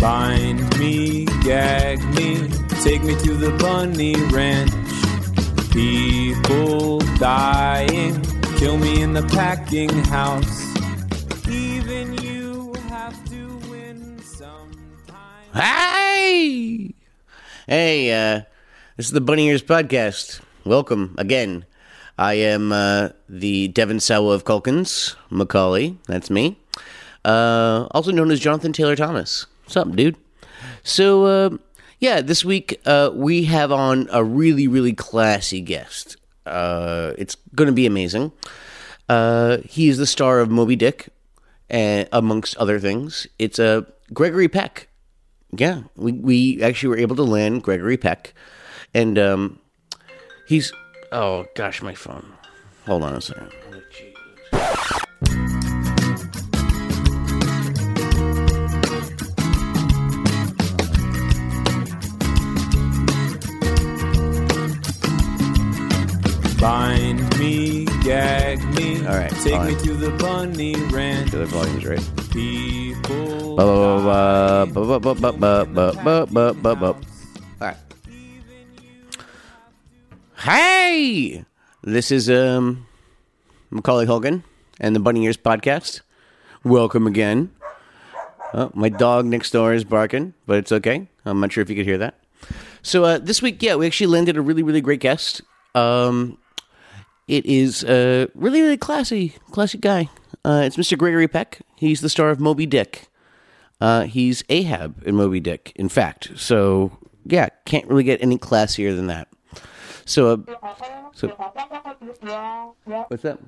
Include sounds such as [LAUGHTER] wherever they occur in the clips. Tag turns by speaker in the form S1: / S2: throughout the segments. S1: Bind me, gag me, take me to the bunny ranch. People dying, kill me in the packing house. Even you have to win sometimes.
S2: Hi! Hey, uh, this is the Bunny Ears Podcast. Welcome again. I am uh, the Devon Sawa of Culkins, Macaulay. That's me. Uh, also known as Jonathan Taylor Thomas. What's up, dude? So, uh, yeah, this week uh, we have on a really, really classy guest. Uh, it's going to be amazing. Uh, he is the star of Moby Dick, and amongst other things. It's uh, Gregory Peck. Yeah, we, we actually were able to land Gregory Peck. And um, he's. Oh, gosh, my phone. Hold on a second.
S1: Bind me, gag me,
S2: All right,
S1: take
S2: fine.
S1: me to the bunny ranch.
S2: The other volume's right. Oh, uh,
S1: People
S2: Ba- ba- ba- ba- ba- ba- ba- ba- ba- ba- Alright. Hey! This is um Macaulay Hogan and the Bunny Ears Podcast. Welcome again. Oh, my dog next door is barking, but it's okay. I'm not sure if you could hear that. So uh, this week, yeah, we actually landed a really, really great guest. Um, it is uh, really, really classy, classy guy. Uh, it's Mr. Gregory Peck. He's the star of Moby Dick. Uh, he's Ahab in Moby Dick, in fact. So yeah, can't really get any classier than that. So, uh, so what's that?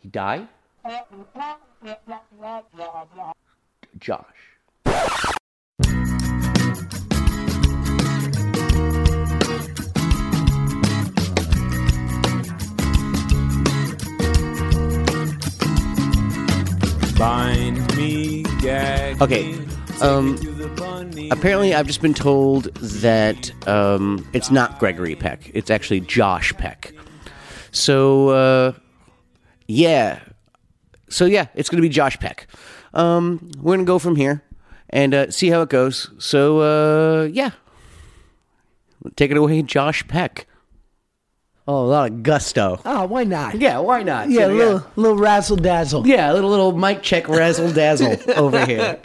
S2: He died. Josh.
S1: Bind me, gag
S2: Okay,
S1: me, take
S2: um,
S1: me to the bunny
S2: Apparently, I've just been told that um, it's not Gregory Peck. It's actually Josh Peck. So, uh, yeah. So, yeah, it's going to be Josh Peck. Um, we're going to go from here and uh, see how it goes. So, uh, yeah. Take it away, Josh Peck. Oh, a lot of gusto.
S3: Oh, why not?
S2: Yeah, why not?
S3: Yeah, a little, little razzle dazzle.
S2: Yeah, a little little mic check razzle
S3: [LAUGHS]
S2: dazzle over here.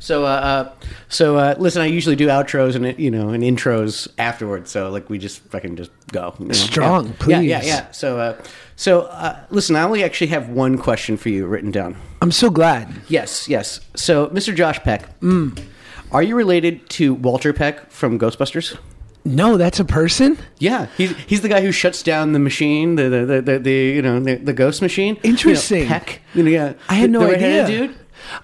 S2: So, uh, uh, so uh, listen. I usually do outros and you know and intros afterwards. So like we just fucking just go you know?
S3: Strong,
S2: yeah.
S3: please.
S2: Yeah, yeah, yeah. So, uh, so uh, listen. I only actually have one question for you written down.
S3: I'm so glad.
S2: Yes, yes. So, Mr. Josh Peck, are you related to Walter Peck from Ghostbusters?
S3: No, that's a person?
S2: Yeah, he's, he's the guy who shuts down the machine, the the, the, the, the you know the, the ghost machine. You know,
S3: Interesting.
S2: Peck. You know, yeah.
S3: I had
S2: The-
S3: no
S2: the
S3: idea.
S2: right-handed dude.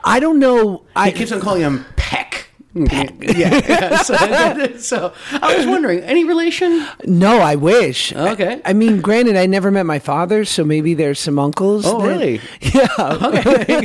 S3: I don't know. I
S2: He keeps on calling him Peck. Yeah. yeah. [LAUGHS] So, so I was wondering, any [LAUGHS] relation?
S3: No, I wish.
S2: Okay.
S3: I, I mean, granted, I never met my father, so maybe there's some uncles.
S2: Oh,
S3: that-
S2: really?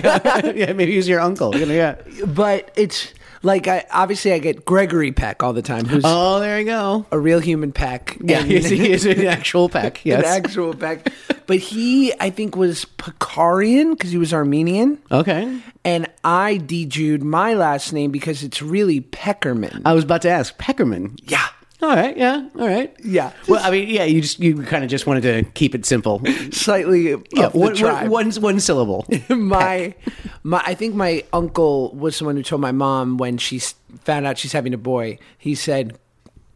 S3: [LAUGHS] Yeah.
S2: yeah, maybe he's your uncle. You know, yeah.
S3: [LAUGHS] But it's like, I obviously, I get Gregory Peck all the time, who's
S2: Oh, there you go.
S3: a real human Peck.
S2: Yeah,
S3: and-
S2: he's, he
S3: [LAUGHS]
S2: is [LAUGHS] an actual Peck. Yes.
S3: An actual Peck. But he, I think, was Pekarian because he was Armenian.
S2: okay.
S3: And I dejewed my last name because it's really Peckerman.
S2: I was about to ask Peckerman.
S3: yeah.
S2: All right. Yeah. All right.
S3: Yeah.
S2: Well, I mean, yeah. You just you kind of just wanted to keep it simple.
S3: Slightly
S2: [LAUGHS] Yeah.
S3: off the
S2: One, one,
S3: tribe.
S2: one, one [LAUGHS] syllable.
S3: [LAUGHS] my, my, I think my uncle was someone who told my mom when she s- found out she's having a boy. He said,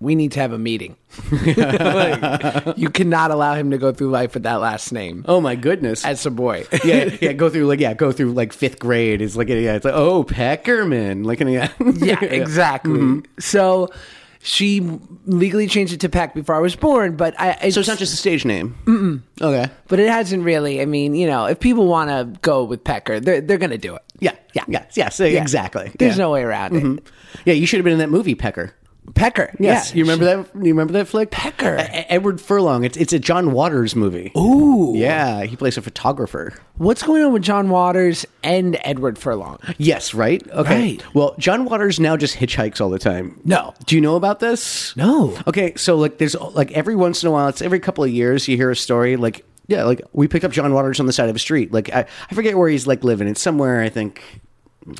S3: we need to have a meeting. [LAUGHS] Like, you cannot allow him to go through life with that last name
S2: Oh my goodness.
S3: as a boy.
S2: [LAUGHS] yeah, yeah, go through like yeah, go through like fifth grade is like yeah, it's like oh Peckerman, like [LAUGHS] yeah, Mm-hmm.
S3: yeah, exactly. So she legally changed it to Peck before I was born, but I.
S2: So it's not just a stage name. Mm-mm. Okay.
S3: But it hasn't really. I mean, you know, if people want to go with Pecker, they're they're gonna do it.
S2: Yeah, yeah, yeah, yeah. So
S3: Yeah.
S2: exactly.
S3: There's
S2: yeah.
S3: no way around it.
S2: Yeah, you should have been in that movie Pecker.
S3: Pecker.
S2: Yes,
S3: yeah.
S2: you remember that? You remember that flick?
S3: Pecker.
S2: E- E- Edward Furlong. It's it's a John Waters movie.
S3: Ooh.
S2: Yeah, he plays a photographer.
S3: What's going on with John Waters and Edward Furlong?
S2: Yes, right? Okay.
S3: Right.
S2: Well, John Waters now just hitchhikes all the time.
S3: No.
S2: Do you know about this?
S3: No.
S2: Okay, so like there's like every once in a while, it's every couple of years you hear a story like yeah, like we picked up John Waters on the side of a street. Like I, I forget where he's like living. It's somewhere I think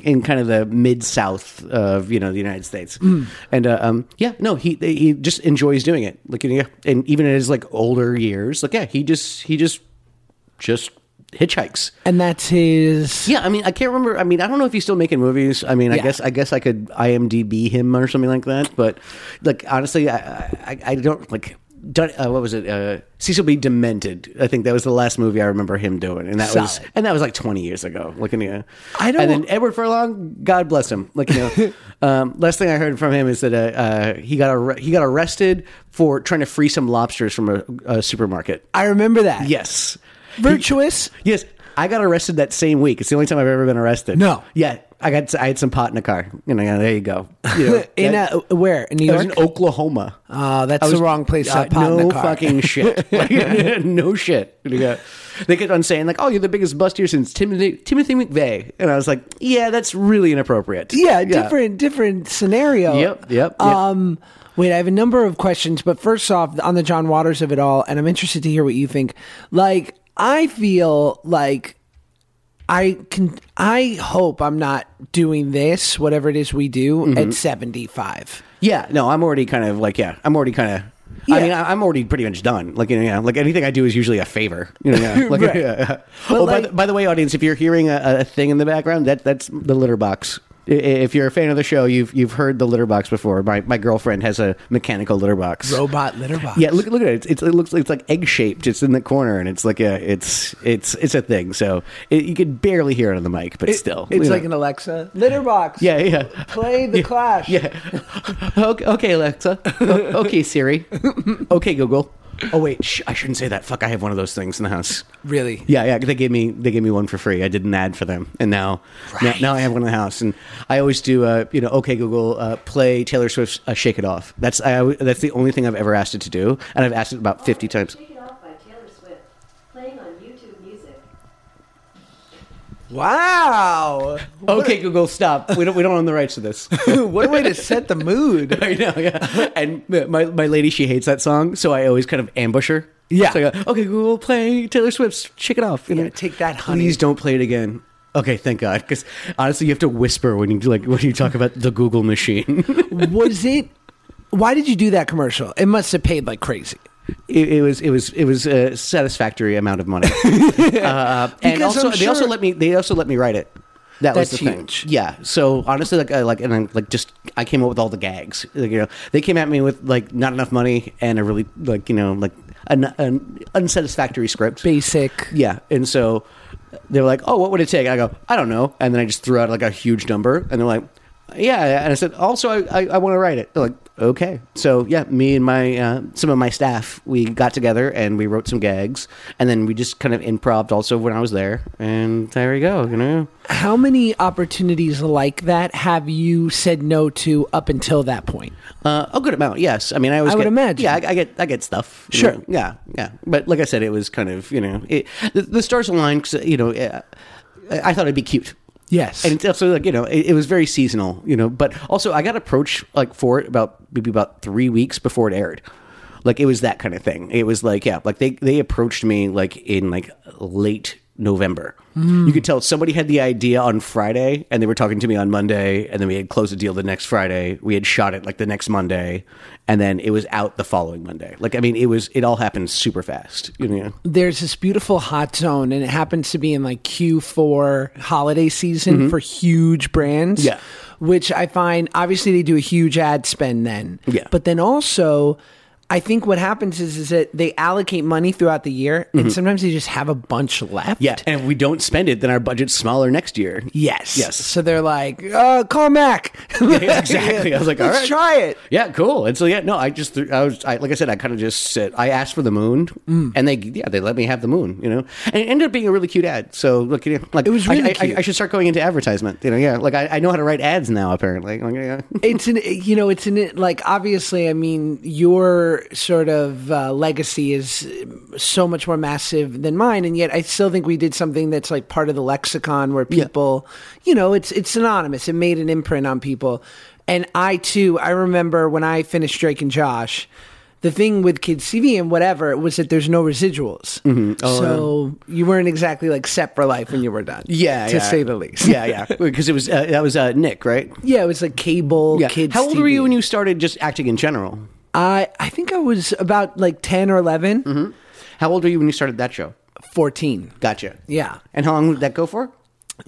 S2: in kind of the mid South of you know the United States.
S3: Hmm.
S2: And uh, um, yeah, no, he he just enjoys doing it. Like and, yeah, and even in his like older years, like yeah, he just he just just hitchhikes.
S3: And that's his.
S2: Yeah, I mean, I can't remember. I mean, I don't know if he's still making movies. I mean, I
S3: Yeah.
S2: guess I guess I could IMDb him or something like that. But like, honestly, I I, I don't like. Dun- uh, what was it? Uh, Cecil B. Demented. I think that was the last movie I remember him doing, and that was
S3: Solid.
S2: and that was like twenty years ago. Like, in the,
S3: I don't-
S2: And then Edward Furlong, God bless him. Like, you know,
S3: [LAUGHS]
S2: um, last thing I heard from him is that uh, uh, he got arre- he got arrested for trying to free some lobsters from a, a supermarket.
S3: I remember that.
S2: Yes,
S3: Virtuous.
S2: Yes, I got arrested that same week. It's the only time I've ever been arrested.
S3: No.
S2: Yeah, I got I had some pot in a car. You know, yeah, there you go. You know,
S3: [LAUGHS] in
S2: that-
S3: uh, where in New
S2: I was
S3: York?
S2: in Oklahoma.
S3: Oh, that's
S2: I was-
S3: the wrong place. to
S2: Uh,
S3: have pot in
S2: no
S3: the car. [LAUGHS]
S2: fucking shit. [LAUGHS] Like, no shit. You know, They kept on saying like, "Oh, you're the biggest buster since Timothy Timothy McVeigh," and I was like, "Yeah, that's really inappropriate."
S3: Yeah, different different scenario.
S2: Yep, yep, yep.
S3: Um wait, I have a number of questions, but first off on the John Waters of it all, and I'm interested to hear what you think. Like I feel like I can I hope I'm not doing this whatever it is we do
S2: Mm-hmm.
S3: at 75.
S2: Yeah, no, I'm already kind of like, yeah, I'm already kind of.
S3: Yeah.
S2: I mean, I- I'm already pretty much done. Like, you know, yeah, like anything I do is usually a favor. You know,
S3: [LAUGHS]
S2: yeah, like,
S3: Right.
S2: yeah, yeah. Oh, by,
S3: like-
S2: the, by the way, audience, if you're hearing a, a thing in the background, that that's the litter box. I- i- If you're a fan of the show, you've you've heard the litter box before. My my girlfriend has a mechanical litter box.
S3: Robot litter box.
S2: Yeah, look look at it. It's, it's it looks like it's like egg shaped. It's in the corner, and it's like a it's it's it's a thing. So it, you could barely hear it on the mic, but
S3: It-
S2: still,
S3: It's
S2: you
S3: like
S2: know.
S3: an Alexa litter box.
S2: yeah yeah.
S3: Play the clash.
S2: Yeah. [LAUGHS] okay, okay, Alexa. O- okay, Siri. [LAUGHS] Okay, Google. Oh wait, sh- I shouldn't say that. Fuck, I have one of those things in the house.
S3: Really?
S2: Yeah, yeah. They gave me they gave me one for free. I did an ad for them, and now now, now I have one in the house. And I always do, uh, you know, okay, Google, uh, play Taylor Swift's uh, "Shake It Off." That's I, always- that's the only thing I've ever asked it to do, and I've asked it about fifty times.
S4: Shake It Off by Taylor Swift, playing on YouTube Music.
S3: Wow.
S2: Okay, Google, stop. We don't we don't own the rights to [LAUGHS] this.
S3: [LAUGHS] what a way to set the
S2: [LAUGHS]
S3: mood.
S2: I know, yeah. And my, my lady, she hates that song, so I always kind of ambush her.
S3: Yeah.
S2: So I go, okay, Google, play Taylor Swift's Shake It Off. You
S3: Yeah, take that, honey.
S2: Please don't play it again. Okay, thank God. Because honestly, you have to whisper when you do, like when you talk about the Google machine. [LAUGHS]
S3: was it why did you do that commercial it must have paid like crazy
S2: it, it was it was it was a satisfactory amount of
S3: [LAUGHS]
S2: money. uh, and
S3: Because
S2: also,
S3: I'm
S2: they also
S3: sure-
S2: let me they also let me write it. That was
S3: That's
S2: the
S3: huge.
S2: thing. Yeah. So honestly, like I, like and I'm like just I came up with all the gags. Like, you know, they came at me with like not enough money and a really like you know like an, an unsatisfactory script.
S3: basic
S2: Yeah, and so they were like, "Oh, what would it take?" And I go, "I don't know," and then I just threw out like a huge number, and they're like, "Yeah," and I said, "Also, I I, I want to write it." They're like, "Okay." So yeah, me and my uh, some of my staff we got together and we wrote some gags, and then we just kind of improvised also when I was there, and there we go, you know.
S3: how many opportunities like that have you said no to up until that point
S2: Uh, a good amount, yes. I mean, I always
S3: I would
S2: get-
S3: imagine.
S2: Yeah, I, I get, I get stuff. you
S3: Sure.
S2: know. Yeah, yeah. But like I said, it was kind of, you know, it, the, the stars aligned. 'cause, you know, uh, I I thought it'd be cute.
S3: yes
S2: And it's also like you know, it, it was very seasonal, you know. But also, I got approached like for it about maybe about three weeks before it aired. Like it was that kind of thing. It was like yeah, like they they approached me like in like late November. You could tell somebody had the idea on Friday and they were talking to me on Monday and then we had closed the deal the next Friday. We had shot it like the next Monday and then it was out the following Monday. Like I mean it was it all happened super fast, you know.
S3: there's this beautiful hot zone and it happens to be in like Q4 holiday season for huge brands.
S2: Mm-hmm. Yeah.
S3: Which I find obviously they do a huge ad spend then.
S2: Yeah.
S3: But then also I think what happens is is that they allocate money throughout the year and sometimes they just have a bunch left.
S2: Mm-hmm. Yeah, [LAUGHS] and if we don't spend it then our budget's smaller next year.
S3: Yes.
S2: Yes.
S3: So they're like, uh, call Mac. [LAUGHS]
S2: exactly. I was like, all
S3: let's
S2: right.
S3: try it.
S2: Yeah, cool. And so yeah, no, I just th- I was I, like I said, I kind of just said I asked for the moon, and they yeah they let me have the moon, you know, and it ended up being a really cute ad. So look, you know, like
S3: It was
S2: I-
S3: really
S2: I, I-
S3: cute.
S2: I should start going into advertisement, you know, yeah. Like I, I know how to write ads now, apparently. [LAUGHS] Like, yeah.
S3: it's an you know it's an like obviously i mean your sort of uh, legacy is so much more massive than mine and yet i still think we did something that's like part of the lexicon where people you know it's it's synonymous it made an imprint on people and i too i remember when i finished drake and josh the thing with kids tv and whatever was that there's no residuals
S2: Mm-hmm. Oh,
S3: so you weren't exactly like set for life when you were done
S2: Yeah,
S3: to
S2: yeah.
S3: say the least
S2: yeah, yeah, [LAUGHS] because it was uh, that was uh, Nick, right?
S3: yeah it was like cable
S2: Yeah.
S3: kids
S2: how old were
S3: TV.
S2: you when you started just acting in general?
S3: I I think I was about like 10 or 11,
S2: Mm-hmm. How old were you when you started that show?
S3: 14.
S2: Gotcha.
S3: Yeah.
S2: And how long did that go for?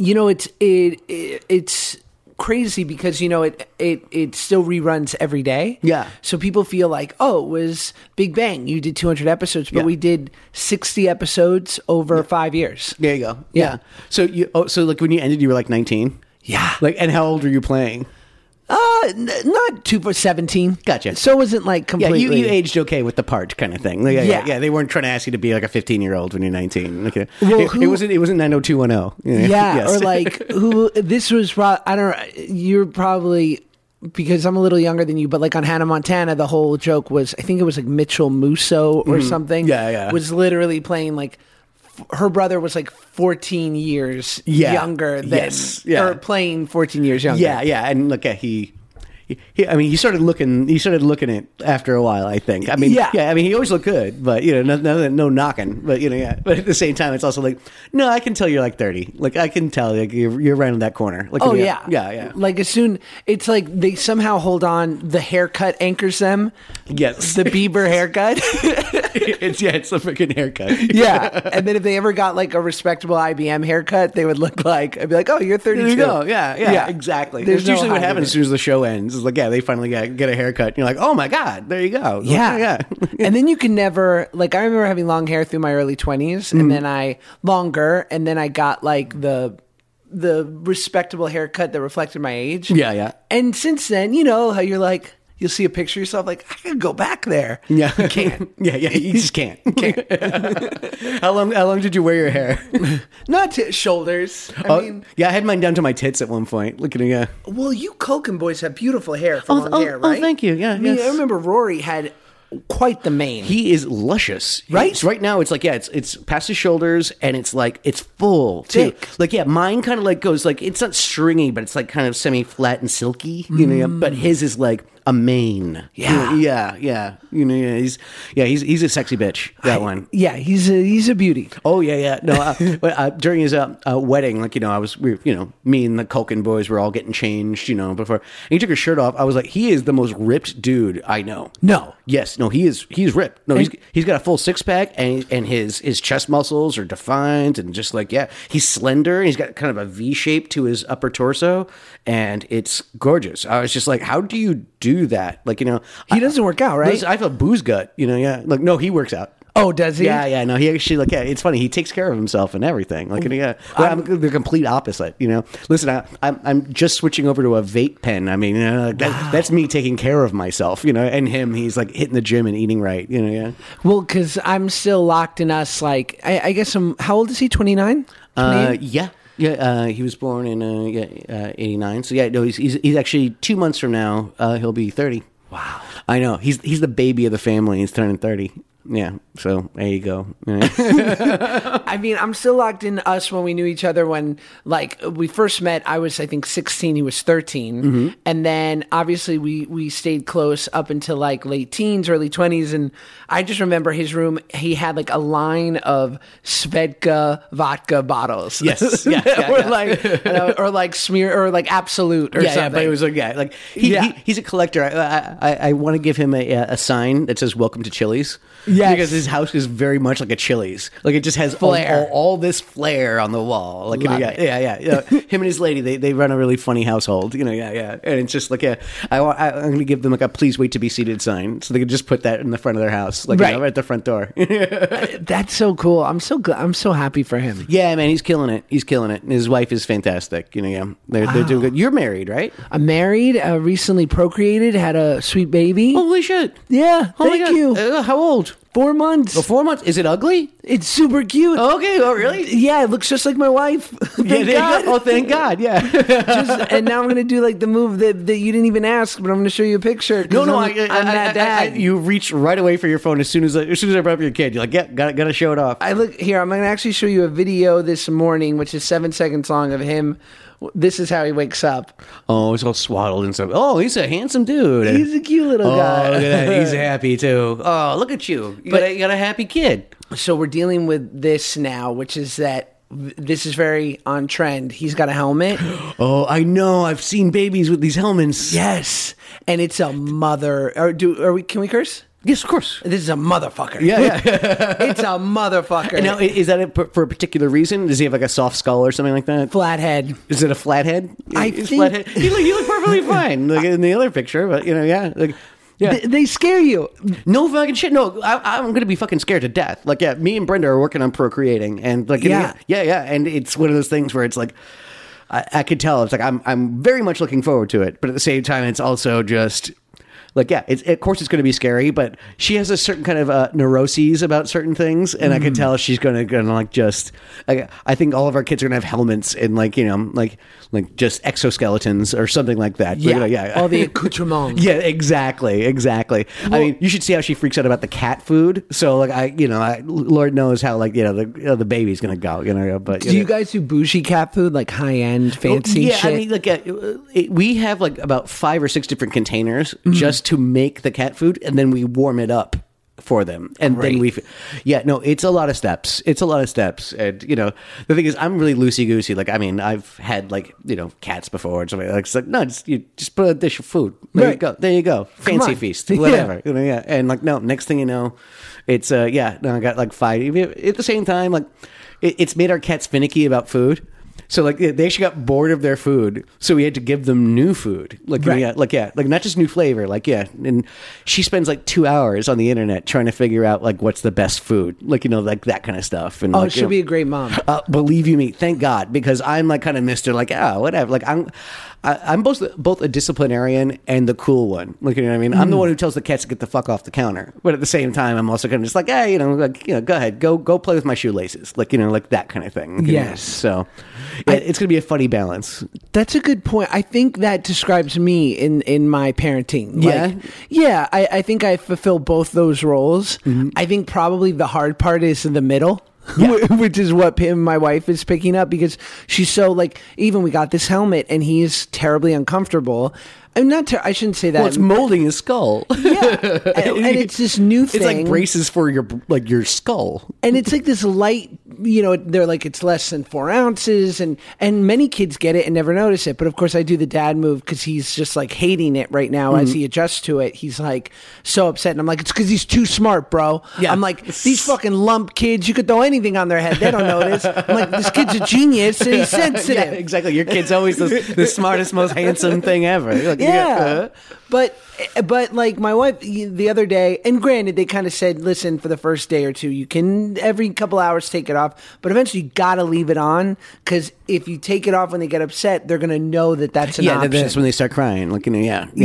S3: You know it's it, it it's crazy because you know it it it still reruns every day.
S2: Yeah.
S3: So people feel like, "Oh, it was Big Bang. You did 200 episodes, but
S2: Yeah.
S3: we did 60 episodes over 5 years."
S2: There you go.
S3: Yeah.
S2: So you oh, so like when you ended, you were like nineteen.
S3: Yeah.
S2: Like, and how old were you playing?
S3: Uh n- not 2 for 17.
S2: Gotcha.
S3: So it wasn't like
S2: Yeah,
S3: completely
S2: you, you aged okay with the part kind of thing. Like, yeah, yeah,
S3: Yeah.
S2: yeah, They weren't trying to ask you to be like a 15 year old when you're 19. Okay.
S3: Well,
S2: it,
S3: who-
S2: it wasn't. It wasn't [LAUGHS] 90210. Yeah,
S3: Yeah,
S2: Yes.
S3: or like who? This was pro- I don't. You're probably because I'm a little younger than you, but like on Hannah Montana, the whole joke was I think it was like Mitchell Musso or something.
S2: Mm-hmm. Yeah, yeah.
S3: was literally playing like f- her brother was like 14 years
S2: Yeah.
S3: younger than
S2: Yes. Yeah.
S3: or playing 14 years younger.
S2: yeah, yeah. And look, yeah, he. he- He, I mean, he started looking. He started looking it after a while. I think. I mean,
S3: Yeah.
S2: yeah. I mean, he always looked good, but you know, no, no, no knocking. But you know, yeah. But at the same time, it's also like, no, I can tell you're like thirty. Like I can tell, like you're, you're around that corner. Like,
S3: Oh yeah,
S2: yeah, yeah, yeah.
S3: Like as soon, it's like they somehow hold on. The haircut anchors them.
S2: yes,
S3: The Bieber haircut.
S2: [LAUGHS]
S3: [LAUGHS]
S2: it's yeah, it's the freaking [LAUGHS] haircut.
S3: Yeah, [LAUGHS] and then if they ever got like a respectable IBM haircut, they would look like I'd be like, "Oh, you're 32."
S2: There you go. Yeah, yeah, exactly.
S3: There's
S2: That's
S3: no
S2: usually what
S3: hiding
S2: happens as
S3: it.
S2: soon as the show ends. It's like, yeah, they finally get, get a haircut. And you're like, oh my god, there you go.
S3: Yeah,
S2: yeah.
S3: [LAUGHS] and then you can never like. I remember having long hair through my early 20s,
S2: Mm-hmm.
S3: and then I longer, and then I got like the the respectable haircut that reflected my age.
S2: Yeah, yeah.
S3: And since then, you know how you're like. You'll see a picture of yourself like I could go back there.
S2: [LAUGHS] Yeah, you can't. [LAUGHS] Yeah, yeah, you just can't. [LAUGHS] how long? How long did you wear your hair?
S3: Not to shoulders. I
S2: Oh,
S3: mean,
S2: yeah, I had mine down to my tits at one point. Look at it. Yeah,
S3: Well, you Koken boys have beautiful hair for
S2: Oh,
S3: long
S2: oh,
S3: hair,
S2: oh,
S3: right?
S2: thank you. Yeah,
S3: I mean, I
S2: yes.
S3: remember Rory had quite the mane.
S2: he is luscious.
S3: Right?
S2: It's- right now, it's like yeah, it's it's past his shoulders and it's like it's full too.
S3: Thick.
S2: Like yeah, mine kind of like goes like it's not stringy, but it's like kind of semi flat and silky. You know, but his is like a mane. You
S3: Yeah.
S2: know, yeah, yeah. You know, yeah, he's yeah, he's he's a sexy bitch. That one.
S3: yeah, he's a he's a beauty.
S2: Oh yeah, yeah. No,
S3: [LAUGHS]
S2: uh, but, uh, during his uh, uh, wedding, like you know, I was, we, you know, me and the Culkin boys were all getting changed, you know, before and he took his shirt off. I was like, he is the most ripped dude I know.
S3: No.
S2: yes, no, he is. He's ripped. No, he's he's got a full six pack, and and his his chest muscles are defined, and just like yeah, he's slender. And he's got kind of a V shape to his upper torso, and it's gorgeous. I was just like, how do you do that? Like you know,
S3: He
S2: I-
S3: doesn't work out, right?
S2: I have a booze gut, you know. Yeah, like no, he works out.
S3: Oh, does he?
S2: Yeah, yeah, no, he actually like yeah, it's funny. He takes care of himself and everything. Like, yeah, well, I'm, the complete opposite. You know, listen, I, I'm I'm just switching over to a vape pen. I mean, you know, like that, that's me taking care of myself. You know, and him, he's like hitting the gym and eating right. You know, yeah.
S3: Well, because I'm still locked in us. Like, I, I guess I'm. How old is he? 29.
S2: Uh, yeah. Yeah, uh, he was born in uh, yeah, uh, 89. So, yeah, no, he's, he's, he's actually two months from now, uh, he'll be 30. Wow. I know. He's he's the baby of the family. He's turning 30. Yeah. So there you go. [LAUGHS]
S3: I mean, I'm still locked in us when we knew each other. When like we first met, I was I think 16, he was 13,
S2: Mm-hmm.
S3: and then obviously we we stayed close up until like late teens, early 20s, and I just remember his room. He had like a line of Svedka vodka bottles. [LAUGHS]
S2: Yes. Yeah, yeah,
S3: or
S2: yeah.
S3: like uh, or like smear or like absolute or
S2: yeah,
S3: something.
S2: yeah, but it was like yeah, like he,
S3: Yeah.
S2: he he's a collector. I I, I- I want to give him a, a sign that says "Welcome to Chili's."
S3: Yes.
S2: because his house is very much like a Chili's. Like it just has all,
S3: Flair.
S2: all, all this flair on the wall. Like
S3: Love
S2: yeah,
S3: it.
S2: yeah, yeah, yeah.
S3: [LAUGHS]
S2: Him and his lady, they, they run a really funny household. You know, yeah, yeah. And it's just like yeah, I want, I, I'm going to give them like a "Please wait to be seated" sign, so they could just put that in the front of their house, like you
S3: Right.
S2: know, right at the front door. [LAUGHS]
S3: That's so cool. I'm so glad. I'm so happy for him.
S2: yeah, man, he's killing it. He's killing it. And his wife is fantastic. You know, yeah, they're they're doing good. You're married, right?
S3: I'm married, uh, recently procreated, had a sweet baby.
S2: Holy shit!
S3: Yeah,
S2: Oh my
S3: thank
S2: God.
S3: you.
S2: Uh, how old?
S3: Four months.
S2: Oh, Four months. Is it ugly?
S3: It's super cute.
S2: Okay. Oh, really?
S3: Yeah, it looks just like my wife. [LAUGHS] thank
S2: yeah, there you
S3: God.
S2: go. Oh, thank God. Yeah.
S3: Just- and now I'm gonna do like the move that, that you didn't even ask, but I'm gonna show you a picture.
S2: [LAUGHS]
S3: 'cause
S2: No, no. I,
S3: I'm,
S2: I,
S3: am that
S2: I- I- I-
S3: dad.
S2: you reach right away for your phone as soon as I, as soon as I brought up your kid. You're like, yeah, gotta gotta show it off.
S3: I look here. I'm gonna actually show you a video this morning, which is seven seconds long of him. This is how he wakes up.
S2: oh, he's all swaddled and stuff. Oh, he's a handsome dude.
S3: He's a cute little
S2: Oh,
S3: guy.
S2: look at that. [LAUGHS] He's happy too. Oh, look at you. You,
S3: But-
S2: got, a, you got a happy kid.
S3: so we're dealing with this now, which is that v- this is very on trend. He's got
S2: [GASPS]
S3: a helmet.
S2: Oh, I know. I've seen babies with these helmets.
S3: yes, and it's a mother. Or do are we? Can we curse?
S2: Yes, of course.
S3: This is a motherfucker.
S2: Yeah, [LAUGHS] yeah.
S3: it's a motherfucker.
S2: And now, i- is that it for- for a particular reason? Does he have like a soft skull or something like that?
S3: flathead.
S2: Is it a flathead?
S3: I
S2: Is
S3: think-
S2: flathead. You look, you look perfectly fine like in the other picture, but you know, yeah, like, yeah.
S3: They, they scare you.
S2: no fucking shit. No, I, I'm gonna be fucking scared to death. Like, yeah, me and Brenda are working on procreating, and like,
S3: Yeah.
S2: yeah, yeah, and it's one of those things where it's like, I, I could tell. It's like I'm, I'm very much looking forward to it, but at the same time, it's also just. Like yeah, it's, of course it's going to be scary, but she has a certain kind of uh, neuroses about certain things, and I can
S3: Mm.
S2: tell she's going to going to like just. Like, I think all of our kids are going to have helmets and like you know like like just exoskeletons or something like that. We're gonna- yeah, [LAUGHS]
S3: All the accoutrements.
S2: Yeah, exactly, exactly. I mean, you should see how she freaks out about the cat food. So, like, I, you know, I, Lord knows how, like, you know, the, you know, the baby's gonna go, you know. But
S3: Do you guys do bougie cat food, like high end, fancy
S2: Oh, yeah,
S3: shit?
S2: I mean, like, uh, it, we have like about five or six different containers just to make the cat food, and then we warm it up for them, and then we, f- yeah, no, it's a lot of steps. It's a lot of steps, and you know, the thing is, I'm really loosey goosey. Like, I mean, I've had like you know cats before and something like it's like no, just you just put a dish of food. There you
S3: Right.
S2: go. There you go. Fancy
S3: on.
S2: feast,
S3: Yeah.
S2: whatever. You know, [LAUGHS] yeah, and like no, next thing you know, it's uh yeah, no, I got like five. even- At the same time, like it, it's made our cats finicky about food. So like they they actually got bored of their food, so we had to give them new food. Like
S3: Right.
S2: yeah, like yeah, like not just new flavor. Like yeah, and she spends like two hours on the internet trying to figure out like what's the best food. Like you know, like that kind of stuff. And
S3: oh,
S2: like, you
S3: she'll
S2: know-
S3: be a great mom.
S2: uh, believe you me, thank God, because I'm like kind of Mister like ah whatever. Like I'm, I, I'm both both a disciplinarian and the cool one. Like you know what I mean. I'm the one who tells the cats to get the fuck off the counter, but at the same time, I'm also kind of just like hey, you know, like you know, go ahead, go go play with my shoelaces, like you know, like that kind of thing. you know?
S3: Yes.
S2: So it- it's gonna be a funny balance.
S3: That's a good point. I think that describes me in in my parenting.
S2: Yeah?
S3: Like, yeah. I, I think I fulfill both those roles.
S2: Mm-hmm.
S3: I think probably the hard part is in the middle. [LAUGHS] Which is what Pim, my wife, is picking up because she's so like. Even we got this helmet, and he's terribly uncomfortable. I'm not. Ter- I shouldn't say that.
S2: Well, it's molding his skull. [LAUGHS]
S3: yeah, and, and it's this new thing.
S2: It's like braces for your like your skull.
S3: and it's like this light you know they're like it's less than four ounces and and many kids get it and never notice it but of course i do the dad move because he's just like hating it right now
S2: Mm-hmm.
S3: as he adjusts to it he's like so upset and i'm like it's because he's too smart bro
S2: Yeah.
S3: i'm like these fucking lump kids you could throw anything on their head they don't notice i'm like this kid's a genius
S2: [LAUGHS]
S3: and he's sensitive
S2: Yeah, exactly. Your kid's always the, [LAUGHS] the smartest, most handsome thing ever. Like, you
S3: yeah.
S2: got, uh,
S3: but but like my wife y- the other day, and granted they kind of said, listen, for the first day or two, you can every couple hours take it off, but eventually you gotta leave it on because if you take it off when they get upset, they're gonna know that that's an
S2: yeah,
S3: option.
S2: th- that's when they start crying. Like, you know, yeah, mm-hmm.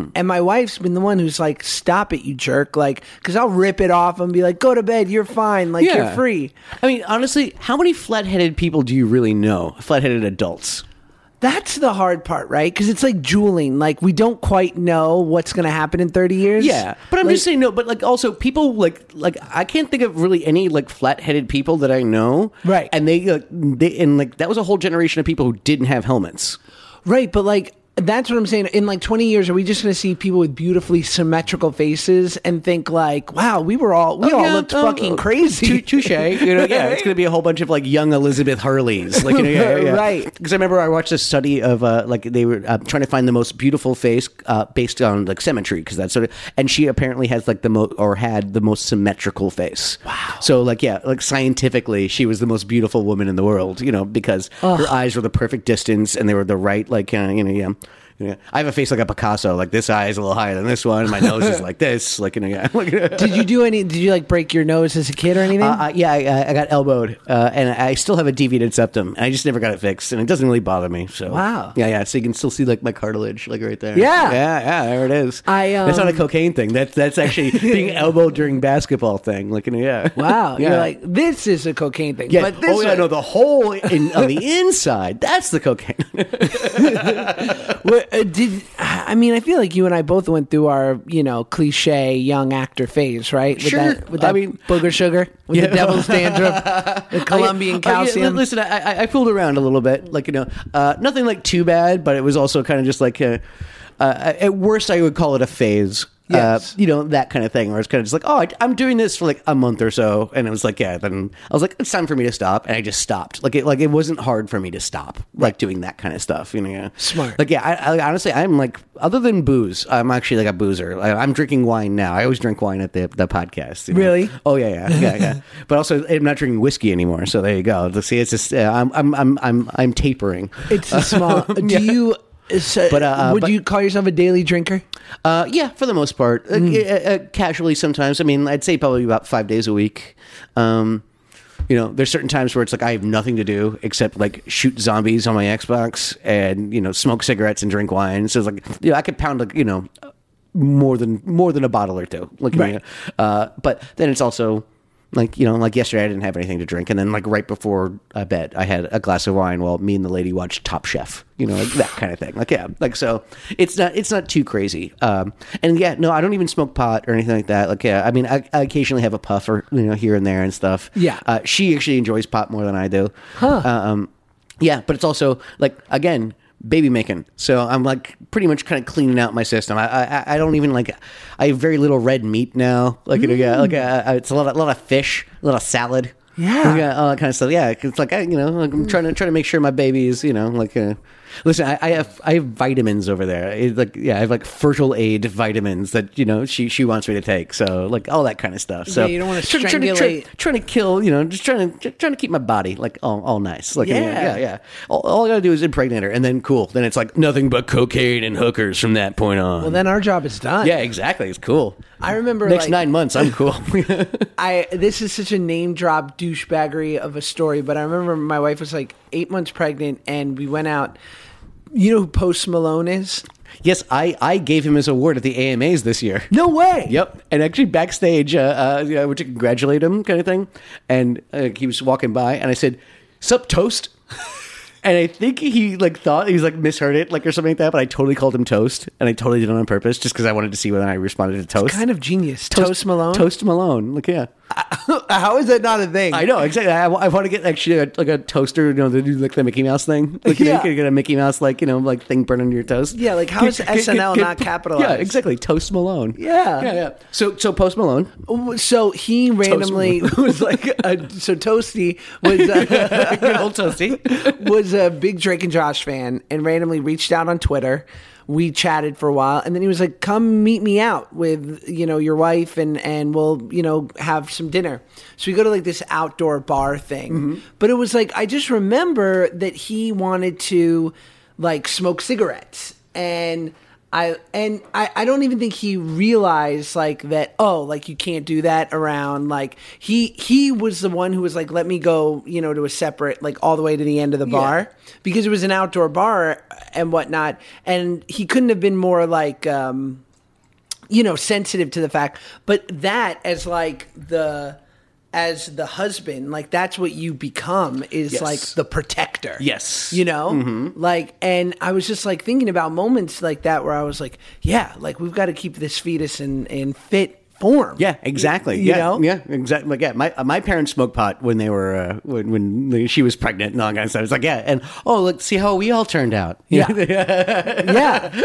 S3: yeah, and my wife's been the one who's like, "Stop it, you jerk!" Like, because I'll rip it off and be like, "Go to bed, you're fine, like you're free."
S2: I mean, honestly, how many flat-headed people do you really know? Flat-headed adults.
S3: That's the hard part, right? Because it's like jeweling. Like we don't quite know what's going to happen in thirty years.
S2: Yeah, but I'm
S3: Like,
S2: just saying no. But like, also people like like I can't think of really any like flat-headed people that I know.
S3: Right.
S2: and they like they and like that was a whole generation of people who didn't have helmets.
S3: right. But like that's what I'm saying. In like twenty years, are we just going to see people with beautifully symmetrical faces and think like, wow, we were all we
S2: Oh,
S3: all
S2: yeah,
S3: looked
S2: oh,
S3: fucking
S2: oh,
S3: crazy?
S2: tou- Touche. You know, yeah,
S3: [LAUGHS]
S2: it's gonna be a whole bunch of like young Elizabeth Hurleys, like you know, yeah, yeah, yeah.
S3: Right.
S2: Because I remember I watched a study of uh, like they were uh, trying to find the most beautiful face uh, based on like symmetry, because that's sort of, and she apparently has like the most or had the most symmetrical face. Wow. So like yeah, like scientifically, she was the most beautiful woman in the world. You know, because her eyes were the perfect distance and they were the right like uh, you know yeah. Yeah. I have a face like a Picasso. Like this eye is a little higher than this one. My nose is like this. Like you know, yeah. [LAUGHS]
S3: did you do any? Did you like break your nose as a kid or anything?
S2: Uh, uh, yeah, I- I, I got elbowed, uh, and I still have a deviated septum. And I just never got it fixed, and it doesn't really bother me. So
S3: Wow.
S2: yeah, yeah. So you can still see like my cartilage, like right there.
S3: Yeah.
S2: yeah, yeah. There it is.
S3: I,
S2: that's not a
S3: um,
S2: cocaine thing. That's that's actually
S3: [LAUGHS]
S2: being elbowed during basketball thing. Like you know, yeah.
S3: wow.
S2: yeah.
S3: You're like this is a cocaine thing.
S2: Yeah.
S3: But this
S2: oh yeah,
S3: one-
S2: no. The hole in, on the inside. That's the cocaine.
S3: What, uh, did I mean? I feel like you and I both went through our you know cliche young actor phase, right? With
S2: Sure.
S3: That, with
S2: I
S3: that
S2: mean-
S3: booger sugar, with
S2: Yeah.
S3: the devil's dandruff,
S2: [LAUGHS]
S3: the Colombian
S2: Oh, yeah, li-
S3: calcium.
S2: listen, I, I, I fooled around a little bit, like you know, uh, nothing like too bad, but it was also kind of just like uh uh, at worst, I would call it a phase.
S3: Yes.
S2: Uh, you know that kind of thing, where it's kind of just like, oh, I, I'm doing this for like a month or so, and it was like, yeah. Then I was like, it's time for me to stop, and I just stopped. Like it, like it wasn't hard for me to stop, like doing that kind of stuff. You know, yeah.
S3: Smart.
S2: Like yeah, I, I honestly, I'm like, other than booze, I'm actually like a boozer. I, I'm drinking wine now. I always drink wine at the the podcast. you know?
S3: Really?
S2: Oh yeah, yeah, yeah, yeah. but also, I'm not drinking whiskey anymore. So there you go. See, it's just uh, I'm, I'm, I'm, I'm, I'm tapering.
S3: it's [LAUGHS] a small. Do you? So,
S2: But, uh,
S3: would
S2: but-
S3: you call yourself a daily drinker?
S2: Uh, yeah, for the most part, Uh, uh, uh, casually sometimes. I mean, I'd say probably about five days a week. Um, you know, there's certain times where it's like I have nothing to do except like shoot zombies on my Xbox and you know smoke cigarettes and drink wine. So it's like you know I could pound like you know more than more than a bottle or two. Like you
S3: Right.
S2: know, uh, but then it's also like you know like yesterday I didn't have anything to drink and then like right before I bet I had a glass of wine while me and the lady watched Top Chef. You know, like that kind of thing. Like yeah, like so it's not it's not too crazy. Um, and yeah, no, I don't even smoke pot or anything like that. Like yeah, I mean I, I occasionally have a puff or you know here and there and stuff.
S3: Yeah.
S2: Uh, she actually enjoys pop more than I do. Huh. Um, yeah, but it's also like again baby making. So I'm like pretty much kind of cleaning out my system. I I, I- I don't even like I have very little red meat now. Like you know, yeah, like uh, uh, it's a lot of, lot of fish, a lot of salad.
S3: Mm. Yeah.
S2: yeah, all that kind of stuff. Yeah, 'cause it's like I, you know, like I'm trying to trying to make sure my baby is, you know, like, uh, listen, I, I have I have vitamins over there. It's like, yeah, I have like fertile aid vitamins that you know she she wants me to take. So like all that kind of stuff. So
S3: you don't wanna
S2: Trying- trying trying-
S3: strangulate.
S2: trying to kill, you know, just trying to just trying to keep my body like all, all nice. Like yeah,
S3: Yeah.
S2: yeah, yeah. All, all I gotta do is impregnate her, and then cool. Then it's like nothing but cocaine and hookers from that point on.
S3: Well, then our job is done.
S2: yeah, exactly. It's cool.
S3: I remember,
S2: next
S3: like-
S2: nine months. I'm
S3: [LAUGHS]
S2: cool. [LAUGHS]
S3: I this is such a name drop douchebaggery of a story, but I remember my wife was like eight months pregnant, and we went out. You know who Post Malone is?
S2: yes, I I gave him his award at the AMAs this year.
S3: No way.
S2: Yep, and actually backstage, uh, uh, yeah, I went to congratulate him, kind of thing, and uh, he was walking by, and I said, "Sup, toast." [LAUGHS] And I think he like thought he was like misheard it like or something like that, but I totally called him toast, and I totally did it on purpose just because I wanted to see whether I responded to toast.
S3: Kind of genius. Toast, Malone.
S2: Toast Malone. Like yeah,
S3: [LAUGHS] How is that not a thing?
S2: I know exactly. I, want to get actually a, like a toaster, you know, they do like the Mickey Mouse thing. Like you, know, you
S3: Yeah.
S2: could get a Mickey Mouse like you know like thing burning your toast.
S3: Yeah, like, how
S2: Get-
S3: is
S2: get-
S3: SNL
S2: get-
S3: not
S2: get-
S3: capitalized?
S2: Yeah, exactly. Toast Malone.
S3: Yeah.
S2: yeah, yeah. So so post Malone.
S3: So he randomly [LAUGHS] was like, a, so Toasty was uh, [LAUGHS] a,
S2: Good old toasty.
S3: was a big Drake and Josh fan, and randomly reached out on Twitter. We chatted for a while, and then he was like, "Come meet me out with you know your wife, and and we'll you know have some dinner." So we go to like this outdoor bar thing, but it was like I just remember that he wanted to like smoke cigarettes and. I and I, I don't even think he realized like that oh like you can't do that around like he he was the one who was like let me go you know to a separate like all the way to the end of the bar because it was an outdoor bar and whatnot and he couldn't have been more like um you know sensitive to the fact but that as like the as the husband, like that's what you become is
S2: Yes.
S3: like the protector.
S2: Yes.
S3: You know?
S2: Mm-hmm.
S3: Like and I was just like thinking about moments like that where I was like, yeah, like we've got to keep this fetus in in fit form.
S2: [LAUGHS] Yeah, exactly.
S3: You
S2: yeah,
S3: know?
S2: yeah, exactly. Like, yeah, my uh, my parents smoked pot when they were uh, when when she was pregnant and all that kind of stuff. It's like, yeah, and oh, look, see how we all turned out. [LAUGHS]
S3: Yeah.
S2: yeah. [LAUGHS]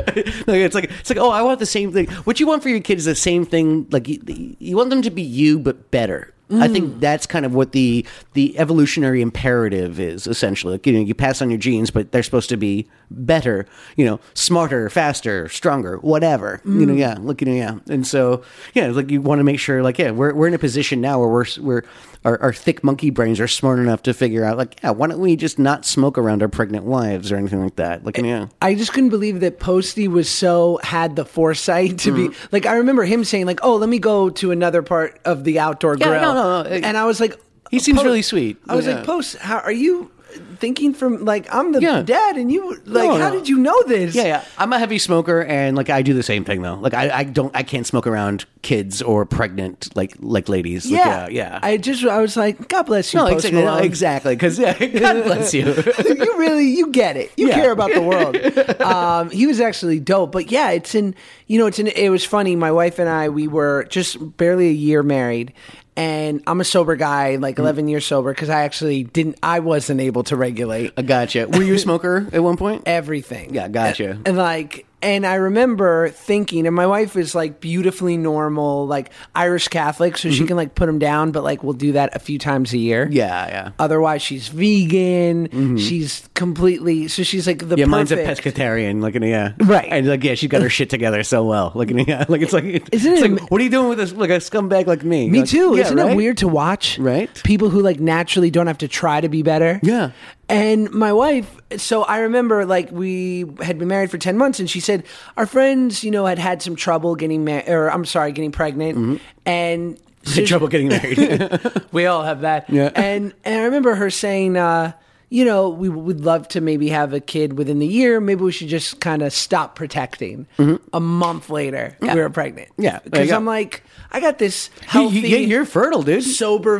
S2: Like, it's like it's like oh, I want the same thing. What you want for your kids is the same thing. Like you, you want them to be you, but better. I think that's kind of what the the evolutionary imperative is essentially. Like, you know, you pass on your genes, but they're supposed to be better. You know, smarter, faster, stronger, whatever. You know, yeah. Look, you know, yeah. And so, yeah, like you want to make sure, like, yeah, we're we're in a position now where we're s- we're our, our thick monkey brains are smart enough to figure out, like, yeah, why don't we just not smoke around our pregnant wives or anything like that? Like, yeah.
S3: I just couldn't believe that Posty was so had the foresight to be
S2: Mm-hmm.
S3: like. I remember him saying like, "Oh, let me go to another part of the outdoor
S2: Yeah,
S3: grill."
S2: no, no, no.
S3: And I was like,
S2: He seems really sweet.
S3: I was
S2: Yeah.
S3: like, "Post, how are you thinking from like I'm the
S2: Yeah.
S3: dad and you like
S2: No,
S3: how
S2: no.
S3: did you know this?"
S2: Yeah, yeah. I'm a heavy smoker, and like I do the same thing though. Like I, I don't, I can't smoke around kids or pregnant like like ladies. Like,
S3: yeah,
S2: yeah.
S3: I just I was like, "God bless you,
S2: no,
S3: Post
S2: exactly,
S3: Malone."
S2: exactly. Because yeah, [LAUGHS] God bless
S3: [LAUGHS]
S2: you.
S3: you really you get it. You
S2: Yeah.
S3: care about the world.
S2: [LAUGHS]
S3: Um, he was actually dope, but yeah, it's in you know it's in it was funny. My wife and I we were just barely a year married. And I'm a sober guy,
S2: Mm.
S3: like 11 years sober, because I actually didn't, I wasn't able to regulate
S2: I gotcha. Were you a smoker at one point?
S3: everything.
S2: Yeah, gotcha.
S3: And like, and I remember thinking, and my wife is like beautifully normal, like Irish Catholic, so
S2: Mm-hmm.
S3: she can like put them down, but like we'll do that a few times a year.
S2: Yeah, yeah.
S3: Otherwise, she's vegan. She's completely so she's like the
S2: Mm-hmm. yeah,
S3: perfect.
S2: mine's a pescatarian. Like, yeah,
S3: Right.
S2: And like, yeah, she got her shit together so well. Like, yeah, like it's like, it-
S3: Isn't
S2: it's
S3: it
S2: like,
S3: am-
S2: what are you doing with this? Like a scumbag like me?
S3: Me
S2: Like,
S3: too.
S2: yeah,
S3: Isn't
S2: right?
S3: it weird to watch?
S2: Right.
S3: People who like naturally don't have to try to be better.
S2: Yeah.
S3: And my wife, so I remember like we had been married for 10 months and she said our friends, you know, had had some trouble getting married, or I'm sorry, getting pregnant. And so-
S2: [LAUGHS] Mm-hmm. Trouble
S3: [LAUGHS]
S2: getting married.
S3: we all have that.
S2: Yeah.
S3: And and I remember her saying, uh, you know, we would love to maybe have a kid within the year. Maybe we should just kind of stop protecting. A month later, we were pregnant.
S2: Mm-hmm. Yeah, there you
S3: Because
S2: go.
S3: I'm like, I got this
S2: You-
S3: healthy,
S2: you- yeah, you're fertile,
S3: [LAUGHS]
S2: dude.
S3: sober,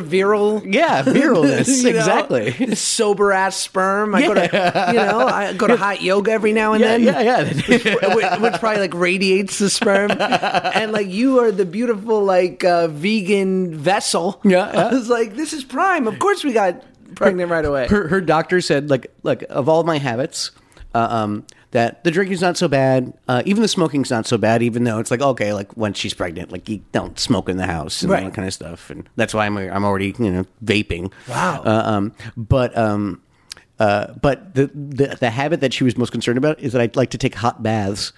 S2: [LAUGHS]
S3: virile.
S2: Yeah,
S3: [LAUGHS]
S2: viralness. exactly.
S3: Sober ass sperm. I go to, you know, I go to hot yoga every now and
S2: Yeah,
S3: then
S2: yeah, yeah. [LAUGHS]
S3: which, which probably like radiates the sperm. and like you are the beautiful like uh, vegan vessel.
S2: Yeah, yeah.
S3: I was like, this is prime. Of course, we got pregnant right away.
S2: her, her doctor said like like of all my habits uh, um that the drinking's not so bad uh, even the smoking's not so bad even though it's like okay like when she's pregnant like you don't smoke in the house and all
S3: Right.
S2: that kind of stuff and that's why i'm i'm already you know vaping
S3: Wow.
S2: uh, um but um uh, but the, the the habit that she was most concerned about is that I'd like to take hot baths,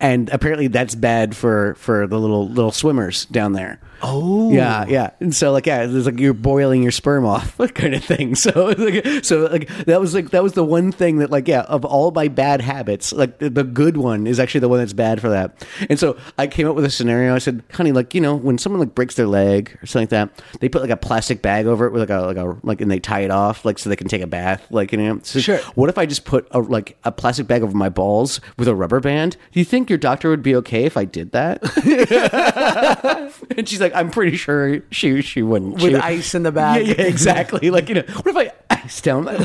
S2: and apparently that's bad for for the little little swimmers down there. Oh, yeah, yeah. And so like yeah, it's like you're boiling your sperm off [LAUGHS] kind of thing. So like, so like that was like that was the one thing that like yeah of all my bad habits, like the, the good one is actually the one that's bad for that. And so I came up with a scenario. I said, honey, like you know when someone like breaks their leg or something like that, they put like a plastic bag over it with like a like a like and they tie it off like so they can take a bath like you know. So
S3: Sure.
S2: what if I just put a like a plastic bag over my balls with a rubber band? Do you think your doctor would be okay if I did
S3: [LAUGHS]
S2: that? and she's like, I'm pretty sure she she wouldn't. She
S3: With
S2: would-
S3: ice in the bag.
S2: [LAUGHS] Yeah, yeah, exactly. like you know, what if I ice down my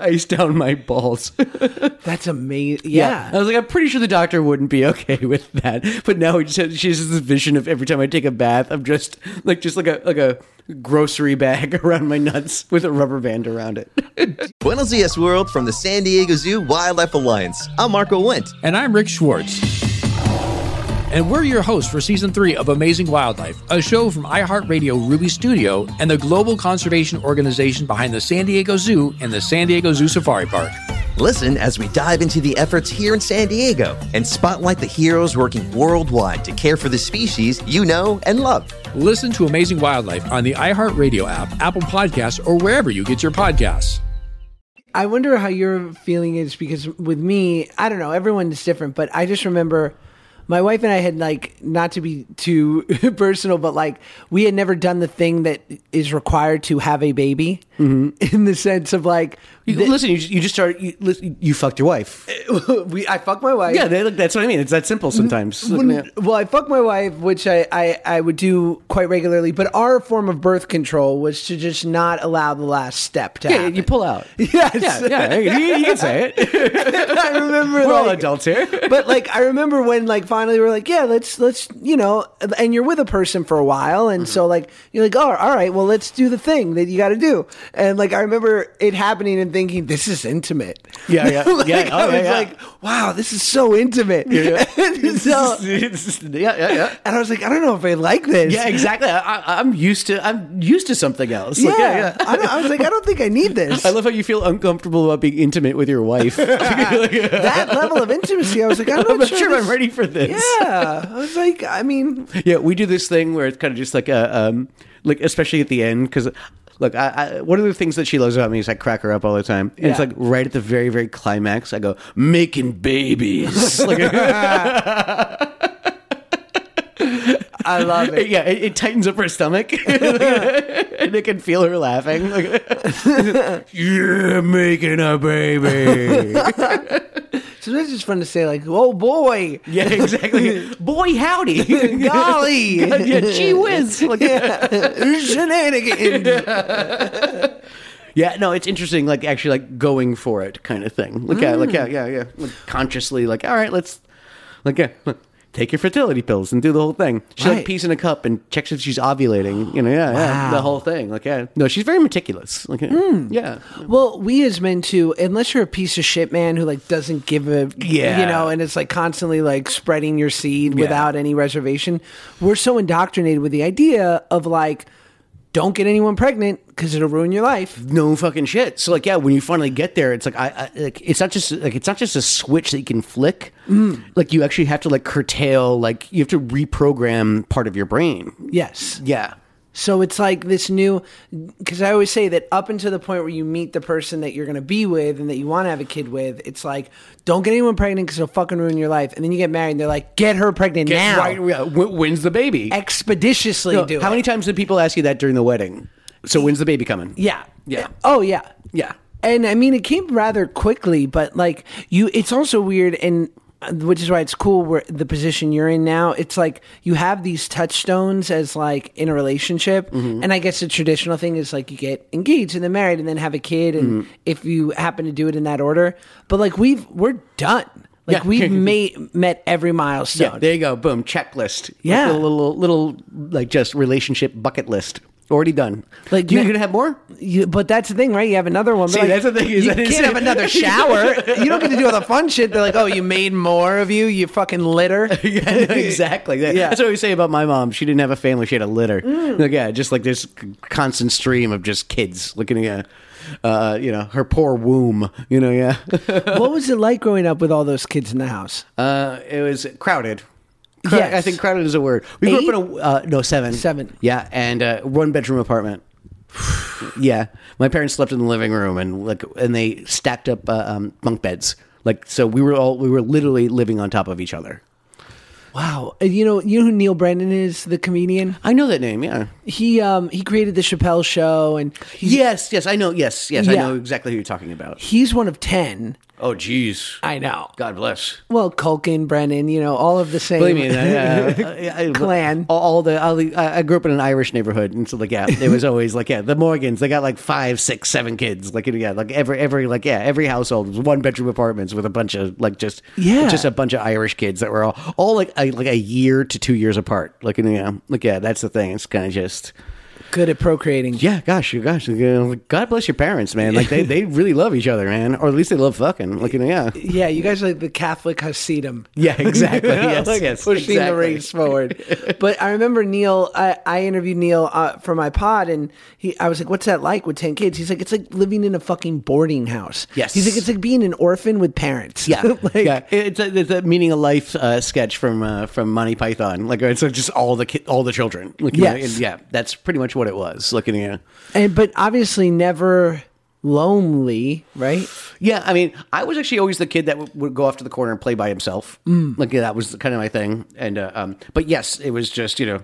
S2: [COUGHS] ice down my balls?
S3: That's amazing. Yeah.
S2: I was like, I'm pretty sure the doctor wouldn't be okay [LAUGHS] with that. But now he just has, she has this vision of every time I take a bath, I'm just like just like a like a grocery bag [LAUGHS] around my nuts with a rubber band around it.
S5: Buenos dias, world, from the San Diego Zoo Wildlife Alliance. I'm Marco Wendt.
S6: And I'm Rick Schwartz. And we're your hosts for season three of Amazing Wildlife, a show from iHeartRadio Ruby Studio and the global conservation organization behind the San Diego Zoo and the San Diego Zoo Safari Park.
S5: Listen as we dive into the efforts here in San Diego and spotlight the heroes working worldwide to care for the species you know and love.
S6: Listen to Amazing Wildlife on the iHeartRadio app, Apple Podcasts, or wherever you get your podcasts.
S3: I wonder how your feeling is because with me, I don't know, everyone's different, but I just remember my wife and I had like not to be too [LAUGHS] personal, but like we had never done the thing that is required to have a baby
S2: Mm-hmm.
S3: in the sense of like [LAUGHS]
S2: You,
S3: th-
S2: listen, you just, you just start. You, listen, you fucked your wife.
S3: we I fuck my wife.
S2: yeah, they, look, that's what I mean. It's that simple sometimes.
S3: Wouldn't- well, I fuck my wife, which I, I, I would do quite regularly, but our form of birth control was to just not allow the last step to
S2: yeah,
S3: happen.
S2: you pull [LAUGHS] out.
S3: [LAUGHS] Yes.
S2: Yeah,
S3: [LAUGHS]
S2: yeah, you, [LAUGHS] you can say it.
S3: I remember
S2: We're all
S3: like-
S2: adults here.
S3: [LAUGHS] but like I remember when like finally we are like, yeah, let's let's you know, and you're with a person for a while, and
S2: Mm-hmm.
S3: so like you're like, oh, all right, well, let's do the thing that you got to do, and like I remember it happening and thinking, this is intimate.
S2: [LAUGHS] Yeah, [LAUGHS] yeah,
S3: [LAUGHS] like,
S2: yeah. Oh,
S3: I was
S2: yeah, yeah.
S3: like, wow, this is so intimate. [LAUGHS]
S2: [LAUGHS]
S3: And so,
S2: yeah, yeah, yeah.
S3: and I was like, I don't know if I like
S2: [LAUGHS]
S3: this.
S2: Yeah, exactly. I, I, I'm used to I'm used to something else.
S3: Yeah,
S2: Like,
S3: I, don't- I
S2: [LAUGHS]
S3: was like, I don't think I need this.
S2: I love how you feel uncomfortable about being intimate with your wife. [LAUGHS] I'm
S3: that level of intimacy. I was like, I'm not,
S2: not sure if
S3: this-
S2: [LAUGHS] I'm ready for this.
S3: Yeah, I was like, I mean,
S2: Yeah, we do this thing where it's kind of just like a, um, like especially at the end because, look, I, I one of the things that she loves about me is I crack her up all the time, and it's
S3: Yeah.
S2: like right at the very very climax, I go making
S3: [LAUGHS]
S2: babies. like, yeah,
S3: I love it.
S2: it, it tightens up her stomach, [LAUGHS] and I can feel her laughing. Like, [LAUGHS] you're making a
S3: [LAUGHS]
S2: baby.
S3: [LAUGHS] Sometimes it's fun to say like,
S2: [LAUGHS]
S3: oh boy.
S2: yeah, exactly. Boy, howdy.
S3: Golly! [LAUGHS]
S2: yeah, gee whiz. Like,
S3: Shenanigans.
S2: Yeah, no, it's interesting. Like actually, like going for it, kind of thing. Like, yeah, like yeah,
S3: Mm.
S2: yeah, yeah. Like, consciously, like all right, let's like yeah, look, take your fertility pills and do the whole thing. She
S3: Right.
S2: like pees in a cup and checks if she's ovulating. You know, yeah, yeah, the whole thing. Like yeah, no, she's very meticulous. Like yeah,
S3: Hmm.
S2: yeah.
S3: Well, we as men too, unless you're a piece of shit man who like doesn't give a
S2: Yeah.
S3: you know, and it's like constantly like spreading your seed without any reservation. We're so indoctrinated with the idea of like, don't get anyone pregnant because it'll ruin your life.
S2: no fucking shit. So like, yeah, when you finally get there, it's like I, I like it's not just like it's not just a switch that you can flick.
S3: Mm.
S2: Like you actually have to like curtail, like you have to reprogram part of your brain.
S3: Yes.
S2: Yeah.
S3: So it's like this new, because I always say that up until the point where you meet the person that you're going to be with and that you want to have a kid with, it's like, don't get anyone pregnant because it'll fucking ruin your life. And then you get married and they're like, get her pregnant now.
S2: Right, yeah. Wh- When's the baby?
S3: Expeditiously
S2: No,
S3: do
S2: how
S3: it.
S2: many times did people ask you that during the wedding? So when's the baby coming?
S3: Yeah.
S2: Yeah.
S3: Oh, yeah.
S2: Yeah.
S3: And I mean, it came rather quickly, but like you, it's also weird, and uh, which is why it's cool where the position you're in now. It's like you have these touchstones as like in a relationship,
S2: Mm-hmm.
S3: and I guess the traditional thing is like you get engaged and then married and then have a kid, and
S2: Mm-hmm.
S3: if you happen to do it in that order, but like we've we're done. Like
S2: Yeah. [LAUGHS]
S3: we've made, met every milestone.
S2: Yeah. There you go. Boom. Checklist.
S3: Yeah.
S2: Like a little little like just relationship bucket list. Already done.
S3: Like,
S2: you
S3: ma-
S2: gonna have more?
S3: You- but that's the thing, right? You have another one. but,
S2: See,
S3: like,
S2: that's the thing is
S3: you
S2: that it's-
S3: can't
S2: [LAUGHS]
S3: have another shower. you don't get to do all [LAUGHS] the fun shit. They're like, oh, you made more of you. You fucking litter.
S2: yeah, exactly. That-
S3: [LAUGHS] Yeah. Mm.
S2: That's what we say about my mom. She didn't have a family. She had a litter. Like, yeah, just like this c- constant stream of just kids looking at, uh, you know, her poor womb. You know, [LAUGHS] yeah. [LAUGHS]
S3: what was it like growing up with all those kids in the house?
S2: Uh, it was crowded. Crowd-
S3: Yes.
S2: I think crowded is a word. We grew up in a uh, no seven
S3: Seven.
S2: Yeah, and uh, one bedroom apartment. yeah, my parents slept in the living room and like and they stacked up uh, um, bunk beds. Like so, we were all we were literally living on top of each other.
S3: Wow. And You know, you know who Neil Brennan is, the comedian.
S2: I know that name. Yeah.
S3: He um he created the Chappelle Show, and he's,
S2: Yes. Yes. I know. Yes. Yes. I
S3: Yeah.
S2: know exactly who you're talking about.
S3: he's one of ten.
S2: Oh, jeez.
S3: I know.
S2: God bless.
S3: Well, Culkin, Brennan, you know, all of the same.
S2: Believe me, yeah, [LAUGHS] yeah. I- I-
S3: Clan.
S2: All, all the, all the I I grew up in an Irish neighborhood, and so like yeah, it [LAUGHS] was always like yeah, the Morgans. They got like five, six, seven kids. Like yeah, like every every like yeah, every household was one bedroom apartments with a bunch of like just
S3: Yeah.
S2: just a bunch of Irish kids that were all all like a, like a year to two years apart. Like you know, like yeah, that's the thing. It's kind of just
S3: [LAUGHS] Good at procreating.
S2: yeah, gosh, you gosh, you know, like, God bless your parents, man. Like [LAUGHS] they they really love each other, man, or at least they love fucking. Like you know, yeah.
S3: Yeah, you guys are like the Catholic Hasidim.
S2: Yeah, exactly. [LAUGHS] Yes,
S3: like
S2: yes,
S3: pushing the
S2: exactly.
S3: race forward.
S2: [LAUGHS]
S3: But I remember Neil. I, I interviewed Neil uh, for my pod, and he. I was like, "What's that like with ten kids?" He's like, "It's like living in a fucking boarding house."
S2: Yes.
S3: He's like, "It's like being an orphan with parents."
S2: Yeah,
S3: [LAUGHS] like,
S2: yeah. It's a, it's a meaning of life uh, sketch from uh, from Monty Python. Like it's like just all the ki- all the children. Like, you know,
S3: Yes.
S2: and yeah. That's pretty much what it was. Looking at
S3: And but obviously never lonely, right?
S2: Yeah, I mean, I was actually always the kid that w- would go off to the corner and play by himself.
S3: Mm.
S2: Like that was kind of my thing. And uh, um, but yes, it was just you know,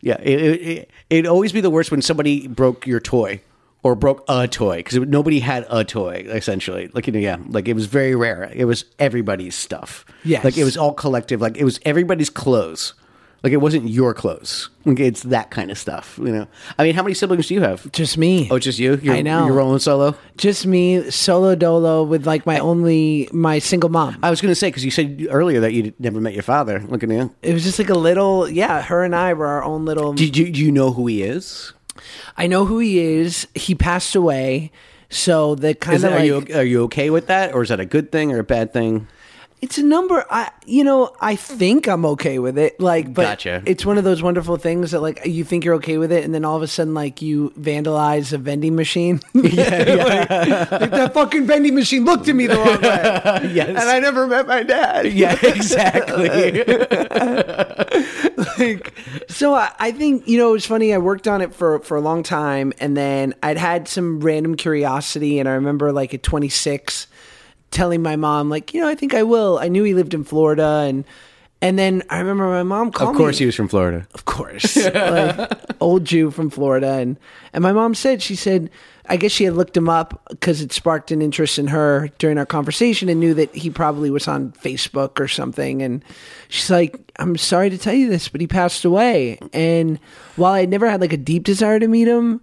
S2: yeah, it, it, it it'd always be the worst when somebody broke your toy or broke a toy because nobody had a toy essentially. Like you know, yeah, like it was very rare. It was everybody's stuff.
S3: Yes.
S2: like it was all collective. Like it was everybody's clothes. Like it wasn't your clothes. Like it's that kind of stuff. You know, I mean, how many siblings do you have?
S3: Just me.
S2: Oh, just you. You're,
S3: I know.
S2: You're rolling solo.
S3: Just me, solo dolo with like my only my single mom.
S2: I was going to say because you said earlier that you never met your father. Look at you.
S3: It was just like a little, yeah. Her and I were our own little.
S2: Did you do you know who he is?
S3: I know who he is. He passed away, so the kind
S2: Is
S3: of
S2: that, are
S3: like,
S2: you are you okay with that, or is that a good thing or a bad thing?
S3: it's a number i you know i think i'm okay with it like but
S2: Gotcha.
S3: it's one of those wonderful things that like you think you're okay with it and then all of a sudden like you vandalize a
S2: [LAUGHS]
S3: vending machine [LAUGHS] like, that fucking vending machine looked at me the wrong
S2: [LAUGHS]
S3: way
S2: Yes,
S3: and i never met my dad
S2: yeah, [LAUGHS] [LAUGHS] exactly.
S3: like, so I, I think you know it was funny i worked on it for for a long time and then i'd had some random curiosity and i remember like at 26 telling my mom like you know i think i will i knew he lived in florida and and then i remember my mom called
S2: of course,
S3: me
S2: he was from Florida.
S3: of course [LAUGHS] like, old jew from florida and and my mom said she said i guess she had looked him up because it sparked an interest in her during our conversation and knew that he probably was on facebook or something and she's like i'm sorry to tell you this but he passed away and while i'd never had like a deep desire to meet him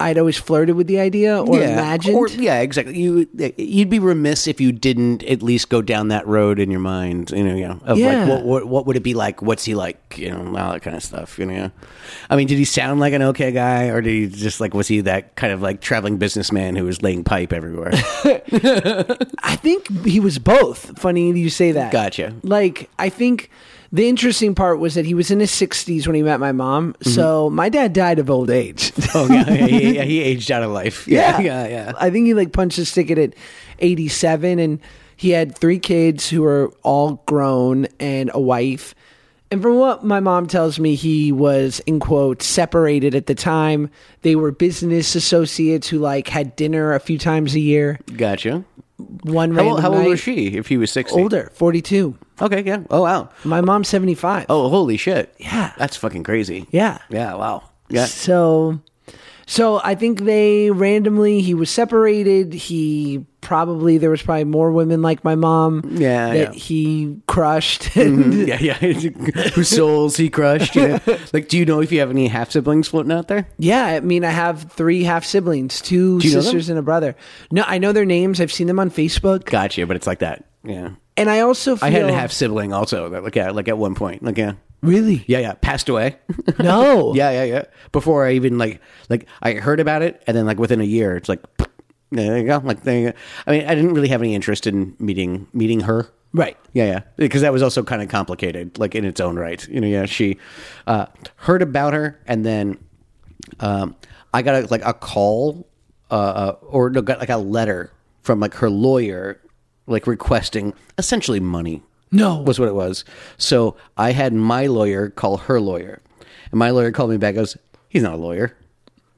S3: i'd always flirted with the idea or imagined
S2: or- yeah, exactly. You you'd be remiss if you didn't at least go down that road in your mind. You know, you know, of
S3: Yeah.
S2: like what, what what would it be like? What's he like? You know, and all that kind of stuff. You know, I mean, did he sound like an okay guy, or did he just like was he that kind of like traveling businessman who was laying pipe
S3: [LAUGHS]
S2: everywhere?
S3: I think he was both. Funny you say that.
S2: Gotcha.
S3: Like, I think the interesting part was that he was in his 60s when he met my mom.
S2: Mm-hmm.
S3: So my dad died of
S2: [LAUGHS]
S3: old age.
S2: Oh yeah, yeah, he, yeah, he aged out of life. [LAUGHS] yeah, yeah.
S3: I think he like punched his ticket at 87 and he had three kids who were all grown and a wife. And from what my mom tells me, he was in quote separated at the time. They were business associates who like had dinner a few times a year.
S2: Gotcha.
S3: One
S2: How,
S3: random
S2: old- how old
S3: night.
S2: was she? If he was sixty,
S3: Older, 42.
S2: Okay, yeah. Oh wow.
S3: My mom's 75.
S2: Oh holy shit.
S3: Yeah.
S2: that's fucking crazy.
S3: yeah.
S2: yeah. Wow.
S3: [LAUGHS]
S2: Yeah.
S3: So so I think they randomly he was separated. He probably there was probably more women like my mom
S2: Yeah,
S3: that
S2: yeah. Mm-hmm.
S3: he crushed. [LAUGHS] And
S2: Yeah, [LAUGHS] yeah. Whose souls he crushed. You
S3: [LAUGHS]
S2: know? like, do you know if you have any half siblings floating out there?
S3: yeah, I mean I have three half siblings, two
S2: you know them?
S3: sisters and a brother. No, I know their names. I've seen them on Facebook.
S2: Gotcha, but it's like that. Yeah.
S3: And I also feel
S2: I had a half sibling also. That, like, yeah, like at one point. Like, yeah.
S3: Really?
S2: Yeah, yeah. Passed away. [LAUGHS]
S3: No.
S2: yeah, yeah, yeah. Before I even like, like I heard about it, and then like within a year, it's like, there you go. Like, there you go. I mean, I didn't really have any interest in meeting meeting her.
S3: Right.
S2: Yeah, yeah. Because that was also kind of complicated, like in its own right. You know, yeah, she uh, heard about her, and then um, I got a, like a call uh, uh, or no, got like a letter from like her lawyer, like requesting essentially money.
S3: No.
S2: was what it was. So I had my lawyer call her lawyer, and my lawyer called me back. Goes, he's not a lawyer.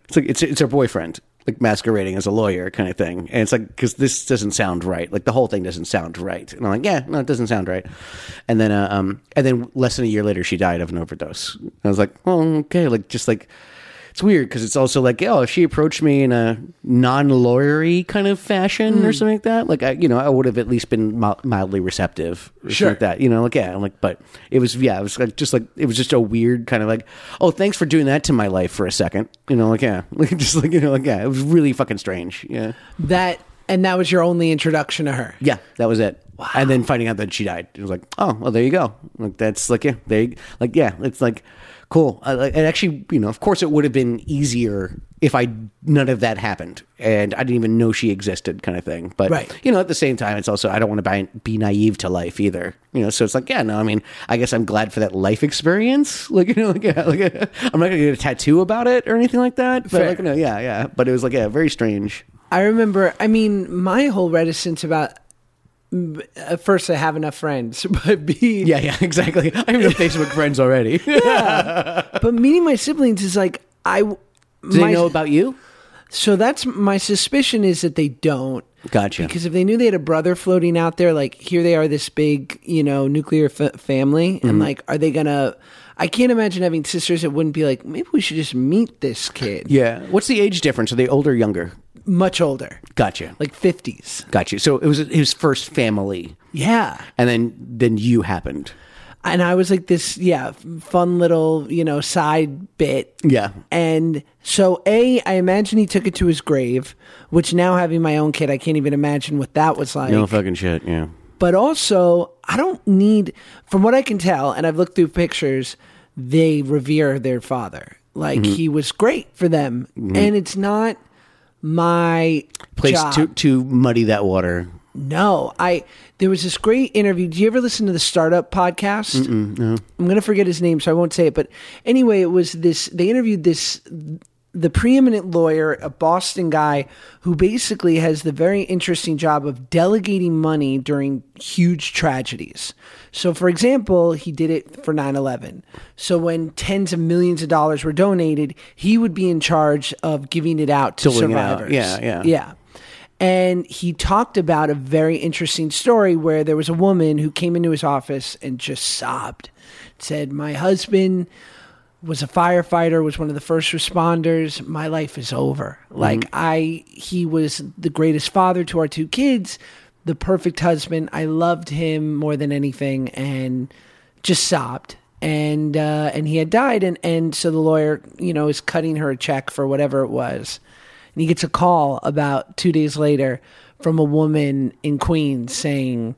S2: It's like it's it's her boyfriend, like masquerading as a lawyer kind of thing. And it's like because this doesn't sound right. Like the whole thing doesn't sound right. And I'm like, yeah, no, it doesn't sound right. And then uh, um, and then less than a year later, she died of an overdose. And I was like, oh, okay, like just like. It's weird because it's also like, oh, if she approached me in a non-lawyery kind of fashion or something like that. Like, I, you know, I would have at least been mi- mildly receptive, or something like that. You know, like yeah, I'm like, but it was yeah, it was like just like it was just a weird kind of like, oh, thanks for doing that to my life for a second. You know, like yeah, [LAUGHS] like just like you know, like yeah, it was really fucking strange. Yeah,
S3: That and that was your only introduction to her.
S2: yeah, that was it. And then finding out that she died, it was like, oh, well, there you go. Like that's like yeah, there, you, like yeah, it's like cool. I, like, and actually, you know, of course, it would have been easier if I none of that happened and I didn't even know she existed, kind of thing. But
S3: Right.
S2: you know, at the same time, it's also I don't want to buy, be naive to life either. You know, so it's like yeah, no, I mean, I guess I'm glad for that life experience. [LAUGHS] Like you know, like, yeah, like I'm not gonna get a tattoo about it or anything like that. But
S3: Fair.
S2: like no, yeah, yeah. But it was like yeah, very strange.
S3: I remember. I mean, my whole reticence about m- uh, first, I have enough friends, [LAUGHS] but B,
S2: Yeah, [LAUGHS] yeah, exactly. I have no Facebook friends already.
S3: but meeting my siblings is like I.
S2: Do
S3: my-
S2: they know about you?
S3: So that's my suspicion is that they don't.
S2: Gotcha.
S3: Because if they knew they had a brother floating out there, like here they are, this big, you know, nuclear f- family, and
S2: Mm-hmm.
S3: like, are they gonna? I can't imagine having sisters. It wouldn't be like maybe we should just meet this kid.
S2: Yeah. What's the age difference? Are they older, or younger?
S3: much older,
S2: Gotcha.
S3: like fifties.
S2: Gotcha. So it was his first family,
S3: Yeah,
S2: and then then you happened.
S3: and I was like this, yeah, fun little, you know, side bit.
S2: Yeah.
S3: And so, A, I imagine he took it to his grave, which now having my own kid, I can't even imagine what that was like.
S2: No fucking shit. Yeah.
S3: but also, I don't need, from what I can tell, and I've looked through pictures, they revere their father. Like,
S2: Mm-hmm.
S3: he was great for them. And it's not my
S2: Place
S3: job.
S2: to to muddy that water.
S3: No, I there was this great interview. Do you ever listen to the startup podcast? I'm going to forget his name, so I won't say it. But anyway, it was this. They interviewed this the preeminent lawyer, a Boston guy, who basically has the very interesting job of delegating money during huge tragedies. So, for example, he did it for 9 11. So, when tens of millions of dollars were donated, he would be in charge of giving it out to
S2: Doling it out.
S3: survivors.
S2: Yeah, yeah.
S3: Yeah. Yeah. And he talked about a very interesting story where there was a woman who came into his office and just sobbed. Said, My husband was a firefighter, was one of the first responders. My life is over. Like I he was the greatest father to our two kids, the perfect husband. I loved him more than anything and just sobbed. And uh, and he had died and, and so the lawyer, you know, is cutting her a check for whatever it was. And he gets a call about two days later from a woman in Queens saying,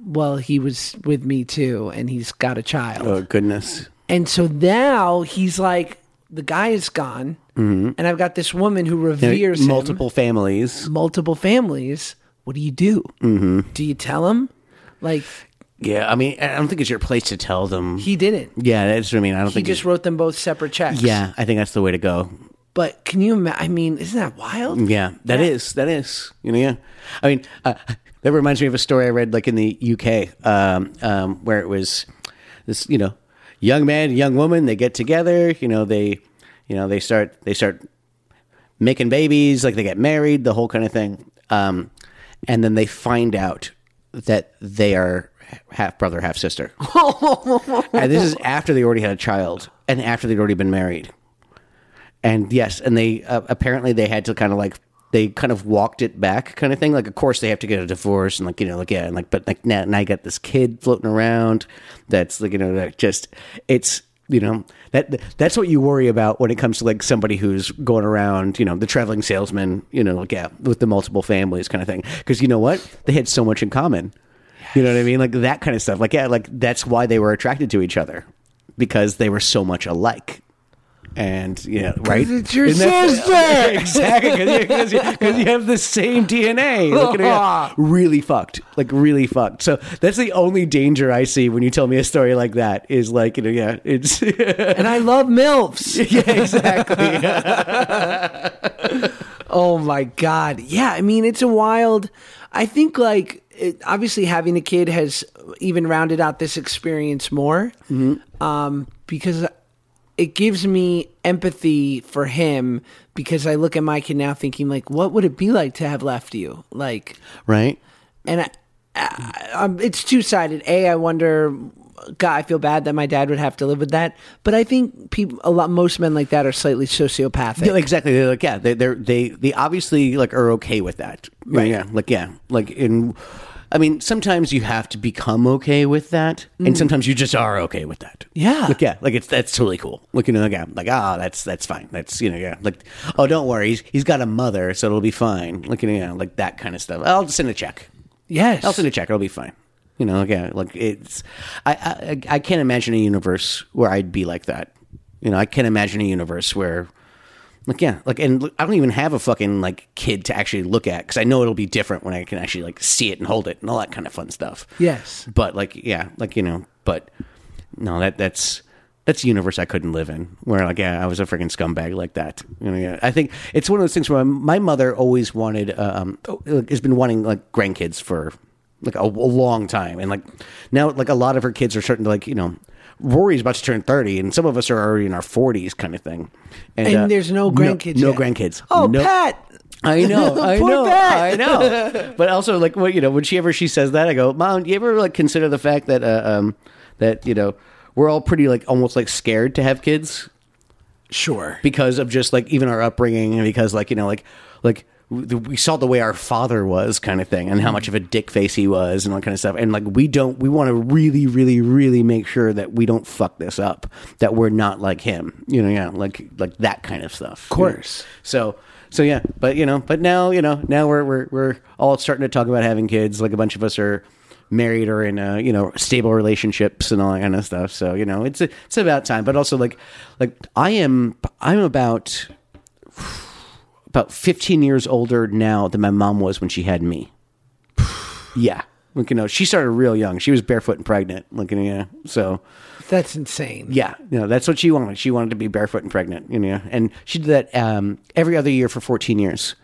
S3: Well, he was with me too, and he's got a child.
S2: Oh goodness.
S3: And so now he's like, the guy is gone, and I've got this woman who reveres him.
S2: Mm-hmm. Multiple families.
S3: multiple families. What do you do? Mm-hmm. Do you tell him? Like
S2: Yeah. I mean, I don't think it's your place to tell them.
S3: he didn't.
S2: yeah, that's what I mean. I don't
S3: He
S2: think.
S3: just
S2: it's-
S3: wrote them both separate checks.
S2: yeah, I think that's the way to go.
S3: But can you? Ima- I mean, isn't that wild?
S2: Mm, Yeah, that is that is you know yeah. I mean, uh, that reminds me of a story I read like in the UK um, um, where it was this you know young man, young woman, they get together, you know they you know they start they start making babies, like they get married, the whole kind of thing, um, and then they find out that they are half brother, half sister, and this is after they already had a child and after they'd already been married and yes and they uh, apparently they had to kind of like they kind of walked it back kind of thing like of course they have to get a divorce and like you know like yeah and like but like now, now you got this kid floating around that's like you know that just it's you know that that's what you worry about when it comes to like somebody who's going around you know the traveling salesman you know like yeah with the multiple families kind of thing because you know what they had so much in common you know what i mean like that kind of stuff like yeah like that's why they were attracted to each other because they were so much alike and yeah, right.
S3: it's your
S2: Isn't that- [LAUGHS]
S3: sister!
S2: exactly, because you, 'cause you have the same DNA. Look
S3: [LAUGHS]
S2: at it. Really fucked, like really fucked. So that's the only danger I see when you tell me a story like that. Is like you know, yeah, it's [LAUGHS]
S3: [LAUGHS] And I love milfs.
S2: yeah, exactly.
S3: [LAUGHS] Oh my god. Yeah, I mean it's a wild I think like it, obviously having a kid has even rounded out this experience more.
S2: Mm-hmm.
S3: Um because it gives me empathy for him because I look at my kid now thinking like what would it be like to have left you? Like
S2: right.
S3: and I, I, um, it's two sided. A, I wonder. God, I feel bad that my dad would have to live with that. But I think people, a lot, most men like that are slightly sociopathic.
S2: Yeah, exactly. They're like, yeah, they they're, they they obviously like are okay with that. Right. Yeah. Like yeah. Like in, I mean, sometimes you have to become okay with that, and sometimes you just are okay with that.
S3: Yeah.
S2: Like Mm. yeah. Like it's that's totally cool. Like you know, like yeah, like ah, that's that's fine. That's you know, yeah. Like oh, don't worry, he's, he's got a mother, so it'll be fine. Like you know, yeah, like that kind of stuff. I'll just send a check.
S3: yes,
S2: I'll send a check. It'll be fine. You know, like, yeah, like it's. I, I I can't imagine a universe where I'd be like that. You know, I can't imagine a universe where, like, yeah, like, and look, I don't even have a fucking like kid to actually look at because I know it'll be different when I can actually like see it and hold it and all that kind of fun stuff.
S3: Yes.
S2: but like, yeah, like you know, but no, that that's. That's a universe I couldn't live in, where like yeah, I was a freaking scumbag like that. You know, yeah. I think it's uh, one of those things where my mother always wanted, um, oh, has been wanting like grandkids for like a, a long time, and like now, like a lot of her kids are starting to like you know, Rory's about to turn thirty, and some of us are already in our forties, kind of thing. uh,
S3: And there's no grandkids
S2: No,
S3: yet.
S2: grandkids.
S3: Oh,
S2: no,
S3: Pat. [LAUGHS]
S2: I know, I
S3: Poor
S2: know,
S3: Pat.
S2: I
S3: [LAUGHS]
S2: know. But also, like, what you know, whichever she says that, I go, Mom, do you ever like consider the fact that, uh, um, that you know, we're all pretty like almost like scared to have kids
S3: Sure.
S2: because of just like even our upbringing and because like you know like like w- we saw the way our father was kind of thing and how much of a dick face he was and all kind of stuff and like we don't we want to really really really make sure that we don't fuck this up that we're not like him you know yeah like like that kind of stuff of
S3: course.
S2: so so yeah but you know but now you know now we're we're we're all starting to talk about having kids like a bunch of us are married or in uh, you know stable relationships and all that kind of stuff. So you know it's it's about time. But also like like I am I'm about about 15 years older now than my mom was when she had me. yeah. Like, you know, she started real young. She was barefoot and pregnant. Like, you know, so
S3: That's insane.
S2: yeah, you know, that's what she wanted. She wanted to be barefoot and pregnant, you know, and she did that um, every other year for 14 years.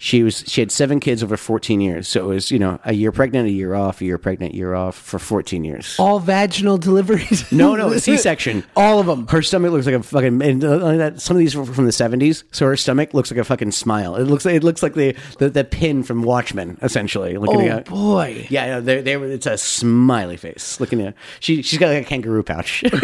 S2: She was she had seven kids over 14 years, so it was you know a year pregnant, a year off, a year pregnant, year off for 14 years.
S3: All vaginal deliveries.
S2: [LAUGHS] No,
S3: [LAUGHS]
S2: no, a C-section.
S3: All of them.
S2: Her stomach looks like a fucking. And uh, like that, some of these were from the seventies, so her stomach looks like a fucking smile. It looks like it looks like the the, the pin from Watchmen, essentially. Looking
S3: Oh
S2: at-
S3: boy.
S2: Yeah, no, they they were. It's a smiley face. Looking at she she's got like a kangaroo pouch. [LAUGHS]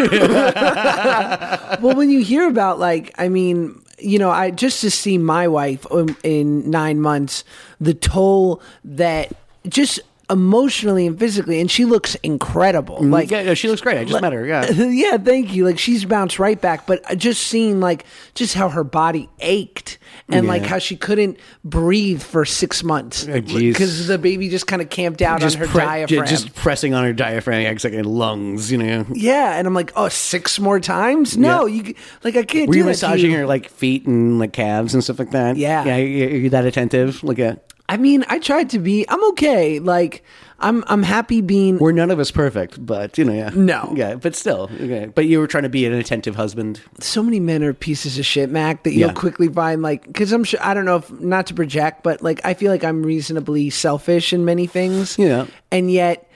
S3: well, when you hear about like, I mean, you know, I just to see my wife um, in nine months, the toll that just emotionally and physically, and she looks incredible. Like,
S2: yeah, no, she looks great. I just met her. Yeah,
S3: [LAUGHS] yeah, thank you. Like she's bounced right back, but just seeing like just how her body ached and like
S2: Yeah. Oh,
S3: how she couldn't breathe for six months
S2: jeez.
S3: because the baby just kind of camped out on her
S2: pre-
S3: diaphragm.
S2: Just pressing on her diaphragm, yeah, it's like her lungs. You know,
S3: yeah, and I'm like, oh, six more times? No,
S2: Yeah.
S3: you c- like I can't.
S2: were
S3: do
S2: you
S3: that to
S2: massaging
S3: you.
S2: her like feet and like calves and stuff like that?
S3: Yeah.
S2: yeah. you- You're that attentive? Like a.
S3: I mean, I tried to be. I'm okay. Like I'm I'm happy being.
S2: We're none of us perfect, but you know, yeah.
S3: No.
S2: Yeah, but still. Okay. But you were trying to be an attentive husband.
S3: so many men are pieces of shit, Mac, that you'll
S2: Yeah.
S3: quickly find like because I'm sure I don't know if not to project, but like I feel like I'm reasonably selfish in many things.
S2: Yeah.
S3: and yet.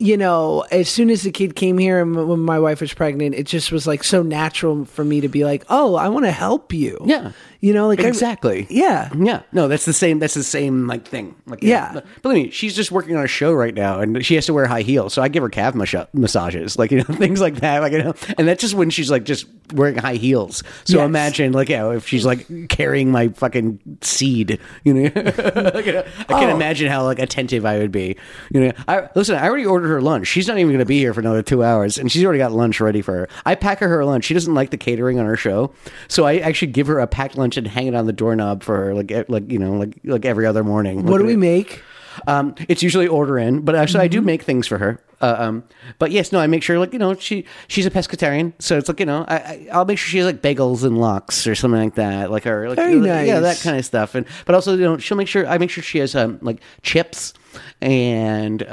S3: You know, as soon as the kid came here and when my wife was pregnant, it just was like so natural for me to be like, "Oh, I want to help you."
S2: Yeah.
S3: you know, like I-
S2: Exactly.
S3: yeah,
S2: Yeah. No, that's the same that's the same like thing. Like
S3: Yeah.
S2: Believe me, she's just working on a show right now and she has to wear high heels. So I give her calf mas- massages, like you know, [LAUGHS] things like that. Like you know and that's just when she's like just wearing high heels. So
S3: Yes.
S2: imagine like you know, if she's like carrying my fucking seed, you know. [LAUGHS] Like, you know, I can't
S3: Oh.
S2: imagine how like attentive I would be. You know, I listen, I already ordered her lunch. She's not even gonna be here for another two hours and she's already got lunch ready for her. I pack her her lunch. She doesn't like the catering on her show. So I actually give her a packed lunch and hang it on the doorknob for her like e- like you know, like like every other morning.
S3: what
S2: Like,
S3: do we make?
S2: um, it's usually order in, but actually I do
S3: Mm-hmm.
S2: make things for her. Uh, um, but yes, no, I make sure like you know she she's a pescatarian, so it's like you know I, I I'll make sure she has like bagels and lox or something like that, like her like
S3: Very
S2: you know, like, yeah
S3: nice.
S2: that kind of stuff. And but also you know she'll make sure I make sure she has um like chips and uh,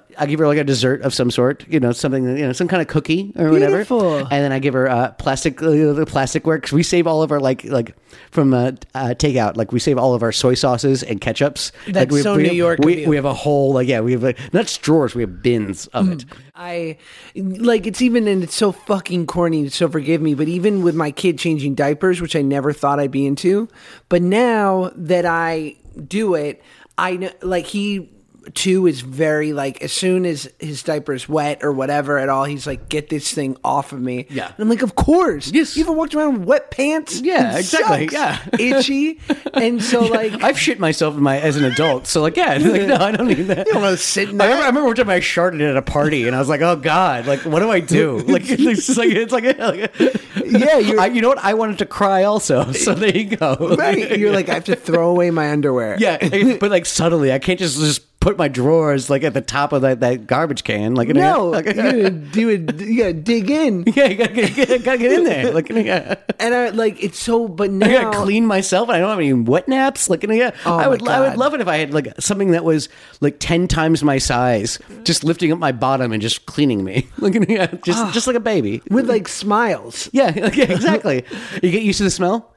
S2: uh I give her like a dessert of some sort, you know something you know some kind of cookie or
S3: Beautiful.
S2: whatever. And then I give her uh, plastic uh, the plastic works. We save all of our like like from uh, uh, takeout, like we save all of our soy sauces and ketchups.
S3: That's
S2: like, we,
S3: so
S2: we,
S3: New York of
S2: We,
S3: you.
S2: we have a whole like yeah, we have like not just drawers, we have bins
S3: Hmm.
S2: of it.
S3: I like it's even and it's so fucking corny, so forgive me, but even with my kid changing diapers, which I never thought I'd be into, but now that I do it, I know like he too is very like as soon as his diaper is wet or whatever at all, he's like, get this thing off of me.
S2: Yeah.
S3: And I'm like, of course.
S2: Yes.
S3: You ever walked around with wet pants?
S2: Yeah,
S3: It
S2: exactly,
S3: sucks.
S2: yeah.
S3: [LAUGHS] Itchy. And so like
S2: I've shit myself in my as an adult, so like yeah, [LAUGHS] like no, I don't need that.
S3: don't wanna sit in
S2: I remember,
S3: that.
S2: I remember one time I sharted at a party, and I was like, oh god, like what do I
S3: [LAUGHS]
S2: do? Like [LAUGHS] it's just like it's like, yeah,
S3: you're-
S2: I, you know what? I wanted to cry also,
S3: [LAUGHS]
S2: so there you go. [LAUGHS]
S3: Right. You're like, I have to throw away my underwear.
S2: Yeah, [LAUGHS] but like subtly, I can't just just put my drawers like at the top of that, that garbage can. Like you know,
S3: No, you
S2: [LAUGHS] like,
S3: gotta do it. You gotta dig
S2: [LAUGHS]
S3: in.
S2: yeah, you gotta, get- get- gotta get in there. Like you know,
S3: And I like it's so, but now
S2: I gotta clean myself, and I don't have any wet naps. Like you know, yeah,
S3: Oh,
S2: I would,
S3: my
S2: I
S3: God.
S2: would love it if I had like something that was like ten times my size, just lifting up my bottom and just cleaning me. [LAUGHS] Like you know, yeah, just just like a baby.
S3: with like smiles.
S2: [LAUGHS] Yeah, like, yeah, exactly. you get used to the smell.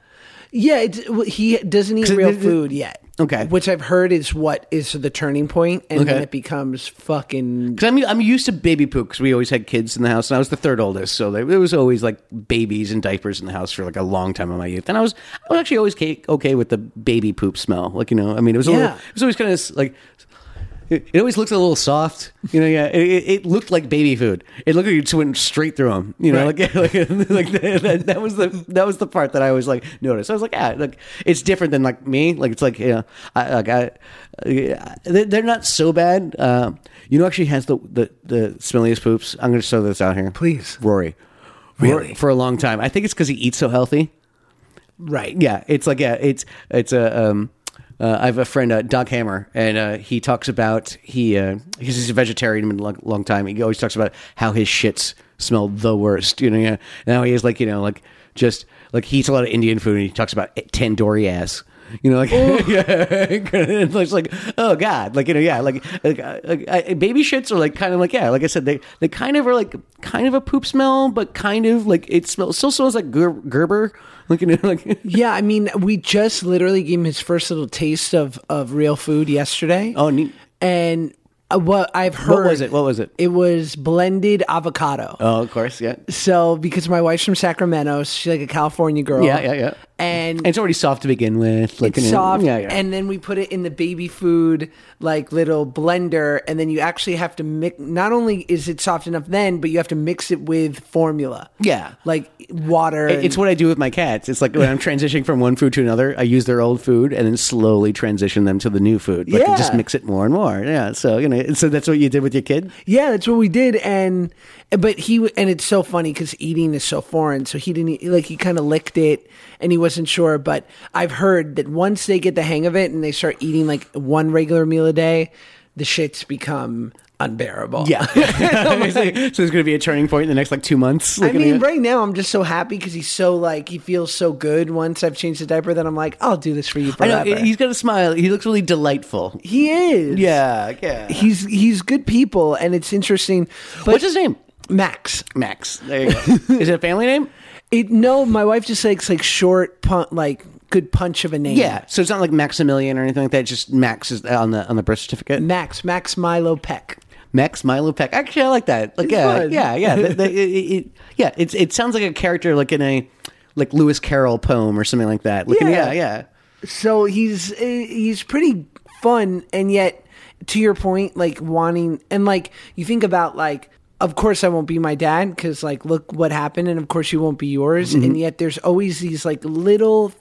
S3: Yeah, it's, well, he doesn't eat
S2: 'Cause it-
S3: real
S2: it- it-
S3: food yet.
S2: Okay.
S3: which I've heard is what is the turning point, and then
S2: Okay.
S3: it becomes fucking.
S2: Because I'm, I'm used to baby poop because we always had kids in the house, and I was the third oldest, so there, there was always like babies and diapers in the house for like a long time in my youth. And I was I was actually always ca- okay with the baby poop smell, like you know, I mean, it was a little,
S3: Yeah.
S2: it was always kind of like it, it always looked a little soft, you know. Yeah, it, it- it looked like baby food. It looked like you just went straight through them, you know. Like, [LAUGHS] like, like that, that, that was the that was the part that I was like noticed. I was like, ah, like it's different than like me. Like it's like you know, I, like I, I- they- they're not so bad. Uh, you know, who actually has the the the smelliest poops. I'm going to throw this out here,
S3: Please.
S2: Rory.
S3: Really?
S2: Rory- for a long time. I think it's because he eats so healthy.
S3: Right.
S2: Yeah, it's like yeah, it's it's a. Um, uh, I have a friend, uh, Doc Hammer, and uh, he talks about he uh, he's, he's a vegetarian been a long, long time. He always talks about how his shits smell the worst. You know, yeah. now he is like you know like just like he eats a lot of Indian food, and he talks about tandoori ass. You know, like [LAUGHS] yeah, it's like- it's like oh god, like you know, yeah, like, like, uh, like I, baby shits are like kind of like yeah, like I said, they they kind of are like kind of a poop smell, but kind of like it smells still smells like Ger- Gerber, [LAUGHS] like you know, like
S3: Yeah, I mean, we just literally gave him his first little taste of of real food yesterday.
S2: Oh, neat.
S3: and uh, what I've heard.
S2: What was it? What was it?
S3: It was blended avocado.
S2: Oh, of course, yeah.
S3: So, because my wife's from Sacramento, she's like a California girl.
S2: Yeah, yeah, yeah.
S3: And
S2: And it's already soft to begin with. Like,
S3: it's
S2: you know,
S3: soft.
S2: Yeah, yeah.
S3: And then we put it in the baby food like little blender, and then you actually have to mix. Not only is it soft enough then, but you have to mix it with formula.
S2: Yeah.
S3: like water.
S2: It- it's
S3: and-
S2: what I do with my cats. It's like when [LAUGHS] I'm transitioning from one food to another, I use their old food and then slowly transition them to the new food. Like,
S3: Yeah.
S2: just mix it more and more. Yeah. So, you know, so that's what you did with your kid?
S3: Yeah, that's what we did, and but he w- and it's so funny because eating is so foreign. So he didn't eat- like he kind of licked it, and he wasn't sure. But I've heard that once they get the hang of it and they start eating like one regular meal a day, the shits become
S2: [LAUGHS]
S3: unbearable. [LAUGHS]
S2: so there's going to be a turning point in the next like two months.
S3: I
S2: Like, you
S3: mean,
S2: know,
S3: right now I'm just so happy because he's so like he feels so good. Once I've changed the diaper, then I'm like, I'll do this for you
S2: I
S3: forever.
S2: know. He's got a smile. He looks really delightful.
S3: he is.
S2: Yeah. Yeah.
S3: he's he's good people, and it's interesting. But
S2: What's his name?
S3: Max.
S2: Max. There you go. [LAUGHS] Is it a family name?
S3: It, no, my wife just likes like short, pun- like good punch of a name.
S2: Yeah. So it's not like Maximilian or anything like that. It's just Max is on the on the birth certificate.
S3: Max Max Milo Peck.
S2: Max Milo Peck. Actually, I like that. Like,
S3: It's
S2: yeah,
S3: fun.
S2: yeah, yeah, The- the- it- it- yeah. It's it sounds like a character like in a like Lewis Carroll poem or something like that. Like, yeah,
S3: Yeah.
S2: yeah, yeah.
S3: So he's eh, he's pretty fun, and yet to your point, like wanting and like you think about like. Of course, I won't be my dad because, like, look what happened, and of course, you won't be yours.
S2: Mm-hmm.
S3: And yet, there's always these like little,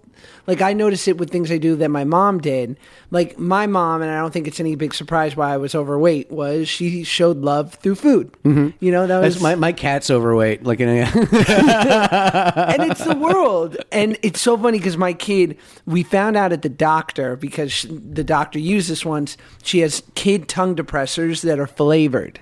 S3: like I notice it with things I do that my mom did. Like my mom, and I don't think it's any big surprise why I was overweight was she showed love through food. You know that was
S2: Mm-hmm. That's my my cat's overweight. Like, you know, [LAUGHS] yeah.
S3: and it's the world. And it's so funny because my kid, we found out at the doctor because sh the doctor used this once. She has kid tongue depressors that are flavored,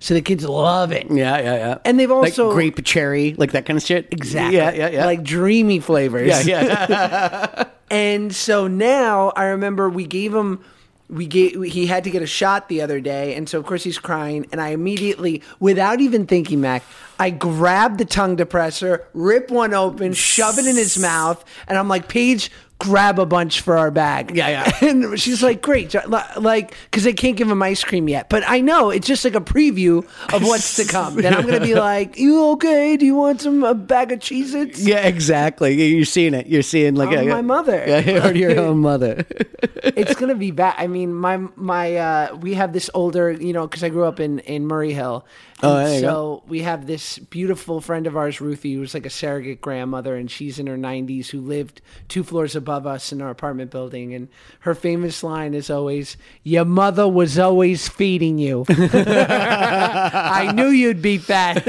S3: so the kids love it.
S2: yeah, yeah, yeah.
S3: And they've
S2: Like
S3: also-
S2: grape cherry, like that kind of shit.
S3: Exactly.
S2: Yeah, yeah, yeah.
S3: Like dreamy flavors.
S2: yeah,
S3: [LAUGHS]
S2: yeah. [LAUGHS]
S3: And so now I remember we gave him we gave he had to get a shot the other day and so of course he's crying and I immediately without even thinking Mac I grab the tongue depressor, rip one open, shove it in his mouth and I'm like Paige grab a bunch for our bag.
S2: Yeah, yeah.
S3: [LAUGHS] And she's like great Jo- li- like cuz I can't give him ice cream yet, but I know it's just like a preview of what's to
S2: [LAUGHS]
S3: come. then I'm going to be like, "You okay? Do you want some a bag of Cheez-Its?"
S2: yeah, exactly. You- You're seeing it. You're seeing like
S3: Of
S2: yeah, yeah.
S3: my mother.
S2: [LAUGHS] Yeah, or
S3: [LAUGHS]
S2: your own mother. [LAUGHS]
S3: it's gonna be bad. I mean, my my uh, we have this older, you know, because I grew up in in Murray Hill.
S2: Oh,
S3: And
S2: there you
S3: so we have this beautiful friend of ours, Ruthie, who's like a surrogate grandmother, and she's in her 90s, who lived two floors above us in our apartment building. And her famous line is always, "Your mother was always feeding you." [LAUGHS] I knew you'd be fat.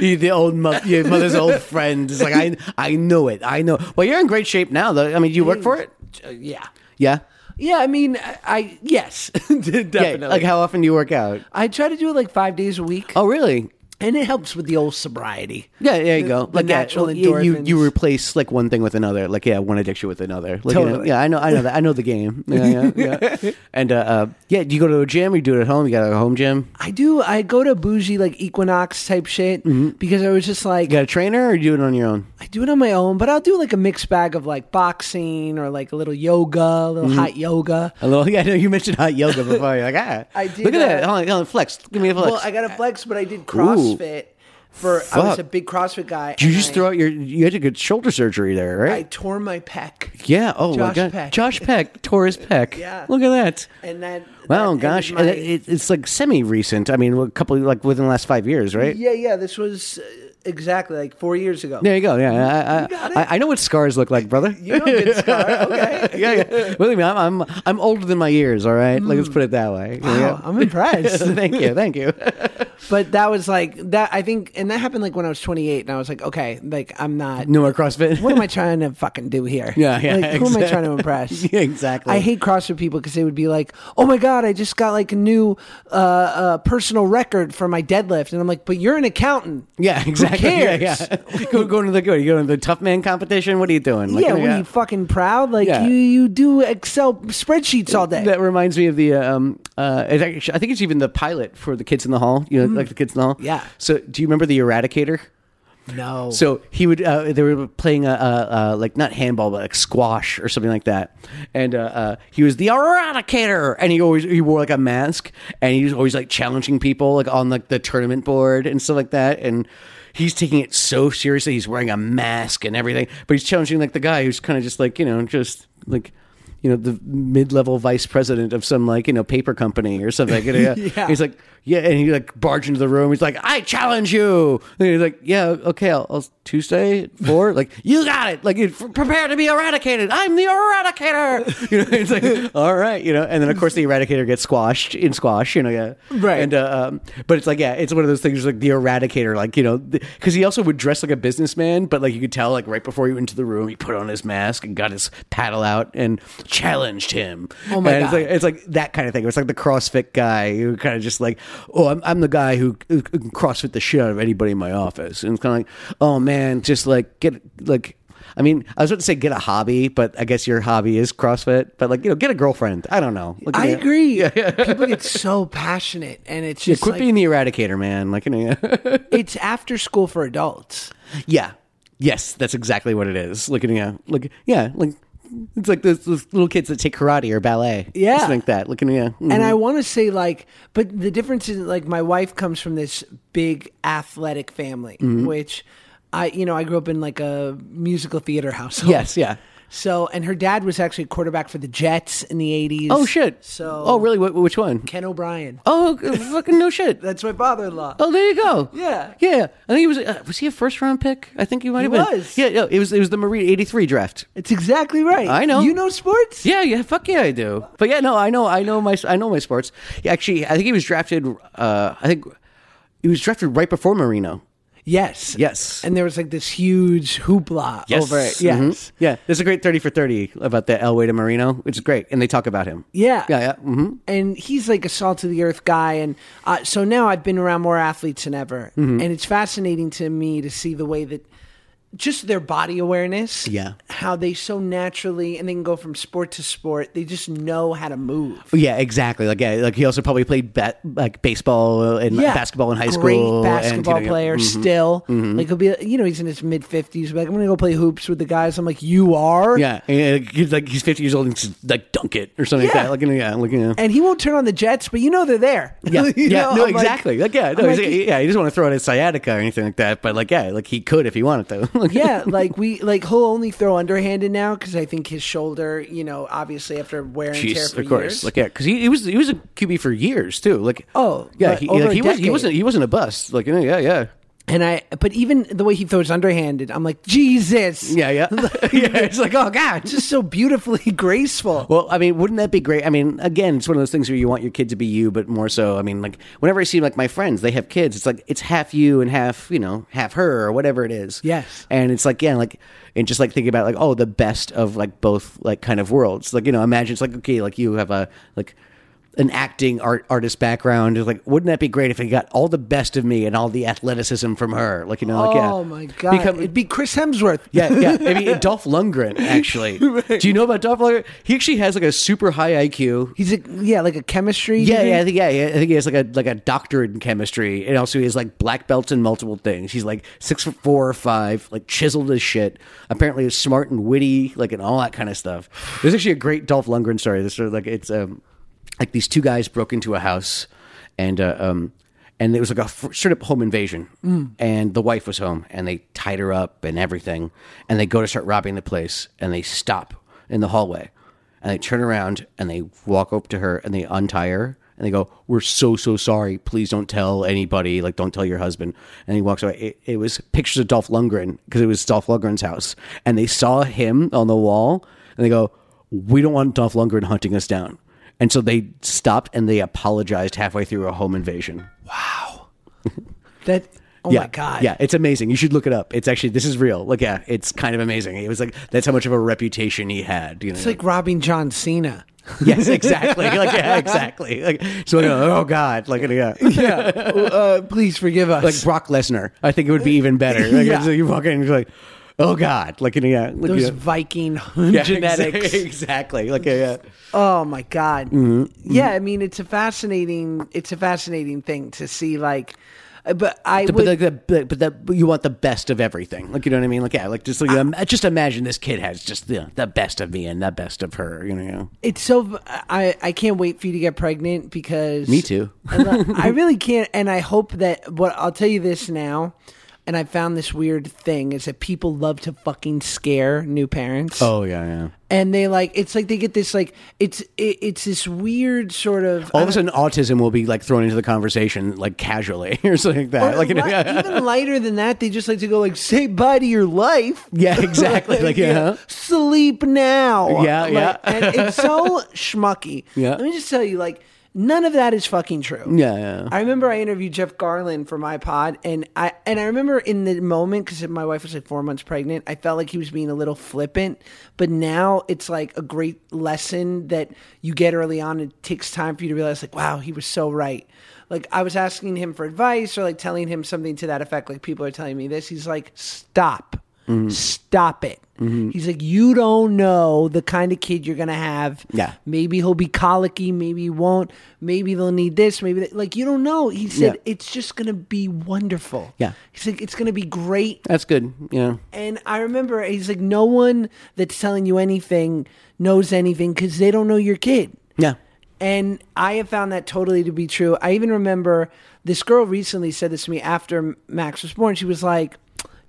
S2: You- the old mo- your mother's old friend. It's like I I know it. I know. Well, you're in great shape now, though. I mean, you work for it.
S3: [LAUGHS] yeah,
S2: Yeah.
S3: yeah. I mean, I, I yes, [LAUGHS] definitely.
S2: Yeah, like how often do you work out?
S3: I try to do it like five days a week.
S2: Oh, really?
S3: and it helps with the old sobriety.
S2: Yeah, there you
S3: The-
S2: go.
S3: the
S2: Like yeah,
S3: natural
S2: well, you, you,
S3: endorphins.
S2: you replace like one thing with another. Like yeah, one addiction with another. Like, you know,
S3: Totally.
S2: yeah, I know. I know that. I know the
S3: [LAUGHS]
S2: game. Yeah, yeah, yeah. and uh, uh, yeah, do you go to a gym or you do it at home? You got a home gym.
S3: I do. I go to bougie like Equinox type shit
S2: Mm-hmm.
S3: because I was just like,
S2: You got a trainer or you do it on your own?
S3: I do it on my own, but I'll do like a mixed bag of like boxing or like a little yoga, a
S2: Mm-hmm.
S3: little hot yoga.
S2: A little. [LAUGHS] Yeah, I know you mentioned hot yoga before. You're like ah,
S3: I did,
S2: Look at
S3: uh,
S2: that. Hold on, hold on, flex. Give me a flex.
S3: Well, I got a flex, but I did CrossFit for. I
S2: Fuck.
S3: was a big CrossFit guy.
S2: Did you
S3: and
S2: just
S3: I-
S2: throw out your? You had to get shoulder surgery there,
S3: I
S2: right?
S3: tore my pec.
S2: yeah. Oh my
S3: Josh
S2: god.
S3: Peck.
S2: Josh Peck tore his peck.
S3: Yeah.
S2: Look at that.
S3: And that.
S2: Wow,
S3: that
S2: gosh,
S3: ended
S2: And
S3: my-
S2: it, it's like semi-recent. I mean, a couple like within the last five years, right?
S3: yeah, yeah. This was uh, exactly like four years ago.
S2: There you go. Yeah, I,
S3: got
S2: I,
S3: it.
S2: I, I know what scars look like, brother. [LAUGHS]
S3: You know, good scar. Okay.
S2: yeah, yeah. Believe me, I'm, I'm I'm older than my years. All right, like let's put it that way.
S3: Mm. Wow,
S2: [LAUGHS]
S3: I'm impressed.
S2: thank you, thank
S3: [LAUGHS]
S2: you.
S3: but that was like that. I think, and that happened like when I was 28, and I was like, okay, like I'm not.
S2: No more CrossFit.
S3: What am I trying to fucking do here?
S2: Yeah, yeah,
S3: Like, who am I
S2: exact-
S3: trying to impress?
S2: [LAUGHS] Yeah, exactly.
S3: I hate CrossFit people because they would be like, "Oh my god, I just got like a new uh, uh, personal record for my deadlift," and I'm like, "But you're an accountant."
S2: [LAUGHS] Yeah, exactly.
S3: cares?
S2: Yeah, yeah. [LAUGHS] go going to the go. You going to the tough man competition? What are you doing? Like,
S3: yeah, what are you fucking proud? Like
S2: Yeah.
S3: you, you do Excel spreadsheets all day.
S2: That reminds me of the um uh it actually- I think it's even the pilot for the kids in the hall. You know, like the kids in the hall.
S3: Mm. Yeah.
S2: So do you remember the Eradicator?
S3: no.
S2: So he would. Uh, they were playing a, uh uh like not handball, but like squash or something like that. And uh, uh, he was the eradicator, and he always he wore like a mask, and he was always like challenging people like on like the tournament board and stuff like that. And he's taking it so seriously. He's wearing a mask and everything, but he's challenging like the guy who's kind of just like you know just like. You know the mid-level vice president of some like you know paper company or something. You know?
S3: Yeah.
S2: He's like, yeah, and he like barged into the room. He's like, I challenge you. And he's like, yeah, okay, I'll, I'll Tuesday at four. [LAUGHS] Like, you got it. Like, you prepare to be eradicated. I'm the eradicator. [LAUGHS] You know, it's like, all right, you know. And then of course the eradicator gets squashed in squash. You know, yeah,
S3: Right.
S2: And uh, um, but it's like, yeah, it's one of those things like the eradicator, like you know, because he also would dress like a businessman, but like you could tell, like right before you went into the room, he put on his mask and got his paddle out and challenged him.
S3: Oh, my
S2: And It's
S3: God.
S2: like, it's like that kind of thing. It's like the CrossFit guy who kind of just like, oh, I'm, I'm the guy who, who can CrossFit the shit out of anybody in my office. And it's kind of like, oh man, just like get like. I mean, I was about to say get a hobby, but I guess your hobby is CrossFit. But like, you know, get a girlfriend. I don't know. Like,
S3: I
S2: you know,
S3: agree.
S2: [LAUGHS]
S3: People get so passionate, and it's
S2: Yeah,
S3: just
S2: quit
S3: like,
S2: being the eradicator, man. Like, you know, yeah. [LAUGHS]
S3: it's after school for adults.
S2: yeah, yes, that's exactly what it is. Like, you know, like, yeah, like it's like those, those little kids that take karate or ballet.
S3: Yeah.
S2: Just like that. Like, you know, yeah, mhm.
S3: And I want to say like, but the difference is like my wife comes from this big athletic family,
S2: Mm-hmm.
S3: which I, you know, I grew up in like a musical theater household.
S2: yes, yeah.
S3: So, and her dad was actually a quarterback for the Jets in the '80s.
S2: Oh shit.
S3: So,
S2: oh really? Wh- which one?
S3: Ken O'Brien.
S2: Oh, g- fucking no shit.
S3: That's my father-in-law.
S2: Oh, there you go.
S3: Yeah.
S2: yeah. I think he was. Uh, was he a first round pick? I think he might
S3: He
S2: have been.
S3: was.
S2: Yeah, no, it was. It was the Marine '83 draft.
S3: It's exactly right.
S2: I know.
S3: You know sports.
S2: Yeah, yeah, fuck yeah, I do. But yeah, no, I know, I know my, I know my sports. Yeah, actually, I think he was drafted. Uh, I think he was drafted right before Marino.
S3: Yes.
S2: Yes.
S3: And there was like this huge hoopla over it. Yes.
S2: Mhm. Yeah. There's a great 30 for 30 about the Elway to Marino, which is great. And they talk about him.
S3: Yeah.
S2: Yeah. Yeah. hmm
S3: and he's like a salt of the earth guy and uh, so now i've been around more athletes than ever
S2: Mm-hmm.
S3: and it's fascinating to me to see the way that just their body awareness
S2: Yeah.
S3: how they so naturally and they can go from sport to sport they just know how to move
S2: Yeah, exactly. Like, yeah, like he also probably played ba- like baseball and basketball in high school.
S3: Great
S2: and,
S3: basketball
S2: you know, mm-hmm.
S3: player still. Like he'll be, you know, he's in his mid fifties. Like I'm gonna go play hoops with the guys. I'm like, you are.
S2: Yeah, and he's like he's 50 years old and he's like dunk it or something
S3: Yeah.
S2: like that. Like, you know, yeah, like, you know.
S3: And [LAUGHS] he won't turn on the Jets, but you know they're there.
S2: Yeah,
S3: [LAUGHS] You
S2: yeah,
S3: know,
S2: no,
S3: I'm like-
S2: exactly. Like, yeah, no,
S3: I'm
S2: he's-
S3: like,
S2: yeah, he doesn't want to throw out his sciatica or anything like that. But like, yeah, like he could if he wanted to. [LAUGHS] Like,
S3: yeah, like we like he'll only throw underhanded now because I think his shoulder, you know, obviously after wear and tear
S2: Jeez,
S3: for
S2: of course.
S3: years.
S2: Like, yeah, because he, he was he was a QB for years too. Like,
S3: Oh,
S2: yeah,
S3: but
S2: he,
S3: over
S2: like,
S3: a
S2: he was he
S3: decade.
S2: wasn't he wasn't a bust. Like, you know, yeah,
S3: [LAUGHS]
S2: yeah,
S3: and I, but even the way he throws underhanded, I'm like Jesus, [LAUGHS]
S2: yeah, yeah, yeah. It's like, oh god.
S3: just so beautifully [LAUGHS] graceful.
S2: Well, I mean, wouldn't that be great? I mean, again, it's one of those things where you want your kid to be you, but more so, I mean, like whenever I see like my friends, they have kids. It's like it's half you and half, you know, half her or whatever it is.
S3: Yes.
S2: And it's like, yeah, like and just like think about like oh, the best of like both like kind of worlds. Like you know, imagine it's like okay, like you have a like an acting art artist background. It's like, wouldn't that be great if it got all the best of me and all the athleticism from her? Like, you know, like, yeah.
S3: oh my god!
S2: Become-
S3: It'd be Chris Hemsworth.
S2: yeah, yeah. I mean, Dolph Lundgren, actually. Do you know about Dolph Lundgren? He actually has like a super high IQ.
S3: [LAUGHS] he's a, yeah, like a chemistry.
S2: Yeah, yeah, I
S3: degree?
S2: think yeah, yeah, I think he has like a like a doctorate in chemistry, and also he has like black belts in multiple things. He's like six foot four or five, like chiseled as shit. Apparently, he's smart and witty, like and all that kind of stuff. There's actually a great Dolph Lundgren story. This sort of like it's um like these two guys broke into a house, and uh, um and it was like a f- straight up home invasion, and the wife was home, and they tied her up and everything, and they go to start robbing the place, and they stop in the hallway and they turn around and they walk up to her and they untie her and they go, "We're so so sorry. Please don't tell anybody. Like, don't tell your husband." And he walks away. It, it was pictures of Dolph Lundgren because it was Dolph Lundgren's house, and they saw him on the wall, and they go, "We don't want Dolph Lundgren hunting us down." And so they stopped and they apologized halfway through a home invasion.
S3: That. Oh
S2: yeah,
S3: my god.
S2: Yeah, it's amazing. You should look it up. It's actually this is real. Like, yeah, it's kind of amazing. It was like that's how much of a reputation he had. You know,
S3: It's like robbing
S2: [LAUGHS]
S3: John Cena.
S2: Yes, exactly. like, [LAUGHS] yeah, exactly. Like, so, like, oh god, like, yeah,
S3: Yeah. uh, please forgive us.
S2: like Brock Lesnar. I think it would be even better. Like,
S3: Yeah.
S2: so you walk in and you're like, oh god, like, yeah, like,
S3: those
S2: yeah.
S3: Viking [LAUGHS]
S2: Yeah, [LAUGHS]
S3: genetics.
S2: exactly. Like, yeah,
S3: Oh my god.
S2: Mm-hmm.
S3: Yeah, I mean it's a fascinating it's a fascinating thing to see like uh, but I
S2: but
S3: would
S2: like the, but but the, but you want the best of everything. Like, you know what I mean? Like, yeah, like just like, um, just imagine this kid has just you know, the best of me and the best of her. You know, you know?
S3: it's so I I can't wait for you to get pregnant because
S2: Me too. [LAUGHS]
S3: And, like, I really can't and I hope that what I'll tell you this now and I found this weird thing is that people love to fucking scare new parents.
S2: Oh yeah, yeah.
S3: And they like it's like they get this like it's it, it's this weird sort of
S2: All of a sudden, autism will be like thrown into the conversation like casually [LAUGHS] or something like that.
S3: Or
S2: like, you know,
S3: li-
S2: yeah.
S3: even lighter than that, they just like to go like say bye to your life.
S2: Yeah, exactly. [LAUGHS] Like, yeah.
S3: sleep now.
S2: Yeah,
S3: Like,
S2: yeah.
S3: and
S2: [LAUGHS]
S3: it's so schmucky.
S2: Yeah.
S3: let me just tell you, like, none of that is fucking true.
S2: Yeah, yeah.
S3: I remember I interviewed Jeff Garland for my pod, and I and I remember in the moment because my wife was like four months pregnant, I felt like he was being a little flippant. But now it's like a great lesson that you get early on. It takes time for you to realize, like, wow, he was so right. Like I was asking him for advice or like telling him something to that effect. Like people are telling me this. He's like, stop, stop it. He's like, you don't know the kind of kid you're gonna have.
S2: Yeah.
S3: Maybe he'll be colicky. Maybe he won't. Maybe they'll need this. Maybe that. like you don't know. He said
S2: Yeah.
S3: it's just gonna be wonderful.
S2: Yeah.
S3: He's like it's gonna be great.
S2: That's good. Yeah.
S3: And I remember he's like no one that's telling you anything knows anything because they don't know your kid.
S2: Yeah.
S3: And I have found that totally to be true. I even remember this girl recently said this to me after Max was born. She was like,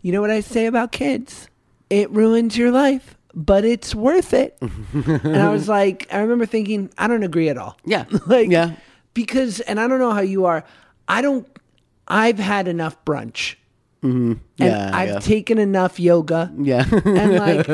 S3: You know what I say about kids? It ruins your life, but it's worth it. and
S2: [LAUGHS]
S3: I was like, I remember thinking, I don't agree at all.
S2: Yeah.
S3: [LAUGHS] like,
S2: Yeah.
S3: Because, and I don't know how you are, I don't, I've had enough brunch. Mm-hmm. And
S2: Yeah,
S3: I've
S2: yeah.
S3: taken enough yoga
S2: Yeah. [LAUGHS]
S3: and like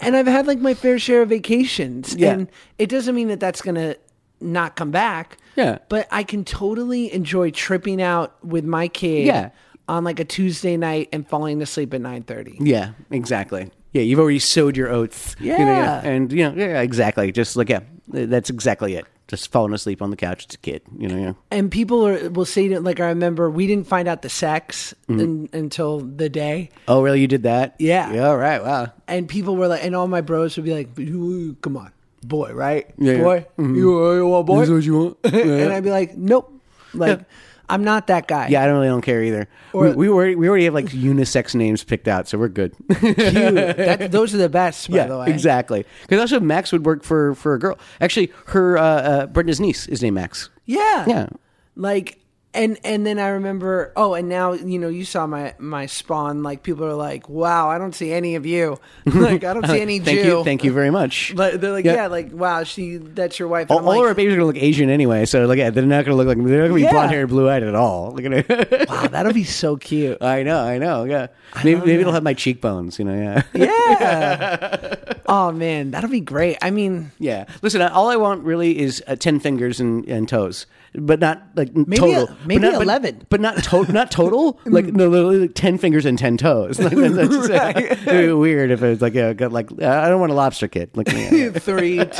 S3: and i've had like my fair share of vacations
S2: Yeah.
S3: and it doesn't mean that that's gonna not come back
S2: Yeah.
S3: but i can totally enjoy tripping out with my kid
S2: Yeah.
S3: on like a tuesday night and falling asleep at 9.30
S2: Yeah, exactly. Yeah, you've already sowed your oats. you know,
S3: Yeah.
S2: and you know, yeah, exactly. Just like yeah, that's exactly it. Just falling asleep on the couch as a kid. You know, yeah.
S3: and people are, will say to like i remember we didn't find out the sex
S2: Mm-hmm.
S3: un- until the day
S2: Oh, really? You did that?
S3: Yeah.
S2: Yeah. All right. Wow.
S3: and people were like and all my bros would be like "You- come on boy right
S2: yeah. Mm-hmm.
S3: boy you, you want boy
S2: This is what you [LAUGHS] want.
S3: and i'd be like nope like i'm not that guy
S2: Yeah, I don't really don't care either.
S3: Or-
S2: we, we already we already have like unisex names picked out, so we're [LAUGHS] good.
S3: Cute. That, those are the best, by
S2: yeah,
S3: the way.
S2: exactly. Because also Max would work for for a girl. Actually, her uh, uh, Brenda's niece is named Max.
S3: Yeah.
S2: Yeah.
S3: Like and and then I remember oh and now you know you saw my my spawn like people are like wow I don't see any
S2: [LAUGHS]
S3: of you like I don't see any
S2: Uh, Thank
S3: Jew
S2: you. Thank you very much.
S3: [LAUGHS] but they're like
S2: Yeah. Oh,
S3: yeah. like wow she that's your wife And
S2: All,
S3: I'm
S2: all
S3: like,
S2: our babies are gonna look Asian anyway, so like yeah, they're not gonna look like they're not gonna be
S3: Yeah.
S2: blonde haired, blue eyed at all. Look at it.
S3: wow that'll be so cute
S2: [LAUGHS] I know, I know. Yeah, maybe maybe it'll have my cheekbones. You know, yeah,
S3: [LAUGHS] yeah oh man that'll be great I mean
S2: [LAUGHS] yeah. Listen, I- all I want really is uh, ten fingers and, and toes, but not like n-
S3: Maybe
S2: total.
S3: a-
S2: But
S3: maybe
S2: not- but-
S3: 11.
S2: but, not to- not
S3: [LAUGHS]
S2: total. like no, literally like, ten fingers and ten toes. [LAUGHS] Like, that- that's just, it'd be weird if it was like yeah, got like
S3: [LAUGHS]
S2: [LAUGHS] I don't want a lobster kid. Like yeah, yeah.
S3: three two
S2: [LAUGHS]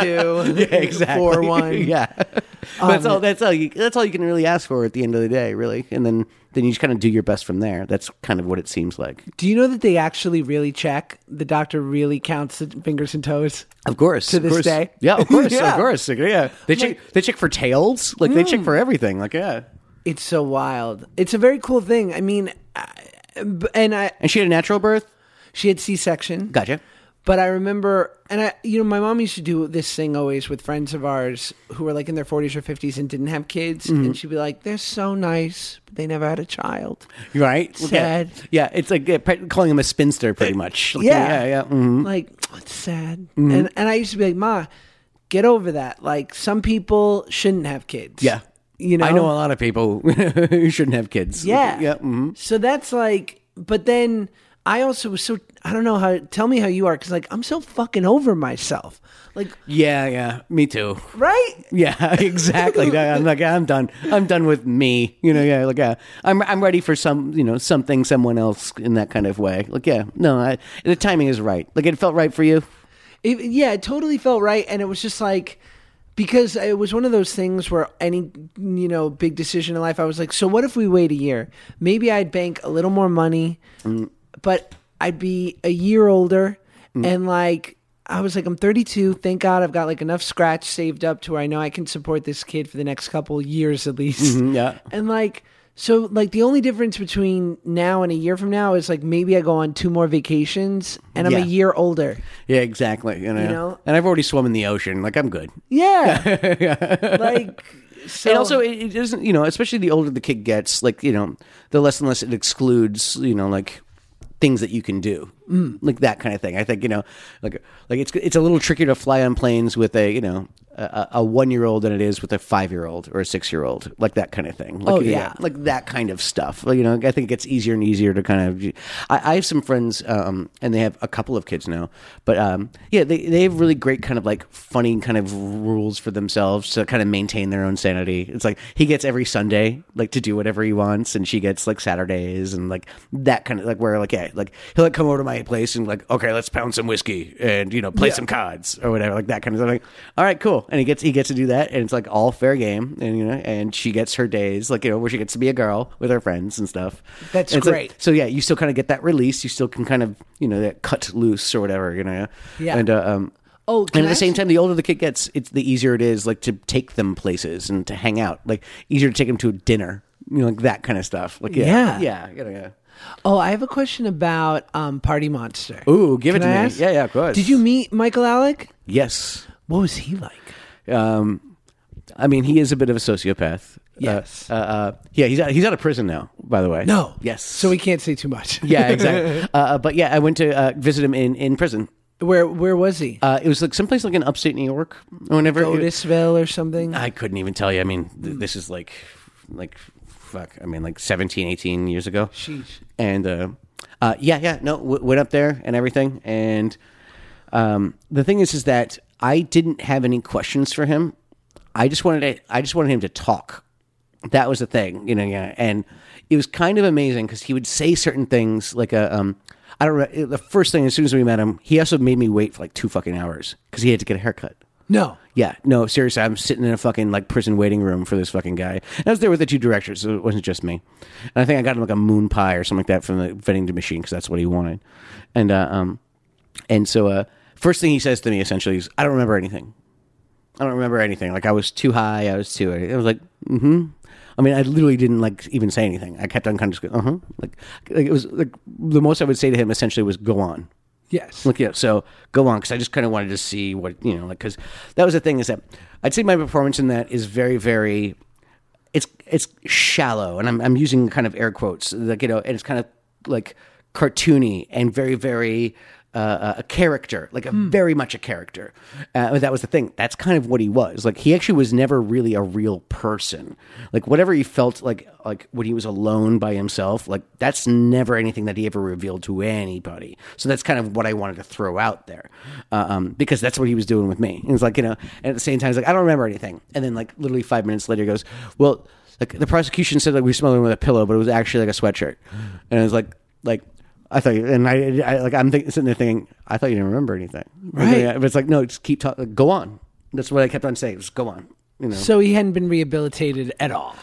S2: Yeah, exactly.
S3: four one
S2: yeah. that's all. That's all. You, that's all you can really ask for at the end of the day, really. And then then you just kind of do your best from there. That's kind of what it seems like.
S3: Do you know that they actually really check? The doctor really counts the fingers and toes.
S2: Of course,
S3: To
S2: of
S3: this
S2: course.
S3: day.
S2: yeah, of [LAUGHS] course,
S3: Yeah.
S2: of course, yeah. They check. they check for tails. Like they check for everything. Like yeah.
S3: It's so wild. It's a very cool thing. I mean, I, b- and I
S2: And she had a natural birth.
S3: she had C-section.
S2: Gotcha.
S3: But I remember, and I, you know, my mom used to do this thing always with friends of ours who were like in their 40s or 50s and didn't have kids.
S2: Mm-hmm.
S3: And she'd be like, they're so nice, but they never had a child.
S2: Right. Okay.
S3: Sad.
S2: Yeah. It's like uh, pre- calling him a spinster, pretty [LAUGHS] much. Like,
S3: Yeah.
S2: Yeah. Mm-hmm. Yeah. mhm.
S3: Like, oh, it's sad. And, and I used to be like, Ma, get over that. Like, some people shouldn't have kids.
S2: Yeah.
S3: You know?
S2: I know a lot of people [LAUGHS] who shouldn't have kids.
S3: Yeah. mm-hmm.
S2: Yeah. mhm.
S3: So that's like, but then I also was so, I don't know how, tell me how you are. Cause like, I'm so fucking over myself. Like,
S2: Yeah. Yeah. Me too.
S3: right?
S2: Yeah, [LAUGHS] exactly. Yeah, I'm like, I'm done. I'm done with me. You know, yeah, like, yeah, I'm, I'm ready for some, you know, something, someone else in that kind of way. Like, yeah, no, I, the timing is right. Like, it felt right for you.
S3: It, yeah, it totally felt right, and it was just like because it was one of those things where any you know big decision in life, I was like, so what if we wait a year? Maybe I'd bank a little more money,
S2: Mm.
S3: but I'd be a year older, and like I was like, I'm 32. Thank God I've got like enough scratch saved up to where I know I can support this kid for the next couple years at least.
S2: Mm-hmm, yeah.
S3: and like. So like the only difference between now and a year from now is like maybe I go on two more vacations and I'm
S2: Yeah.
S3: a year older.
S2: Yeah, exactly. You know,
S3: know?
S2: and I've already swum in the ocean. Like, I'm good.
S3: Yeah.
S2: [LAUGHS]
S3: like so
S2: and also, it, it isn't, you know, especially the older the kid gets, like, you know, the less and less it excludes, you know, like things that you can do, mm. like that kind of thing. I think, you know, like, like it's, it's a little trickier to fly on planes with a, you know, a, a one year old than it is with a five year old or a six year old, like that kind of thing. Like,
S3: Oh, yeah.
S2: Like that kind of stuff. Like, you know, I think it gets easier and easier to kind of, I, I have some friends, um, and they have a couple of kids now, but, um, yeah, they, they have really great kind of like funny kind of rules for themselves to kind of maintain their own sanity. It's like he gets every Sunday, like to do whatever he wants, and she gets like Saturdays and like that kind of like where like yeah, like he'll like come over to my place and like okay, let's pound some whiskey and you know play some cards or whatever, like that kind of thing. Like, all right, cool, and he gets he gets to do that, and it's like all fair game, and you know, and she gets her days like you know where she gets to be a girl with her friends and stuff.
S3: That's
S2: And it's, like,
S3: great.
S2: so yeah, you still kind of get that release. You still can kind of you know that cut loose or whatever you know.
S3: Yeah.
S2: And uh, um.
S3: Oh, can
S2: and at
S3: I
S2: the same
S3: ask-
S2: time, the older the kid gets, it's the easier it is like to take them places and to hang out. Like easier to take them to a dinner, you know, like that kind of stuff. Like yeah,
S3: Yeah.
S2: yeah, yeah. yeah.
S3: Oh, I have a question about um Party Monster.
S2: Ooh, give it
S3: Can
S2: to
S3: I
S2: me.
S3: ask?
S2: Yeah, yeah, of course.
S3: Did you meet Michael Alec?
S2: Yes.
S3: What was he like?
S2: Um, I mean, he is a bit of a sociopath.
S3: Yes.
S2: Uh, uh, uh, yeah, he's out, he's out of prison now. By the way.
S3: No.
S2: Yes.
S3: So we can't say too
S2: [LAUGHS]
S3: much.
S2: yeah, exactly. [LAUGHS] uh, but yeah, I went to uh, visit him in in prison.
S3: Where where was he?
S2: Uh, it was like someplace like in upstate New York. Whenever
S3: Otisville or something? Hmm.
S2: I couldn't even tell you. I mean, th- this is like, like, fuck. I mean, like 17, 18 years ago.
S3: Sheesh.
S2: And uh, uh, yeah, yeah, no, w- went up there and everything. And um, the thing is, is that I didn't have any questions for him. I just wanted to, I just wanted him to talk. That was the thing, you know. Yeah, and it was kind of amazing because he would say certain things like a. Um, I don't know. The first thing, as soon as we met him, he also made me wait for like two fucking hours because he had to get a haircut.
S3: No.
S2: Yeah, no, seriously, I'm sitting in a fucking like prison waiting room for this fucking guy. And I was there with the two directors, so it wasn't just me. And I think I got him like a moon pie or something like that from the vending machine because that's what he wanted. And uh, um, and so uh, first thing he says to me essentially is, "I don't remember anything. I don't remember anything. Like I was too high. I was too. I was like, mm-hmm. I mean, I literally didn't like even say anything. I kept on kind of just going, uh-huh. Like, like it was like the most I would say to him essentially was, "Go on."
S3: Yes.
S2: Look, yeah. So go on, because I just kind of wanted to see what you know, like, because that was the thing is that I'd say my performance in that is very, very, it's it's shallow, and I'm I'm using kind of air quotes, like you know, and it's kind of like cartoony and very, very. Uh, a character, like a very much a character. Uh, but that was the thing. That's kind of what he was. Like he actually was never really a real person. Like whatever he felt like, like when he was alone by himself, like that's never anything that he ever revealed to anybody. So that's kind of what I wanted to throw out there, uh, um, because that's what he was doing with me. And it's like you know, and at the same time, he's like, I don't remember anything. And then like literally five minutes later, he goes, Well, like the prosecution said like we smelled him with a pillow, but it was actually like a sweatshirt. And it's like like. I thought, you, and I, I like, I'm think, sitting there thinking, I thought you didn't remember anything,
S3: Right.
S2: But it's like, no, just keep talking. Go on. That's what I kept on saying. Just go on. You know,
S3: So he hadn't been rehabilitated at all.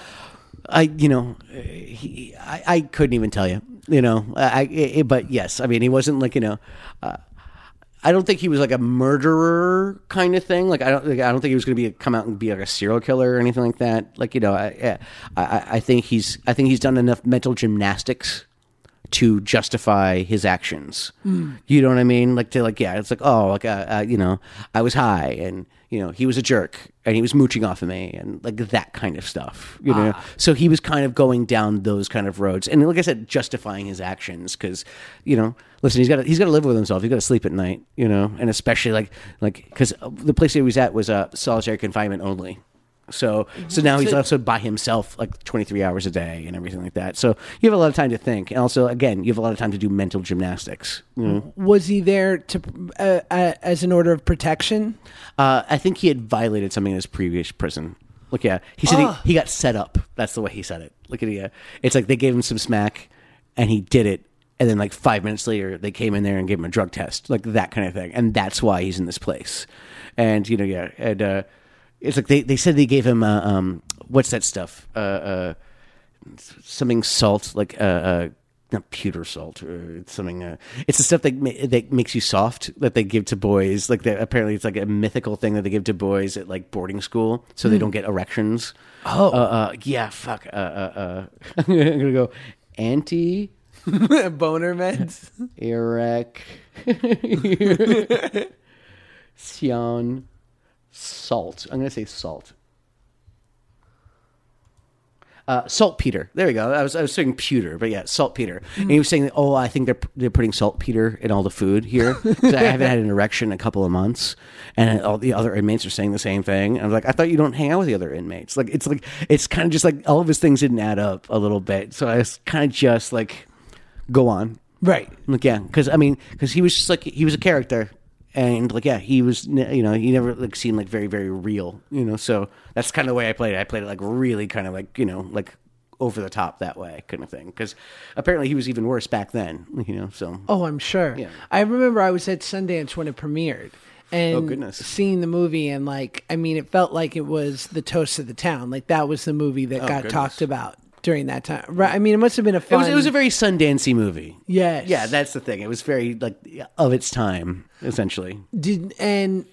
S2: I you know, uh, he, I, I couldn't even tell you. You know, I, I it- but yes, I mean he wasn't like you know. Uh, I don't think he was like a murderer kind of thing. Like I don't, like, I don't think he was going to be come out and be like a serial killer or anything like that. Like you know, I, yeah, I, I- I think he's, I think he's done enough mental gymnastics to justify his actions. You know what I mean? Like to like, yeah, it's like, oh, like uh, uh, you know, I was high and you know he was a jerk and he was mooching off of me and like that kind of stuff. You know, so he was kind of going down those kind of roads and like I said, justifying his actions because you know, listen, he's got to he's got to live with himself. He's got to sleep at night. You know, and especially like like because the place he was at was uh, solitary confinement only. So so now he's also by himself like 23 hours a day and everything like that. So you have a lot of time to think. And also again, you have a lot of time to do mental gymnastics. you know?
S3: Was he there to uh, uh, as an order of protection?
S2: Uh, I think he had violated something in his previous prison. Look, yeah, he said he, he got set up. That's the way he said it. Look at yeah, it's like they gave him some smack, and he did it. And then like five minutes later, they came in there and gave him a drug test, like that kind of thing. And that's why he's in this place. And you know, yeah, and uh, it's like they, they said they gave him uh, um, what's that stuff? Uh, uh, something salt like uh, uh not pewter salt or it's something uh, it's the stuff that ma- that makes you soft that they give to boys like that apparently it's like a mythical thing that they give to boys at like boarding school so they don't get erections oh uh, uh yeah fuck uh uh, [LAUGHS] uh. i'm gonna go anti
S3: [LAUGHS] Boner meds.
S2: erect sion salt i'm gonna say salt uh, saltpeter. There we go. I was I was saying pewter, but yeah, saltpeter. And he was saying, that, oh, I think they're they're putting saltpeter in all the food here 'cause I haven't had an erection in a couple of months, and all the other inmates are saying the same thing. And I'm like, I thought you don't hang out with the other inmates. Like it's like it's kind of just like all of his things didn't add up a little bit. So I was kind of just like, go on,
S3: Right.
S2: like yeah, because I mean, because he was just like he was a character, and like yeah, he was n- you know he never like seemed like very very real, you know. So that's kind of the way I played it. I played it like really kind of like you know like over the top that way kind of thing. Because apparently he was even worse back then, you know. So
S3: Oh, I'm sure. I remember I was at Sundance when it premiered. And
S2: Oh, goodness.
S3: seeing the movie and like I mean it felt like it was the toast of the town. Like that was the movie that got talked about during that time. Right. I mean it must have been a
S2: Oh, it
S3: fun
S2: was it was a very Sundancey movie.
S3: Yes.
S2: Yeah, that's the thing. It was very like of its time, essentially.
S3: did and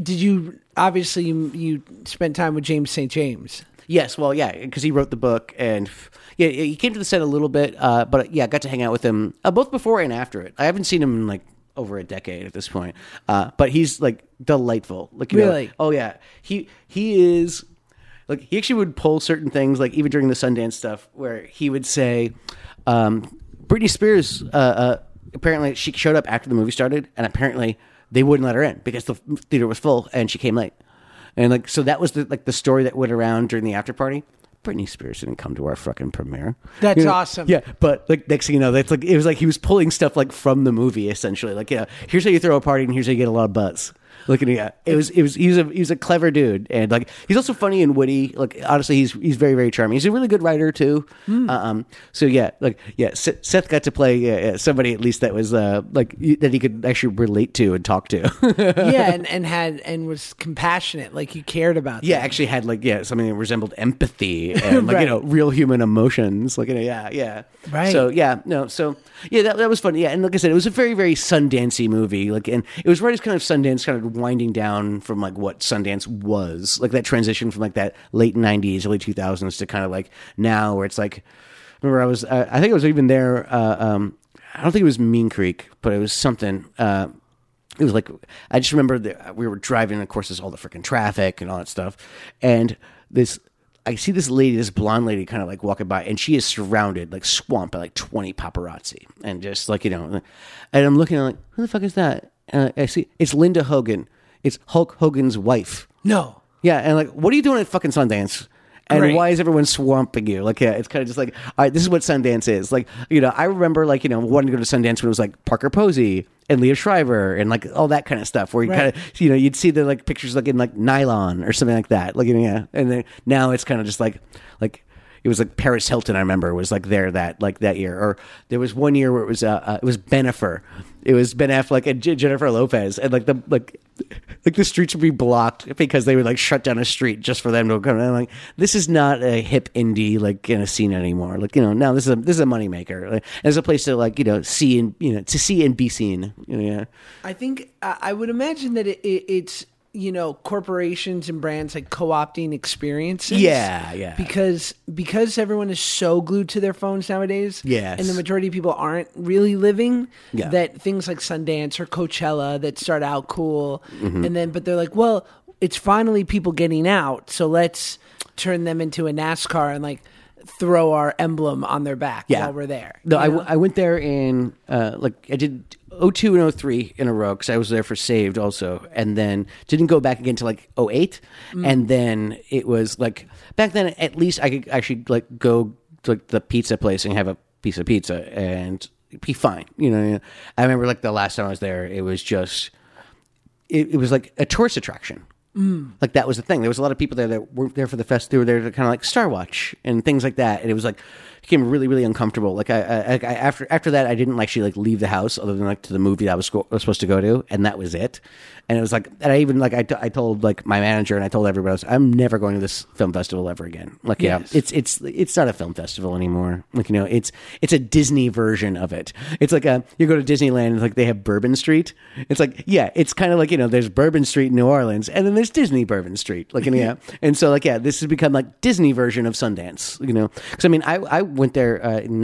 S3: did you obviously you, you spent time with James St.
S2: [LAUGHS]
S3: James.
S2: Yes, well, yeah, because he wrote the book, and yeah, he came to the set a little bit, uh, but yeah, I got to hang out with him uh, both before and after it. I haven't seen him in like over a decade at this point, uh, but he's like delightful. Like, you know,
S3: Really?
S2: oh yeah, he he is like he actually would pull certain things, like even during the Sundance stuff, where he would say, um, "Britney Spears." Uh, uh, apparently, she showed up after the movie started, and apparently they wouldn't let her in because the theater was full, and she came late. And like so that was the like the story that went around during the after party. Britney Spears didn't come to our fucking premiere.
S3: That's
S2: [LAUGHS]
S3: awesome.
S2: Yeah, but like next thing you know, that's like it was like he was pulling stuff like from the movie essentially. Like yeah, here's how you throw a party and here's how you get a lot of buzz. Look at yeah, it was it was he was a he was a clever dude and like he's also funny and witty. Like honestly, he's he's very very charming. He's a really good writer too. Uh, um, so yeah, like yeah, Seth Seth got to play yeah, yeah, somebody at least that was uh like y- that he could actually relate to and talk to. [LAUGHS]
S3: yeah, and, and had and was compassionate, like you cared about
S2: yeah
S3: them.
S2: actually had like yeah something that resembled
S3: [LAUGHS]
S2: empathy and like
S3: Right.
S2: you know real human emotions like you know, yeah yeah
S3: Right.
S2: so yeah no so yeah that, that was fun yeah and like i said it was a very very sundancey movie like and it was right as kind of sundance kind of winding down from like what sundance was like that transition from like that late 90s early 2000s to kind of like now where it's like remember i was uh, i think i was even there uh, um i don't think it was mean creek but it was something uh it was like I just remember that we were driving, and of course, there's all the freaking traffic and all that stuff. And this, I see this lady, this blonde lady, kind of like walking by, and she is surrounded, like swamped by like 20 paparazzi, and just like you know, and I'm looking, i like, who the fuck is that? And I see it's Linda Hogan, it's Hulk Hogan's wife.
S3: No.
S2: Yeah, and like, what are you doing at fucking Sundance? And
S3: Right.
S2: why is everyone swamping you? Like, yeah, it's kind of just like, all right, this is what Sundance is. Like, you know, I remember like, you know, wanting to go to Sundance when it was like Parker Posey and Leah Shriver and like all that kind of stuff, where you
S3: Right.
S2: kind of, you know, you'd see the like pictures like in like nylon or something like that. Like, you know, yeah. and then now it's kind of just like, like, It was like Paris Hilton. I remember was like there that like that year, or there was one year where it was uh, uh it was Benifer, it was Ben Affleck and J- Jennifer Lopez, and like the like like the streets would be blocked because they would like shut down a street just for them to come. And I'm like, this is not a hip indie like kind of scene anymore. Like you know now this is a this is a moneymaker. Like, there's a place to like you know see and you know to see and be seen. You know, yeah.
S3: I think I I would imagine that it, it, it's you know corporations and brands like co-opting experiences.
S2: Yeah, yeah.
S3: Because because everyone is so glued to their phones nowadays.
S2: Yes.
S3: And the majority of people aren't really living.
S2: Yeah.
S3: That things like Sundance or Coachella that start out cool
S2: Mm-hmm.
S3: and then but they're like, well, it's finally people getting out, so let's turn them into a NASCAR and like throw our emblem on their back
S2: yeah.
S3: while we're there.
S2: No,
S3: you
S2: I,
S3: know?
S2: w- I went there in uh, like I did 02 and 03 in a row because I was there for Saved also, and then didn't go back again to like 08, and then it was like back then at least I could actually like go to like the pizza place and have a piece of pizza and be fine. You know, I remember like the last time I was there, it was just it, it was like a tourist attraction. Like that was the thing. There was a lot of people there that weren't there for the fest. They were there to kind of like Star Watch and things like that. And it was like became really really uncomfortable. Like I, I, I after after that I didn't actually like leave the house other than like to the movie that I was, sco- was supposed to go to, and that was it. And it was like and I even like I, t- I told like my manager and I told everybody else I'm never going to this film festival ever again. Like yeah, it's it's it's not a film festival anymore. Like you know it's it's a Disney version of it. It's like a you go to Disneyland it's like they have Bourbon Street. It's like yeah, it's kind of like you know there's Bourbon Street in New Orleans and then there's Disney Bourbon Street. Like and yeah, and so like yeah, this has become like Disney version of Sundance. You know, because I mean I I went there uh, in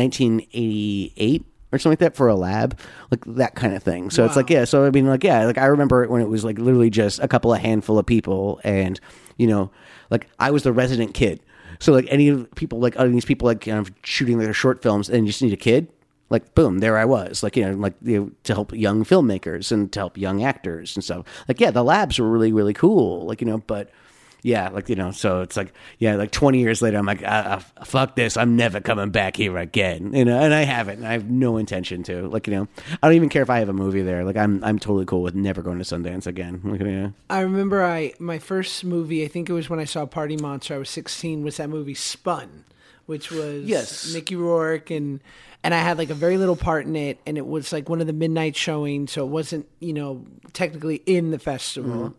S2: 1988 or something like that for a lab, like that kind of thing. So it's like, yeah. So I mean, like, yeah, like I remember it when it was like literally just a couple of handful of people, and you know, like I was the resident kid. So like any of the people, like all these people, like kind of shooting their short films, and you just need a kid. Like boom, there I was. Like you know, like you know, to help young filmmakers and to help young actors and stuff. Like yeah, the labs were really really cool. Like you know, but yeah, like you know, so it's like yeah, like twenty years later, I'm like, uh, uh, fuck this, I'm never coming back here again, you know, and I haven't, and I have no intention to, like you know, I don't even care if I have a movie there, like I'm, I'm totally cool with never going to Sundance again, [LAUGHS] like, you know.
S3: I remember I my first movie. I think it was when I saw Party Monster. I was sixteen. Was that movie Spun, which was
S2: Yes.
S3: Mickey Rourke and and I had like a very little part in it, and it was like one of the midnight showings, so it wasn't you know technically in the festival.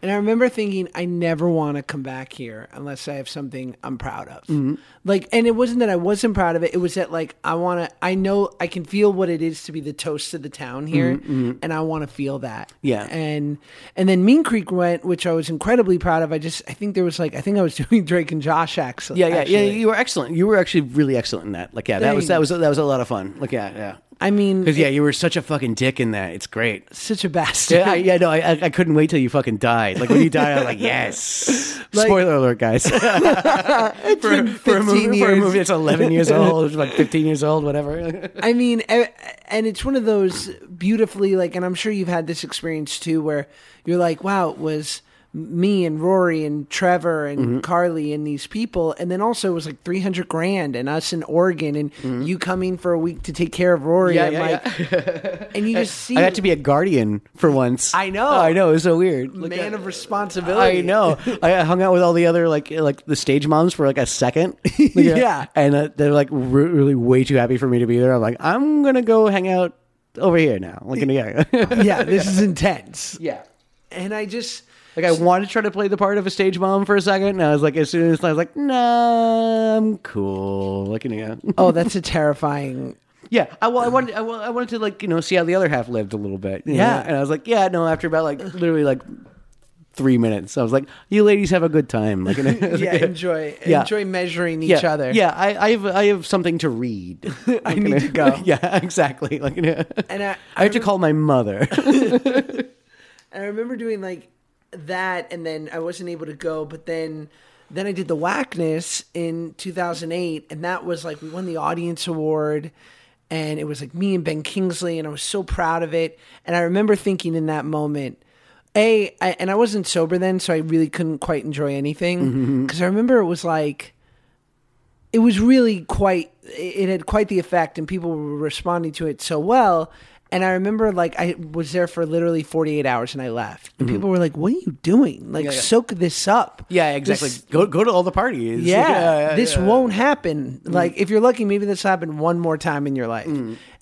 S3: And I remember thinking, I never want to come back here unless I have something I'm proud of.
S2: Mm-hmm.
S3: Like, and it wasn't that I wasn't proud of it. It was that like I want to. I know I can feel what it is to be the toast of the town here, and I want to feel that.
S2: Mm-hmm, Yeah.
S3: And and then Mean Creek went, which I was incredibly proud of. I just I think there was like I think I was [LAUGHS] doing Drake and Josh actually.
S2: Yeah, yeah, yeah.
S3: actually.
S2: You were excellent. You were actually really excellent in that. Like, yeah, that was that was that was a lot of fun. Like, yeah, yeah.
S3: I mean,
S2: Because yeah, you were such a fucking dick in that. It's great.
S3: such a
S2: [LAUGHS]
S3: bastard. [LAUGHS]
S2: Yeah, I, yeah, no, I, I- I couldn't wait till you fucking died. Like when you died, I was like, yes.
S3: Like-
S2: Spoiler alert, guys. [LAUGHS] for, for a movie,
S3: 15
S2: for a
S3: years.
S2: movie that's eleven
S3: [LAUGHS]
S2: years old, like fifteen years old, whatever.
S3: I mean, a- and it's one of those beautifully like, and I'm sure you've had this experience too, where you're like, wow, it was me and Rory and Trevor and
S2: Mm-hmm.
S3: Carly and these people, and then also it was like 300 grand and us in Oregon and you coming for a week to take care of Rory.
S2: Mm-hmm. Yeah,
S3: and
S2: yeah,
S3: like, and you just
S2: [LAUGHS]
S3: see
S2: I got to be a guardian for once. Oh,
S3: I know.
S2: I know. It was so weird.
S3: a
S2: Like,
S3: man of responsibility.
S2: I know. I hung out with all the other like like the stage moms for like a
S3: [LAUGHS]
S2: second. Like,
S3: Yeah.
S2: and uh, they're like re- really way too happy for me to be there. I'm like, I'm gonna go hang out over here now. Like, yeah,
S3: [LAUGHS]
S2: [LAUGHS]
S3: Yeah, this is intense.
S2: yeah.
S3: And I just.
S2: Like I wanted to try to play the part of a stage mom for a second, and I was like, as soon as I was like, nah, I'm cool. Like, you know, [LAUGHS]
S3: Oh, that's a terrifying.
S2: yeah, I, wa- I wanted, I, wa- I wanted to like, you know, see how the other half lived a little bit. you know?
S3: Yeah.
S2: and I was like, yeah, no. After about like literally like three minutes, I was like, you ladies have a good time. Like, you
S3: [LAUGHS]
S2: know? [LAUGHS]
S3: Yeah, enjoy
S2: Yeah.
S3: enjoy measuring each
S2: yeah,
S3: other.
S2: Yeah, I, I have, I have something to read.
S3: [LAUGHS] I need to go.
S2: [LAUGHS] yeah, exactly. Like, you know,
S3: And I,
S2: I have to call my mother.
S3: And I remember doing like that, and then I wasn't able to go. But then, then I did the Whackness in 2008, and that was like we won the Audience Award, and it was like me and Ben Kingsley, and I was so proud of it. And I remember thinking in that moment. A, I, and I wasn't sober then, so I really couldn't quite enjoy anything. Because I remember it was like, it was really quite it had quite the effect and people were responding to it so well And I remember like I was there for literally 48 hours and I left. And people were like, "What are you doing? Like soak this up."
S2: Mm-hmm. Yeah, [LAUGHS] exactly.
S3: This-
S2: go go to all the parties.
S3: yeah,
S2: [LAUGHS]
S3: this
S2: yeah. Mm.
S3: won't happen. Like if you're lucky, maybe this happened one more time in your life.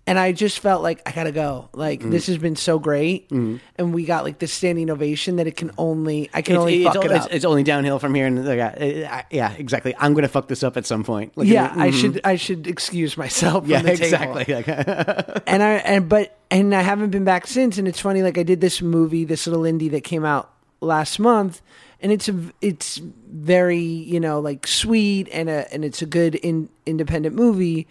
S3: And I just felt like I gotta go. Like
S2: Mm.
S3: this has been so great,
S2: Mm-hmm.
S3: and we got like this standing ovation that it can only I can
S2: It's,
S3: only
S2: it's
S3: fuck
S2: all-
S3: it
S2: it's-
S3: up.
S2: it's only downhill from here, and like, I- I- yeah, exactly. I'm gonna fuck this up at some point. Like,
S3: yeah,
S2: mm,
S3: I should I should excuse myself. From
S2: yeah,
S3: the table.
S2: exactly.
S3: [LAUGHS]
S2: Like, oh,
S3: and I and but and I haven't been back since. And it's funny, like I did this movie, this little indie that came out last month, and it's a it's very you know like sweet and a and it's a good in, independent movie.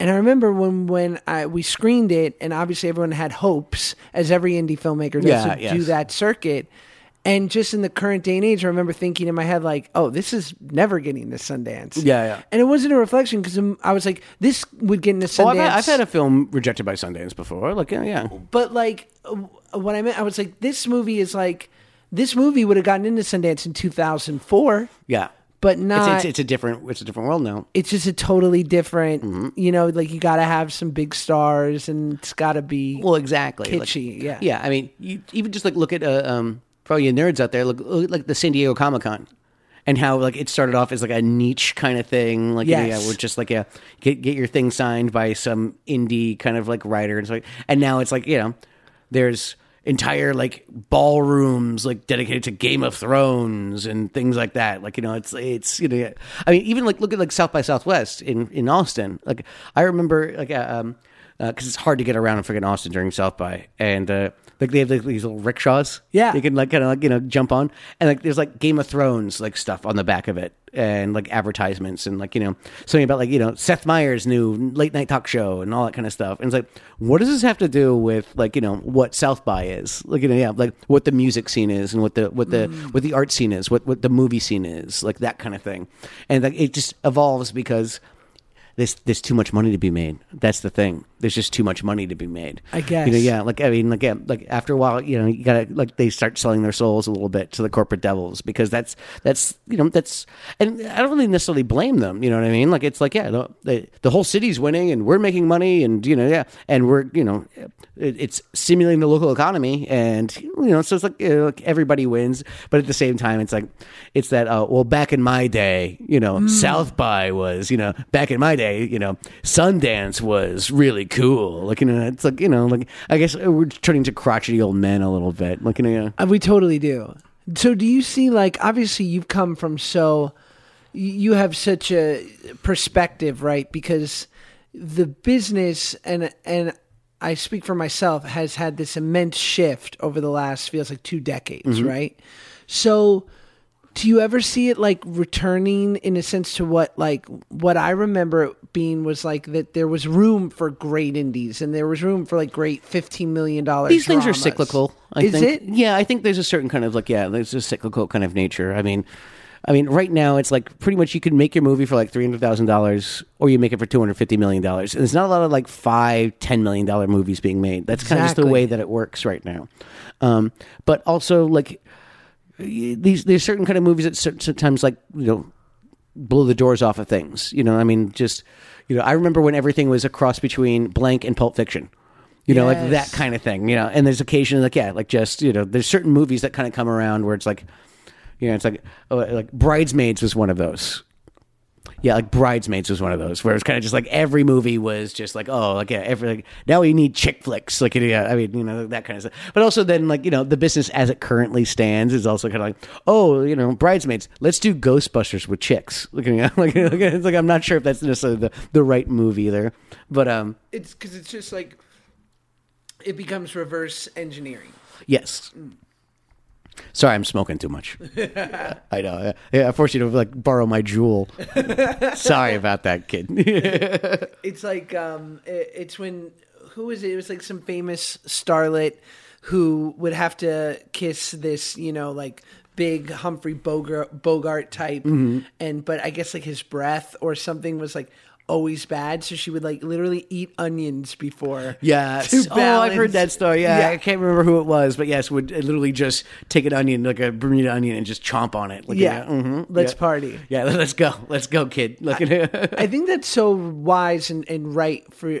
S3: And I remember when when I we screened it, and obviously everyone had hopes, as every indie filmmaker does,
S2: Yeah,
S3: to
S2: yes.
S3: do that circuit. And just in the current day and age, I remember thinking in my head like, "Oh, this is never getting to Sundance."
S2: Yeah, yeah.
S3: And it wasn't a reflection because I was like, "This would get into Sundance."
S2: oh, I've, had, I've had a film rejected by Sundance before. Like, yeah, yeah.
S3: But like uh, what I meant, I was like, this movie is like, this movie would have gotten into Sundance in 2004,
S2: yeah.
S3: but
S2: It's, it's,
S3: not. It's,
S2: it's a different it's a different world now.
S3: just a totally different,
S2: Mm-hmm.
S3: you know, like you got to have some big stars, and it's got to be
S2: Well, exactly. Like-
S3: kitschy. yeah,
S2: yeah. I mean, you, even just like look at uh, um, for all you nerds out there, look, look like the San Diego Comic Con, and how like it started off as like a niche kind of thing. Like yeah,
S3: Yes.
S2: yeah, we're just like yeah, get get your thing signed by some indie kind of like writer and so like, and now it's like you know, there's entire like ballrooms like dedicated to Game of Thrones and things like that. Like you know, it's it's you know, yeah. I mean, even like look at like South by Southwest in in Austin. Like I remember like uh, um because it's hard to get around in freaking Austin during South by, and uh, like they have like, these little rickshaws.
S3: Yeah.
S2: you can like kind of like you know jump on, and like there's like Game of Thrones like stuff on the back of it, and like advertisements, and like you know something about like you know Seth Meyers' new late night talk show and all that kind of stuff. And it's like, what does this have to do with like you know what South by is? Like you know yeah, like what the music scene is, and what the what the what the art scene is, what what the movie scene is, like that kind of thing, and like it just evolves because there's there's too much money to be made. That's the thing. There's just too much money to be made.
S3: I guess.
S2: You know, yeah. Like I mean, like yeah, like after a while, you know, you gotta like they start selling their souls a little bit to the corporate devils because that's that's you know that's and I don't really necessarily blame them. You know what I mean? Like it's like yeah, the- the the whole city's winning and we're making money and you know yeah, and we're you know it, it's stimulating the local economy and you know so it's like, you know, like everybody wins, but at the same time it's like it's that uh, well back in my day you know South by was you know back in my day you know Sundance was really cool like you know it's like you know like I guess we're turning to crotchety old men a little bit like you know yeah.
S3: Uh, We totally do. So, do you see, like, obviously, you've come from so, you- you have such a perspective, right? Because the business and and I speak for myself has had this immense shift over the last feels like two decades, right? So, do you ever see it like returning in a sense to what like what I remember it being was like that there was room for great indies and there was room for like great fifteen million dollars.
S2: these things are cyclical. I
S3: Is
S2: think.
S3: it?
S2: Yeah, I think there's a certain kind of like yeah, there's a cyclical kind of nature. I mean, I mean, right now it's like pretty much you can make your movie for like three hundred thousand dollars, or you make it for two hundred fifty million dollars. And there's not a lot of like five, ten million dollar movies being made. That's kind of just
S3: Exactly.
S2: the way that it works right now. Um, but also like these there's certain kind of movies that cer- sometimes like you know blow the doors off of things. You know, I mean, just you know, I remember when everything was a cross between blank and Pulp Fiction. You know, like
S3: Yes.
S2: that kind of thing. You know, and there's occasionally like yeah, like just you know, there's certain movies that kind of come around where it's like, you know, it's like oh, like Bridesmaids was one of those. Yeah, like Bridesmaids was one of those where it was kind of just like every movie was just like oh like yeah every like, now we need chick flicks like yeah I mean you know that kind of stuff but also then like you know the business as it currently stands is also kind of like oh you know Bridesmaids let's do Ghostbusters with chicks [LAUGHS] like, you know, like, like, it's like I'm not sure if that's necessarily the the right move either but um
S3: It's because it's just like it becomes reverse engineering.
S2: Yes. Sorry, I'm smoking too much. I know. Yeah, I forced you to like borrow my jewel. Sorry about that, kid. [LAUGHS]
S3: It's like um, it, it's when who was it? It was like some famous starlet who would have to kiss this, you know, like big Humphrey Bogart, Bogart type,
S2: Mm-hmm.
S3: and but I guess like his breath or something was like always bad, so she would like literally eat onions before. to
S2: Yes. Oh, I've heard
S3: balance-
S2: that story. Yeah,
S3: Yeah.
S2: I can't remember who it was, but yes, would literally just take an onion, like a Bermuda onion, and just chomp on it. Like,
S3: Yeah.
S2: mhm,
S3: Let's
S2: yeah.
S3: party.
S2: Yeah, [LAUGHS] let's go. Let's go, kid. Look at
S3: I think that's so wise and, and right for uh,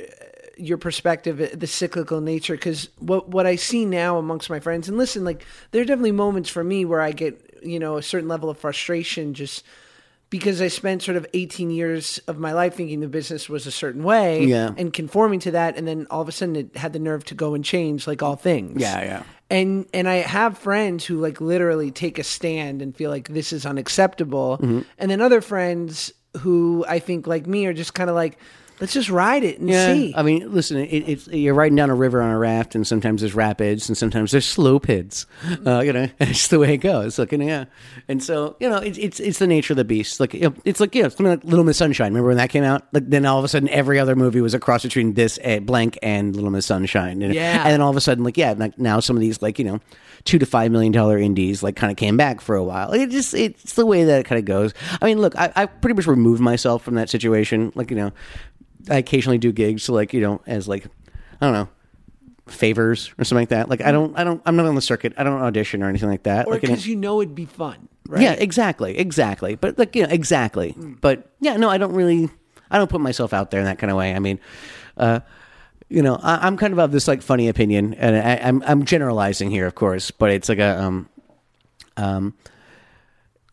S3: your perspective, the cyclical nature, because what what I see now amongst my friends, and listen, like there are definitely moments for me where I get you know a certain level of frustration just because I spent sort of 18 years of my life thinking the business was a certain way
S2: Yeah.
S3: and conforming to that, and then all of a sudden it had the nerve to go and change like all things.
S2: Yeah, yeah.
S3: And and I have friends who like literally take a stand and feel like this is unacceptable,
S2: Mm-hmm.
S3: and then other friends who I think like me are just kind of like, let's just ride it and see.
S2: I mean, listen, it, it's you're riding down a river on a raft, and sometimes there's rapids, and sometimes there's slow [LAUGHS] pits. Uh, you know, it's the way it goes. Like, you know, yeah, and so you know, it's it's it's the nature of the beast. Like, you know, it's like you know, something like Little Miss Sunshine. Remember when that came out? Like, then all of a sudden, every other movie was a cross between this uh, blank and Little Miss Sunshine. And,
S3: Yeah.
S2: and then all of a sudden, like, yeah, like now some of these like you know, two to five million dollar indies like kind of came back for a while. It just it's the way that it kind of goes. I mean, look, I, I pretty much removed myself from that situation. Like, you know. I occasionally do gigs to like you know as like I don't know favors or something like that. Like I don't I don't I'm not on the circuit. I don't audition or anything like that.
S3: or
S2: like, you
S3: because
S2: know-
S3: you know it'd be fun, right? Hmm.
S2: yeah, exactly, exactly. But like you know exactly. But yeah, no, I don't really I don't put myself out there in that kind of way. I mean, uh, you know, I, I'm kind of of this like funny opinion, and I, I'm I'm generalizing here, of course, but it's like a um um.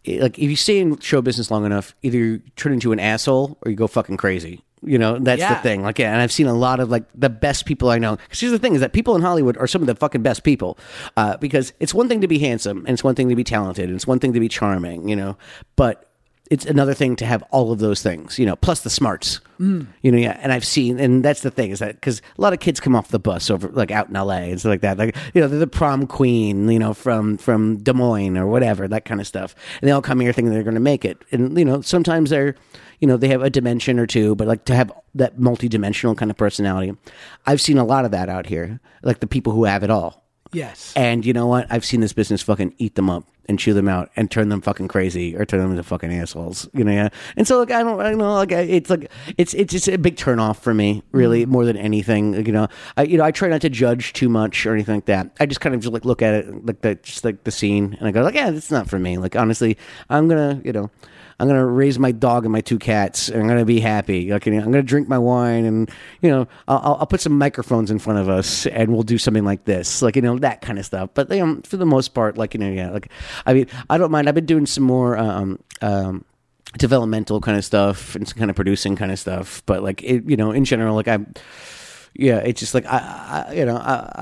S2: it- Like if you stay in show business long enough, either you turn into an asshole or you go fucking crazy. You know that's
S3: Yeah.
S2: the thing. Like, yeah, and I've seen a lot of like the best people I know. 'Cause here's the thing: is that people in Hollywood are some of the fucking best people, uh, because it's one thing to be handsome, and it's one thing to be talented, and it's one thing to be charming, you know. But it's another thing to have all of those things, you know, plus the smarts, you know. Yeah, and I've seen, and that's the thing is that because a lot of kids come off the bus over like out in L.A. and stuff like that, like you know, they're the prom queen, you know, from from Des Moines or whatever, that kind of stuff, and they all come here thinking they're going to make it, and you know, sometimes they're you know they have a dimension or two but like to have that multi-dimensional kind of personality i've seen a lot of that out here like the people who have it all
S3: Yes.
S2: and you know what i've seen this business fucking eat them up and chew them out and turn them fucking crazy or turn them into fucking assholes you know yeah and so like i don't i don't know like I- it's like it's it's just a big turn off for me really more than anything like, you know i you know i try not to judge too much or anything like that i just kind of just like look at it like the just like the scene and i go like yeah it's not for me like honestly i'm gonna you know I'm gonna raise my dog and my two cats, and I'm gonna be happy. Like, you know, I'm gonna drink my wine, and you know, I'll- I'll, I'll put some microphones in front of us, and we'll do something like this, like you know, that kind of stuff. But you know, for the most part, like you know, yeah, like I mean, I don't mind. I've been doing some more um, um, developmental kind of stuff and some kind of producing kind of stuff. But like, it, you know, in general, like I'm yeah, it's just like I, I you know, I, I-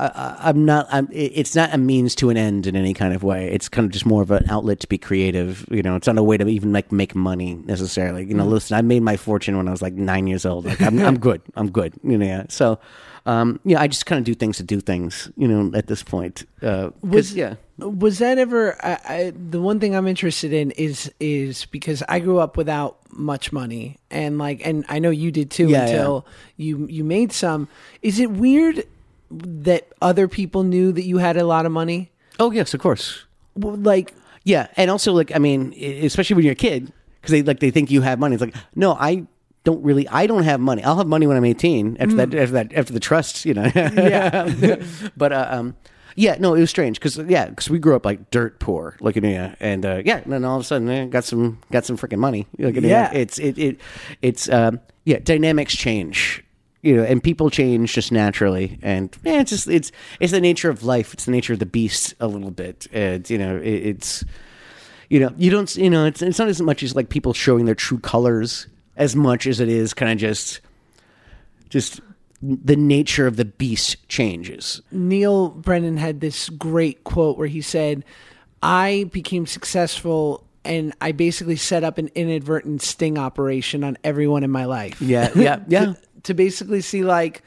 S2: I, I'm not. I'm. it- It's not a means to an end in any kind of way. It's kind of just more of an outlet to be creative. You know, it's not a way to even like make money necessarily. You know, listen, I made my fortune when I was like nine years old. Like I'm, I'm good. I'm good. You know, yeah. so, um, yeah, I just kind of do things to do things. You know, at this point, uh, 'cause, yeah.
S3: Was that ever I, I, the one thing I'm interested in? Is is because I grew up without much money, and like, and I know you did too
S2: Yeah,
S3: until you you made some. Is it weird that other people knew that you had a lot of money?
S2: Oh yes, of course.
S3: Well, Like,
S2: Yeah, and also like I mean, e- especially when you're a kid, because they like they think you have money. It's like no, I don't really. I don't have money. I'll have money when I'm 18. After that, after that, after the trust, you know. Mm. yeah, [LAUGHS] but uh, um. Yeah, no, it was strange because yeah, because we grew up like dirt poor, like you know, yeah, and uh, yeah, and then all of a sudden eh, got some got some freaking money. Like, you know,
S3: Yeah.
S2: it's it it it's um yeah, dynamics change, you know, and people change just naturally, and yeah, it's just it's it's the nature of life, it's the nature of the beast a little bit, and you know, it, it's you know, you don't, you know, it's, it's not as much as like people showing their true colors as much as it is kind of just, just the nature of the beast changes.
S3: Neil Brennan had this great quote where he said, I became successful and I basically set up an inadvertent sting operation on everyone in my life.
S2: Yeah, yeah, yeah.
S3: to, to basically see, like,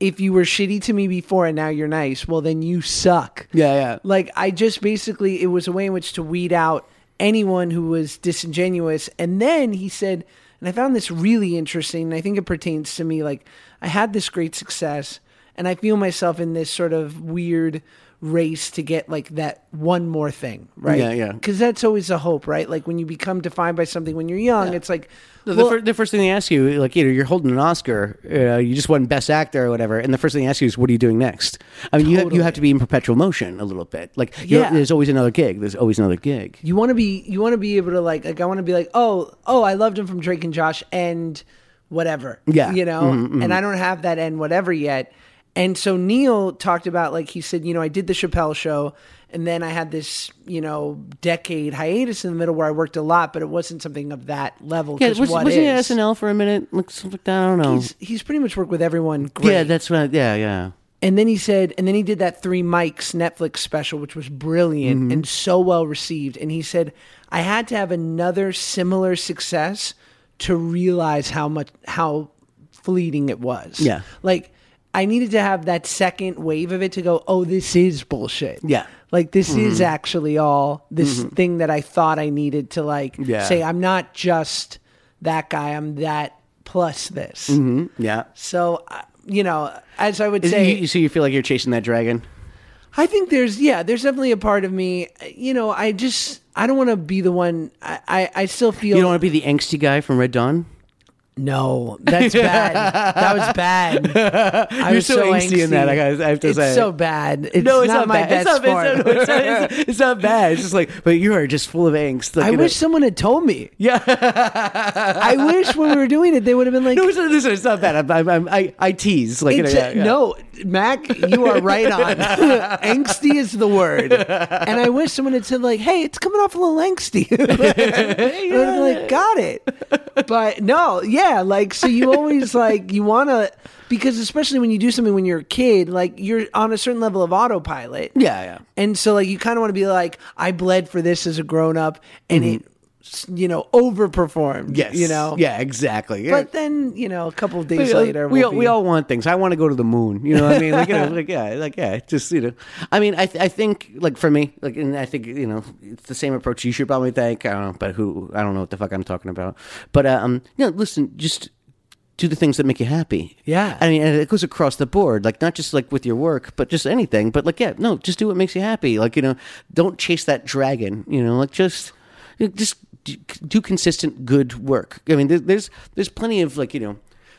S3: if you were shitty to me before and now you're nice, well, then you suck.
S2: [LAUGHS] Yeah, yeah.
S3: Like, I just basically, it was a way in which to weed out anyone who was disingenuous. And then he said, and I found this really interesting, and I think it pertains to me. Like, I had this great success, and I feel myself in this sort of weird race to get like that one more thing, right?
S2: Yeah, yeah.
S3: Because that's always a hope, right? Like, when you become defined by something when you're young, it's like,
S2: The,
S3: well,
S2: the, fir- the first thing they ask you, like, you know, you're holding an Oscar, uh, you just won Best Actor or whatever, and the first thing they ask you is, what are you doing next? I mean, you, have, you have to be in perpetual motion a little bit. Like, you know,
S3: Yeah.
S2: there's always another gig. There's always another gig.
S3: you want to be you want to be able to like like I want to be like oh oh I loved him from Drake and Josh and whatever.
S2: Yeah. Mm-hmm,
S3: You know, and I don't have that and whatever yet. And so Neil talked about, like, he said, you know, I did the Chappelle show and then I had this, you know, decade hiatus in the middle where I worked a lot, but it wasn't something of that level.
S2: Yeah,
S3: 'cause
S2: was,
S3: what
S2: was he at
S3: is-
S2: SNL for a minute? Like, something like that? I don't know.
S3: He's, he's pretty much worked with everyone. Great.
S2: yeah, that's what. I- yeah, yeah.
S3: And then he said, and then he did that three mics Netflix special, which was brilliant
S2: Mm-hmm.
S3: and so well received. And he said, I had to have another similar success to realize how much how fleeting it was.
S2: Yeah.
S3: Like I needed to have that second wave of it to go, oh, this is bullshit.
S2: Yeah. Mm-hmm.
S3: Like this is actually all this thing that I thought I needed to like
S2: Yeah.
S3: say, I'm not just that guy, I'm that plus this.
S2: Mm, Yeah.
S3: So, I- you know, as I would
S2: Mm-hmm. Is,
S3: say,
S2: you, so you feel like you're chasing that dragon?
S3: I think there's yeah, there's definitely a part of me. You know, I just I don't want to be the one. I I, I still feel
S2: You don't want to be the angsty guy from Red Dawn?
S3: no. That's bad. that
S2: [LAUGHS]
S3: was bad. I
S2: You're
S3: was
S2: so
S3: so
S2: angsty in that, I gotta- I have to
S3: it's
S2: say.
S3: so bad. It's
S2: no, it's not,
S3: not, my
S2: bad. It's
S3: best
S2: not, it's,
S3: part.
S2: not, it's, not, it's, it's not bad. It's just like, but you are just full of angst. Like,
S3: [LAUGHS] I
S2: you know-
S3: wish someone had told me.
S2: yeah.
S3: I wish when we were doing it, they would have been like,
S2: no, it's not, listen, it's not bad. I'm, I'm, I'm, I, I tease. Like, you know,
S3: It's-
S2: yeah, yeah.
S3: No, Mac, you are right on.
S2: [LAUGHS]
S3: angsty is the word. And I wish someone had said, like, hey, it's coming off a little angsty. [LAUGHS] I would have like, got it. But no, yeah, like, so you always, like, you want to, because especially when you do something when you're a kid, like, you're on a certain level of autopilot.
S2: Yeah, yeah.
S3: And so, like, you kind of want to be like, I bled for this as a grown up, and it s it, you know, overperformed.
S2: Mm-hmm. Yes.
S3: You know?
S2: Yeah, exactly. Yeah.
S3: But then, you know, a couple of days
S2: Yeah,
S3: later,
S2: we
S3: we'll
S2: all, we
S3: be-
S2: all want things. I want to go to the moon. You know what I mean? Like, you know, like yeah, like yeah, just you know. I mean, I th- I think like for me, like and I think you know it's the same approach you should probably take. I don't know, but who I don't know what the fuck I'm talking about. But uh, um, you know, listen, just do the things that make you happy.
S3: Yeah.
S2: I mean, and it goes across the board, like not just like with your work, but just anything. But like yeah, no, just do what makes you happy. Like you know, don't chase that dragon. You know, like just you know, just do- do consistent good work. I mean, there- there's there's plenty of like you know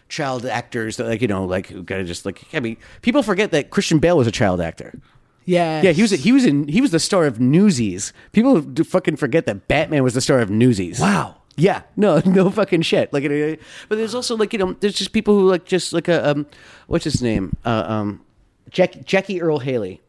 S2: child actors that like you know like who gotta just like I mean people forget that Christian Bale was a child actor.
S3: Yes.
S2: Yeah, he was he was in he was the star of Newsies. People do fucking forget that Batman was the star of Newsies.
S3: Wow.
S2: Yeah, no, [LAUGHS] no fucking shit. Like, uh, but there's also like you know, there's just people who like just like a um, what's his name? Uh, um, Jack Jackie Earl Haley.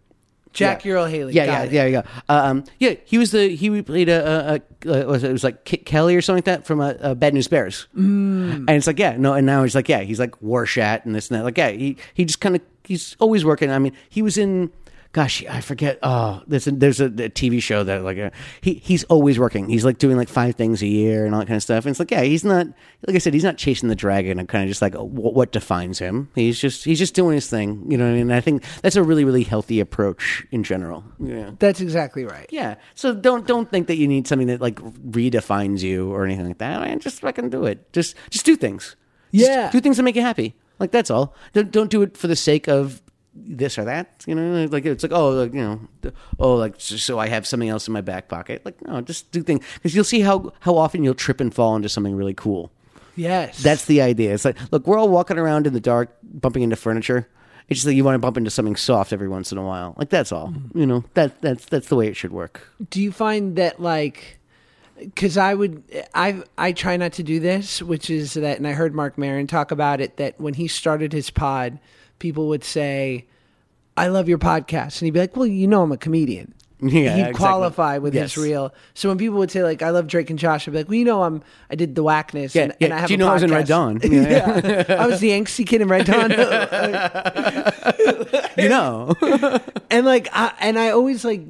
S3: Jack
S2: yeah.
S3: Earl Haley.
S2: Yeah,
S3: got it.
S2: yeah, yeah, yeah. Uh, Um, yeah, he was the he played a, a, a, a was it, it was like Kit Kelly or something like that from uh uh Bad News Bears. Mm. And it's like yeah, no, and now he's like yeah, he's like Warshat and this and that. Like yeah, he he just kind of he's always working. I mean, he was in. Gosh, I forget. Oh, there's a, there's a, a TV show that like uh, he he's always working. He's like doing like five things a year and all that kind of stuff. And it's like, yeah, he's not like I said, he's not chasing the dragon. I'm kind of just like what, what defines him. He's just he's just doing his thing. You know what I mean? And I think that's a really really healthy approach in general. Yeah.
S3: That's exactly right.
S2: Yeah. So don't don't think that you need something that like redefines you or anything like that. Man, just fucking do it. Just just do things. Just
S3: Yeah.
S2: do things that make you happy. Like that's all. Don't don't do it for the sake of this or that. You know, like it's like oh, like, you know, oh, like so so I have something else in my back pocket. Like no, just do things because you'll see how how often you'll trip and fall into something really cool.
S3: Yes.
S2: That's the idea. It's like, look, we're all walking around in the dark, bumping into furniture. It's just that you want to bump into something soft every once in a while. Like that's all. You know, that that's that's the way it should work.
S3: do you find that like because I would I I try not to do this, which is that and I heard Mark Marin talk about it that when he started his pod, people would say, I love your podcast. And he'd be like, Well, you know I'm
S2: [LAUGHS]
S3: a comedian. he'd
S2: exactly.
S3: qualify with
S2: Yes.
S3: his real. So when people would say like, "I love Drake and Josh," I'd be like, "Well, you know, I'm I did the whackness,
S2: Yeah,
S3: and,
S2: yeah.
S3: and I have
S2: Do you
S3: a
S2: know I was in Red
S3: podcast." [LAUGHS]
S2: Dawn?
S3: yeah, I was the angsty kid in
S2: [LAUGHS]
S3: Red Dawn.
S2: You know. [LAUGHS]
S3: and like I, and I always like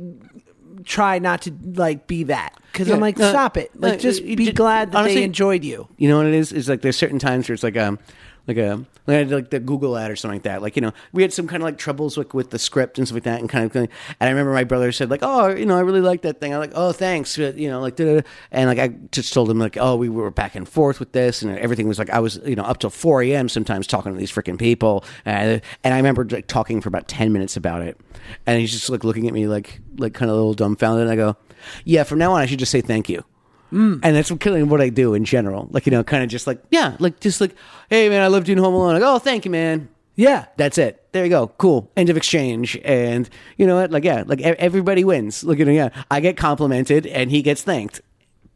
S3: try not to like be that because I'm
S2: Yeah.
S3: like
S2: No,
S3: stop it
S2: no,
S3: like just
S2: you
S3: be
S2: ju-
S3: glad that
S2: honestly-
S3: they enjoyed you
S2: You know what it is? It's like there's certain times where it's like um like a like, I did, like the Google ad or something like that. Like you know, we had some kind of like troubles like with the script and stuff like that, and kind of. And I remember my brother said like, "Oh, you know, I really like that thing." I'm like, "Oh, thanks," but, you know, like da-da-da. and like I just told him like, "Oh, we were back and forth with this, and everything was like I was you know up till 4 a.m. sometimes talking to these freaking people, and I, and I remember like talking for about 10 minutes about it, and he's just like looking at me like like kind of a little dumbfounded, and I go, "Yeah, from now on, I should just say thank you." And that's what- kind of what I do in general. Like, you know, kind of just like, yeah, like, just like, hey, man, I love doing Home Alone. Like, oh, thank you, man.
S3: yeah
S2: That's it. There you go. Cool. End of exchange. And you know what? Like, yeah, like e- everybody wins. Look at it. Yeah. I get complimented and he gets thanked.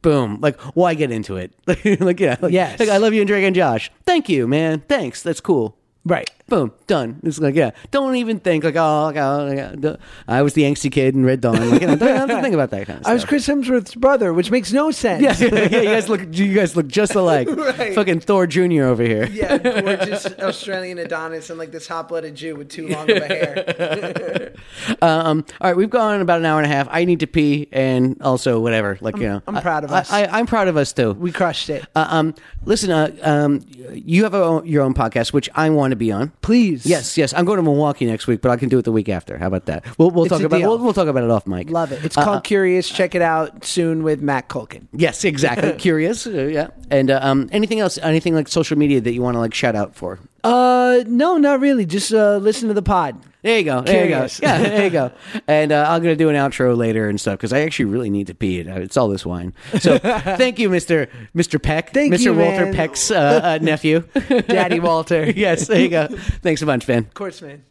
S2: Boom. Like, why get into it? [LAUGHS] like, yeah. Like,
S3: Yes.
S2: Like, I love you and Drake and Josh. Thank you, man. Thanks. That's cool.
S3: Right.
S2: Boom. Done. It's like, yeah. Don't even think, like, oh, like, oh, like, oh, duh. I was the angsty kid in Red Dawn. Like, you know, don't have to think about that kind of stuff.
S3: [LAUGHS] I was Chris Hemsworth's brother, which makes no sense.
S2: [LAUGHS] yeah,
S3: [LAUGHS]
S2: yeah, you guys look, you guys look just alike.
S3: Right.
S2: Fucking Thor Junior over here.
S3: Yeah, gorgeous Australian Adonis and like this hot blooded Jew with too long of a [LAUGHS] hair.
S2: Um, all right, we've gone about an hour and a half. I need to pee, and also whatever. Like you know,
S3: I'm
S2: I-
S3: proud of
S2: I-
S3: us.
S2: I, I'm proud of us too.
S3: We crushed it.
S2: Uh, um, listen, uh, um, you have a, own- your own podcast, which I want to be on.
S3: Please.
S2: Yes, yes. I'm going to Milwaukee next week, but I can do it the week after. How about that? We'll, we'll
S3: It's
S2: talk
S3: a
S2: about
S3: deal.
S2: we'll, we'll talk about it off mic.
S3: Love it. It's
S2: Uh,
S3: called Curious. Check it out soon with Matt Culkin.
S2: yes,
S3: [LAUGHS]
S2: exactly. Curious. Uh, yeah. And uh, um, anything else? Anything like social media that you want to like shout out for?
S3: Uh, no, not really. Just uh, listen to the pod.
S2: There you go. There
S3: Curious.
S2: you go. Yeah, there you
S3: [LAUGHS]
S2: go. And uh, I'm going to do an outro later and stuff because I actually really need to pee. It. It's all this wine.
S3: [LAUGHS]
S2: So thank you, Mr. Mr. Peck.
S3: Thank
S2: Mr.
S3: you,
S2: Walter
S3: man.
S2: Peck's uh, uh, nephew.
S3: [LAUGHS] Daddy Walter.
S2: [LAUGHS]
S3: of
S2: yes, there you
S3: [LAUGHS]
S2: go. Thanks a bunch, man.
S3: course, man.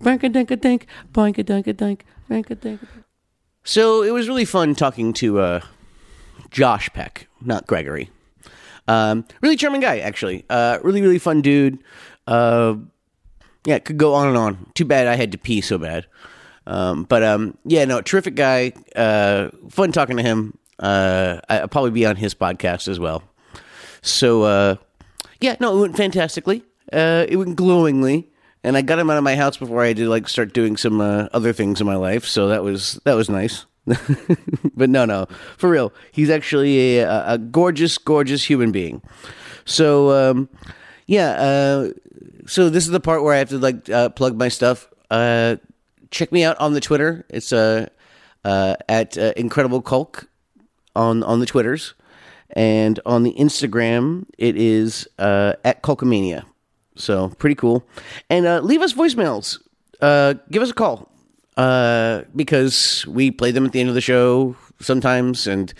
S2: Boink-a-dink-a-dink, boink-a-dink-a-dink, boink-a-dink-a-dink. So it was really fun talking to uh, Josh Peck, not Gregory. Um, really charming guy, actually. Uh, really, really fun dude. Uh, yeah, it could go on and on. Too bad I had to pee so bad. Um, but um, yeah, no, terrific guy. Uh, fun talking to him. Uh, I- I'll probably be on his podcast as well. So uh, yeah, no, it went fantastically. Uh, it went glowingly, and I got him out of my house before I had to like start doing some uh, other things in my life. So that was that was nice. [LAUGHS] but no, no, for real, he's actually a- a, a gorgeous, gorgeous human being. So um, yeah, uh, so this is the part where I have to like uh, plug my stuff. Uh, check me out on the Twitter. It's uh, uh, at uh, Incredible Culk on on the Twitters, and on the Instagram it is uh, at Culkamania. So pretty cool. And uh, leave us voicemails. Uh, give us a call uh, because we play them at the end of the show sometimes. And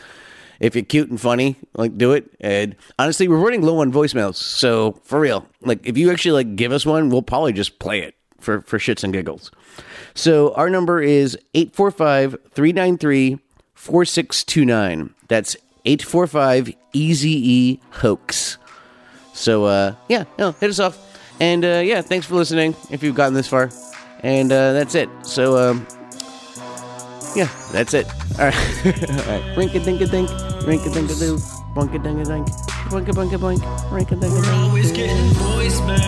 S2: if you're cute and funny, like do it. And honestly, we're running low on voicemails. So for real, like if you actually like give us one, we'll probably just play it for for shits and giggles. So our number is 845-393-4629. That's 845 eazy E hoax. So uh yeah, no, hit us off. And uh yeah, thanks for listening if you've gotten this far. And uh that's it. So um yeah, that's it. [LAUGHS] All right. All right. Rink a dink a dink, rink a dink a doo, bonk a dink a dink, bonk a bonk a bonk, rink a dink a dink.
S7: always getting voicemails.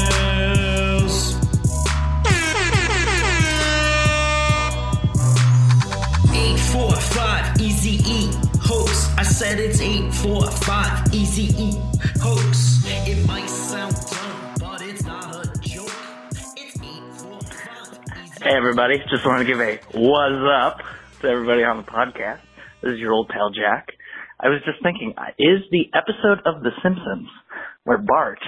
S7: 845 Easy E hoax. I said it's 845 Easy E hoax. It might sound dumb, but it's not a joke. It's 845 Easy
S8: Hey everybody, just want to give a what's up to everybody on the podcast. This is your old pal Jack. I was just thinking, uh, is the episode of The Simpsons where Bart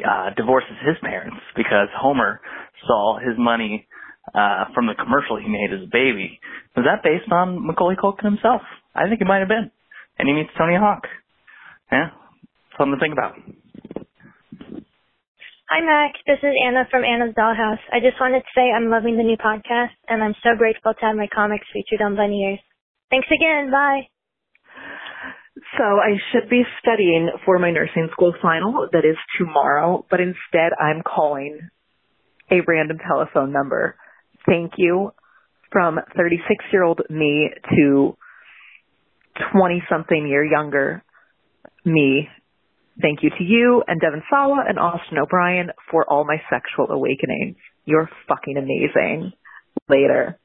S8: uh, divorces his parents because Homer saw his money uh, from the commercial he made as a baby, was that based on Macaulay Culkin himself? I think it might have been. And he meets Tony Hawk. Yeah, something to think about.
S9: Hi, Mac. This is Anna from Anna's Dollhouse. I just wanted to say I'm loving the new podcast, and I'm so grateful to have my comics featured on Bunny Ears. Thanks again. Bye.
S10: So I should be studying for my nursing school final that is tomorrow, but instead I'm calling a random telephone number. Thank you from 36 year old me to 20 something year younger me. Thank you to you and Devin Sawa and Austin O'Brien for all my sexual awakenings. You're fucking amazing. Later.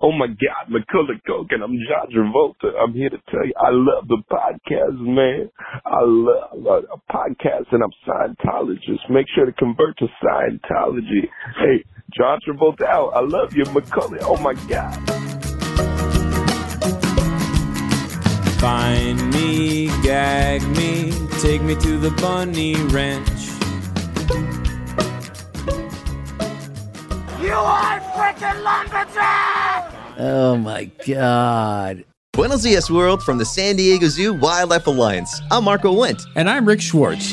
S1: Oh my God, McCullough Coke, and I'm John Travolta. I'm here to tell you, I love the podcast, man. I love, I love a podcast, and I'm Scientologist. Make sure to convert to Scientology. Hey, John Travolta out. I love you, McCullough. Oh my God.
S6: Find me, gag me, take me to the bunny ranch.
S2: Oh my god.
S5: Buenos dias, world, from the San Diego Zoo Wildlife Alliance. I'm Marco Wendt.
S11: And I'm Rick Schwartz.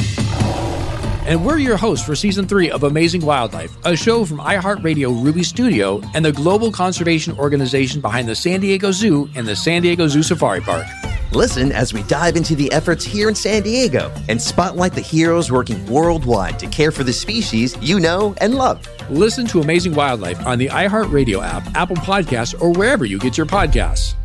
S6: And we're your hosts for season three of Amazing Wildlife, a show from iHeartRadio Ruby Studio and the global conservation organization behind the San Diego Zoo and the San Diego Zoo Safari Park.
S5: Listen as we dive into the efforts here in San Diego and spotlight the heroes working worldwide to care for the species you know and love.
S6: Listen to Amazing Wildlife on the iHeartRadio app, Apple Podcasts, or wherever you get your podcasts.